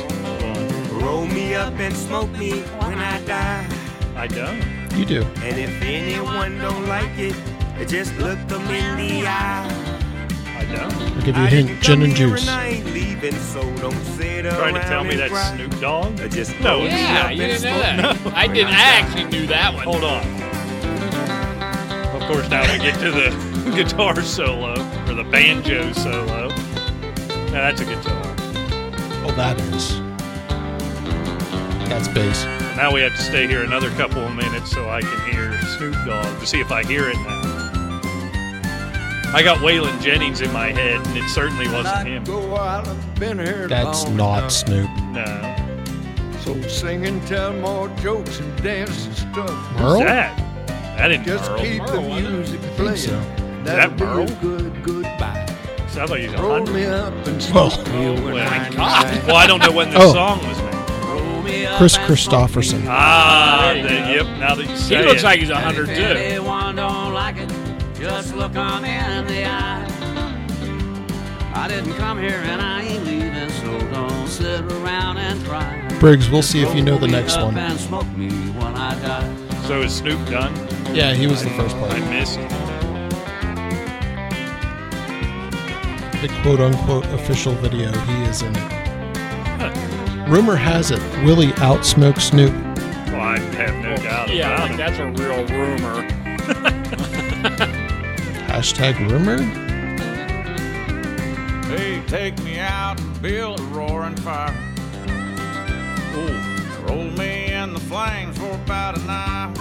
[SPEAKER 10] roll me up and smoke me when I die.
[SPEAKER 2] I don't.
[SPEAKER 4] You do.
[SPEAKER 10] And if anyone don't like it, just look them in the eye.
[SPEAKER 2] I don't.
[SPEAKER 4] I'll give you a
[SPEAKER 10] I didn't
[SPEAKER 4] hint. Gin
[SPEAKER 10] come
[SPEAKER 4] and
[SPEAKER 10] here
[SPEAKER 4] juice.
[SPEAKER 10] I ain't leaving, so don't sit
[SPEAKER 2] Trying to
[SPEAKER 10] around
[SPEAKER 2] tell me
[SPEAKER 10] and
[SPEAKER 2] that's
[SPEAKER 10] cry.
[SPEAKER 2] Snoop Dogg?
[SPEAKER 10] I just
[SPEAKER 2] No,
[SPEAKER 10] roll me
[SPEAKER 3] Yeah,
[SPEAKER 10] up
[SPEAKER 3] you
[SPEAKER 10] and
[SPEAKER 3] didn't know
[SPEAKER 10] smoke
[SPEAKER 3] that. I did. I actually knew that one.
[SPEAKER 2] Hold on. Of course, now we get to the guitar solo or the banjo solo. Now that's a guitar.
[SPEAKER 4] Oh, that is. That's bass.
[SPEAKER 2] Now we have to stay here another couple of minutes so I can hear Snoop Dogg to see if I hear it now. I got Waylon Jennings in my head, and it certainly wasn't him.
[SPEAKER 10] Go out, I've been here
[SPEAKER 4] That's
[SPEAKER 10] long
[SPEAKER 4] not
[SPEAKER 10] enough.
[SPEAKER 4] Snoop.
[SPEAKER 2] No.
[SPEAKER 10] So sing and tell more jokes and dance and stuff.
[SPEAKER 4] Merle?
[SPEAKER 2] That. That didn't
[SPEAKER 10] Just
[SPEAKER 2] Merle.
[SPEAKER 10] keep
[SPEAKER 3] Merle,
[SPEAKER 10] the
[SPEAKER 3] wasn't it?
[SPEAKER 10] music
[SPEAKER 4] think
[SPEAKER 10] playing.
[SPEAKER 4] so.
[SPEAKER 10] That'll
[SPEAKER 2] that
[SPEAKER 10] be a
[SPEAKER 2] Merle?
[SPEAKER 10] good goodbye.
[SPEAKER 2] Sounds like he's a
[SPEAKER 10] Roll me
[SPEAKER 2] hundred.
[SPEAKER 10] up and
[SPEAKER 4] Well.
[SPEAKER 10] smoke me
[SPEAKER 2] Oh,
[SPEAKER 10] when I die.
[SPEAKER 2] Well, I don't know when this
[SPEAKER 4] Oh.
[SPEAKER 2] song was made.
[SPEAKER 10] Roll me up
[SPEAKER 4] Chris
[SPEAKER 10] and
[SPEAKER 4] Christopherson.
[SPEAKER 2] Ah,
[SPEAKER 3] There you
[SPEAKER 2] the-
[SPEAKER 3] go.
[SPEAKER 2] yep. Now that you
[SPEAKER 3] He
[SPEAKER 2] say
[SPEAKER 3] looks
[SPEAKER 2] it.
[SPEAKER 3] like he's a
[SPEAKER 10] smoke me.
[SPEAKER 3] hundred too.
[SPEAKER 10] anyone don't like it, just look 'em in the eye. I didn't come here and I ain't leaving, so don't sit around and cry.
[SPEAKER 4] Briggs, we'll see if you know
[SPEAKER 10] Roll
[SPEAKER 4] the
[SPEAKER 10] me
[SPEAKER 4] next
[SPEAKER 10] up
[SPEAKER 4] one.
[SPEAKER 10] and smoke me when I die.
[SPEAKER 2] So is Snoop done?
[SPEAKER 4] Yeah, he was the first
[SPEAKER 2] I
[SPEAKER 4] part.
[SPEAKER 2] missed.
[SPEAKER 4] The quote unquote official video, he is in it. Rumor has it Willie outsmoked Snoop.
[SPEAKER 2] Well, I have no doubt
[SPEAKER 3] Yeah,
[SPEAKER 2] about
[SPEAKER 3] like
[SPEAKER 2] it.
[SPEAKER 3] that's a real rumor.
[SPEAKER 4] Hashtag rumor?
[SPEAKER 5] They take me out and build a roaring fire. Ooh, roll me in the flames for about an hour.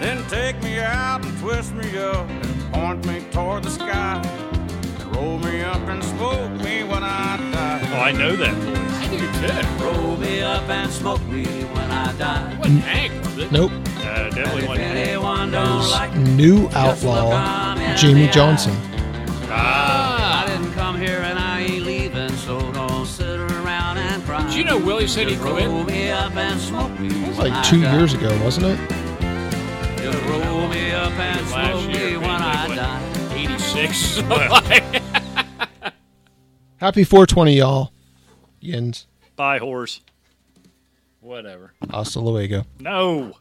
[SPEAKER 5] Then take me out and twist me up and point me toward the sky. Roll me up and smoke me when I die.
[SPEAKER 2] Oh, I know that voice.
[SPEAKER 3] I do too.
[SPEAKER 10] Roll me up and smoke me when I die.
[SPEAKER 3] What Hank was it?
[SPEAKER 4] Nope.
[SPEAKER 2] Uh, definitely
[SPEAKER 10] If
[SPEAKER 2] one.
[SPEAKER 10] anyone don't like it,
[SPEAKER 4] New outlaw, Jamie Johnson.
[SPEAKER 2] Ah,
[SPEAKER 10] I didn't come here and I ain't leaving, so don't sit around and cry.
[SPEAKER 3] you know Willie said he quit?
[SPEAKER 10] Roll me up and smoke me. It
[SPEAKER 4] was like two years ago, wasn't it?
[SPEAKER 10] You'll roll me up
[SPEAKER 3] Last
[SPEAKER 10] and smoke me
[SPEAKER 3] year,
[SPEAKER 10] when
[SPEAKER 3] man,
[SPEAKER 10] I
[SPEAKER 3] like,
[SPEAKER 10] die.
[SPEAKER 3] what, 86?
[SPEAKER 4] Happy 420, y'all. Yens.
[SPEAKER 2] Bye, horse.
[SPEAKER 3] Whatever.
[SPEAKER 4] Hasta luego.
[SPEAKER 2] No.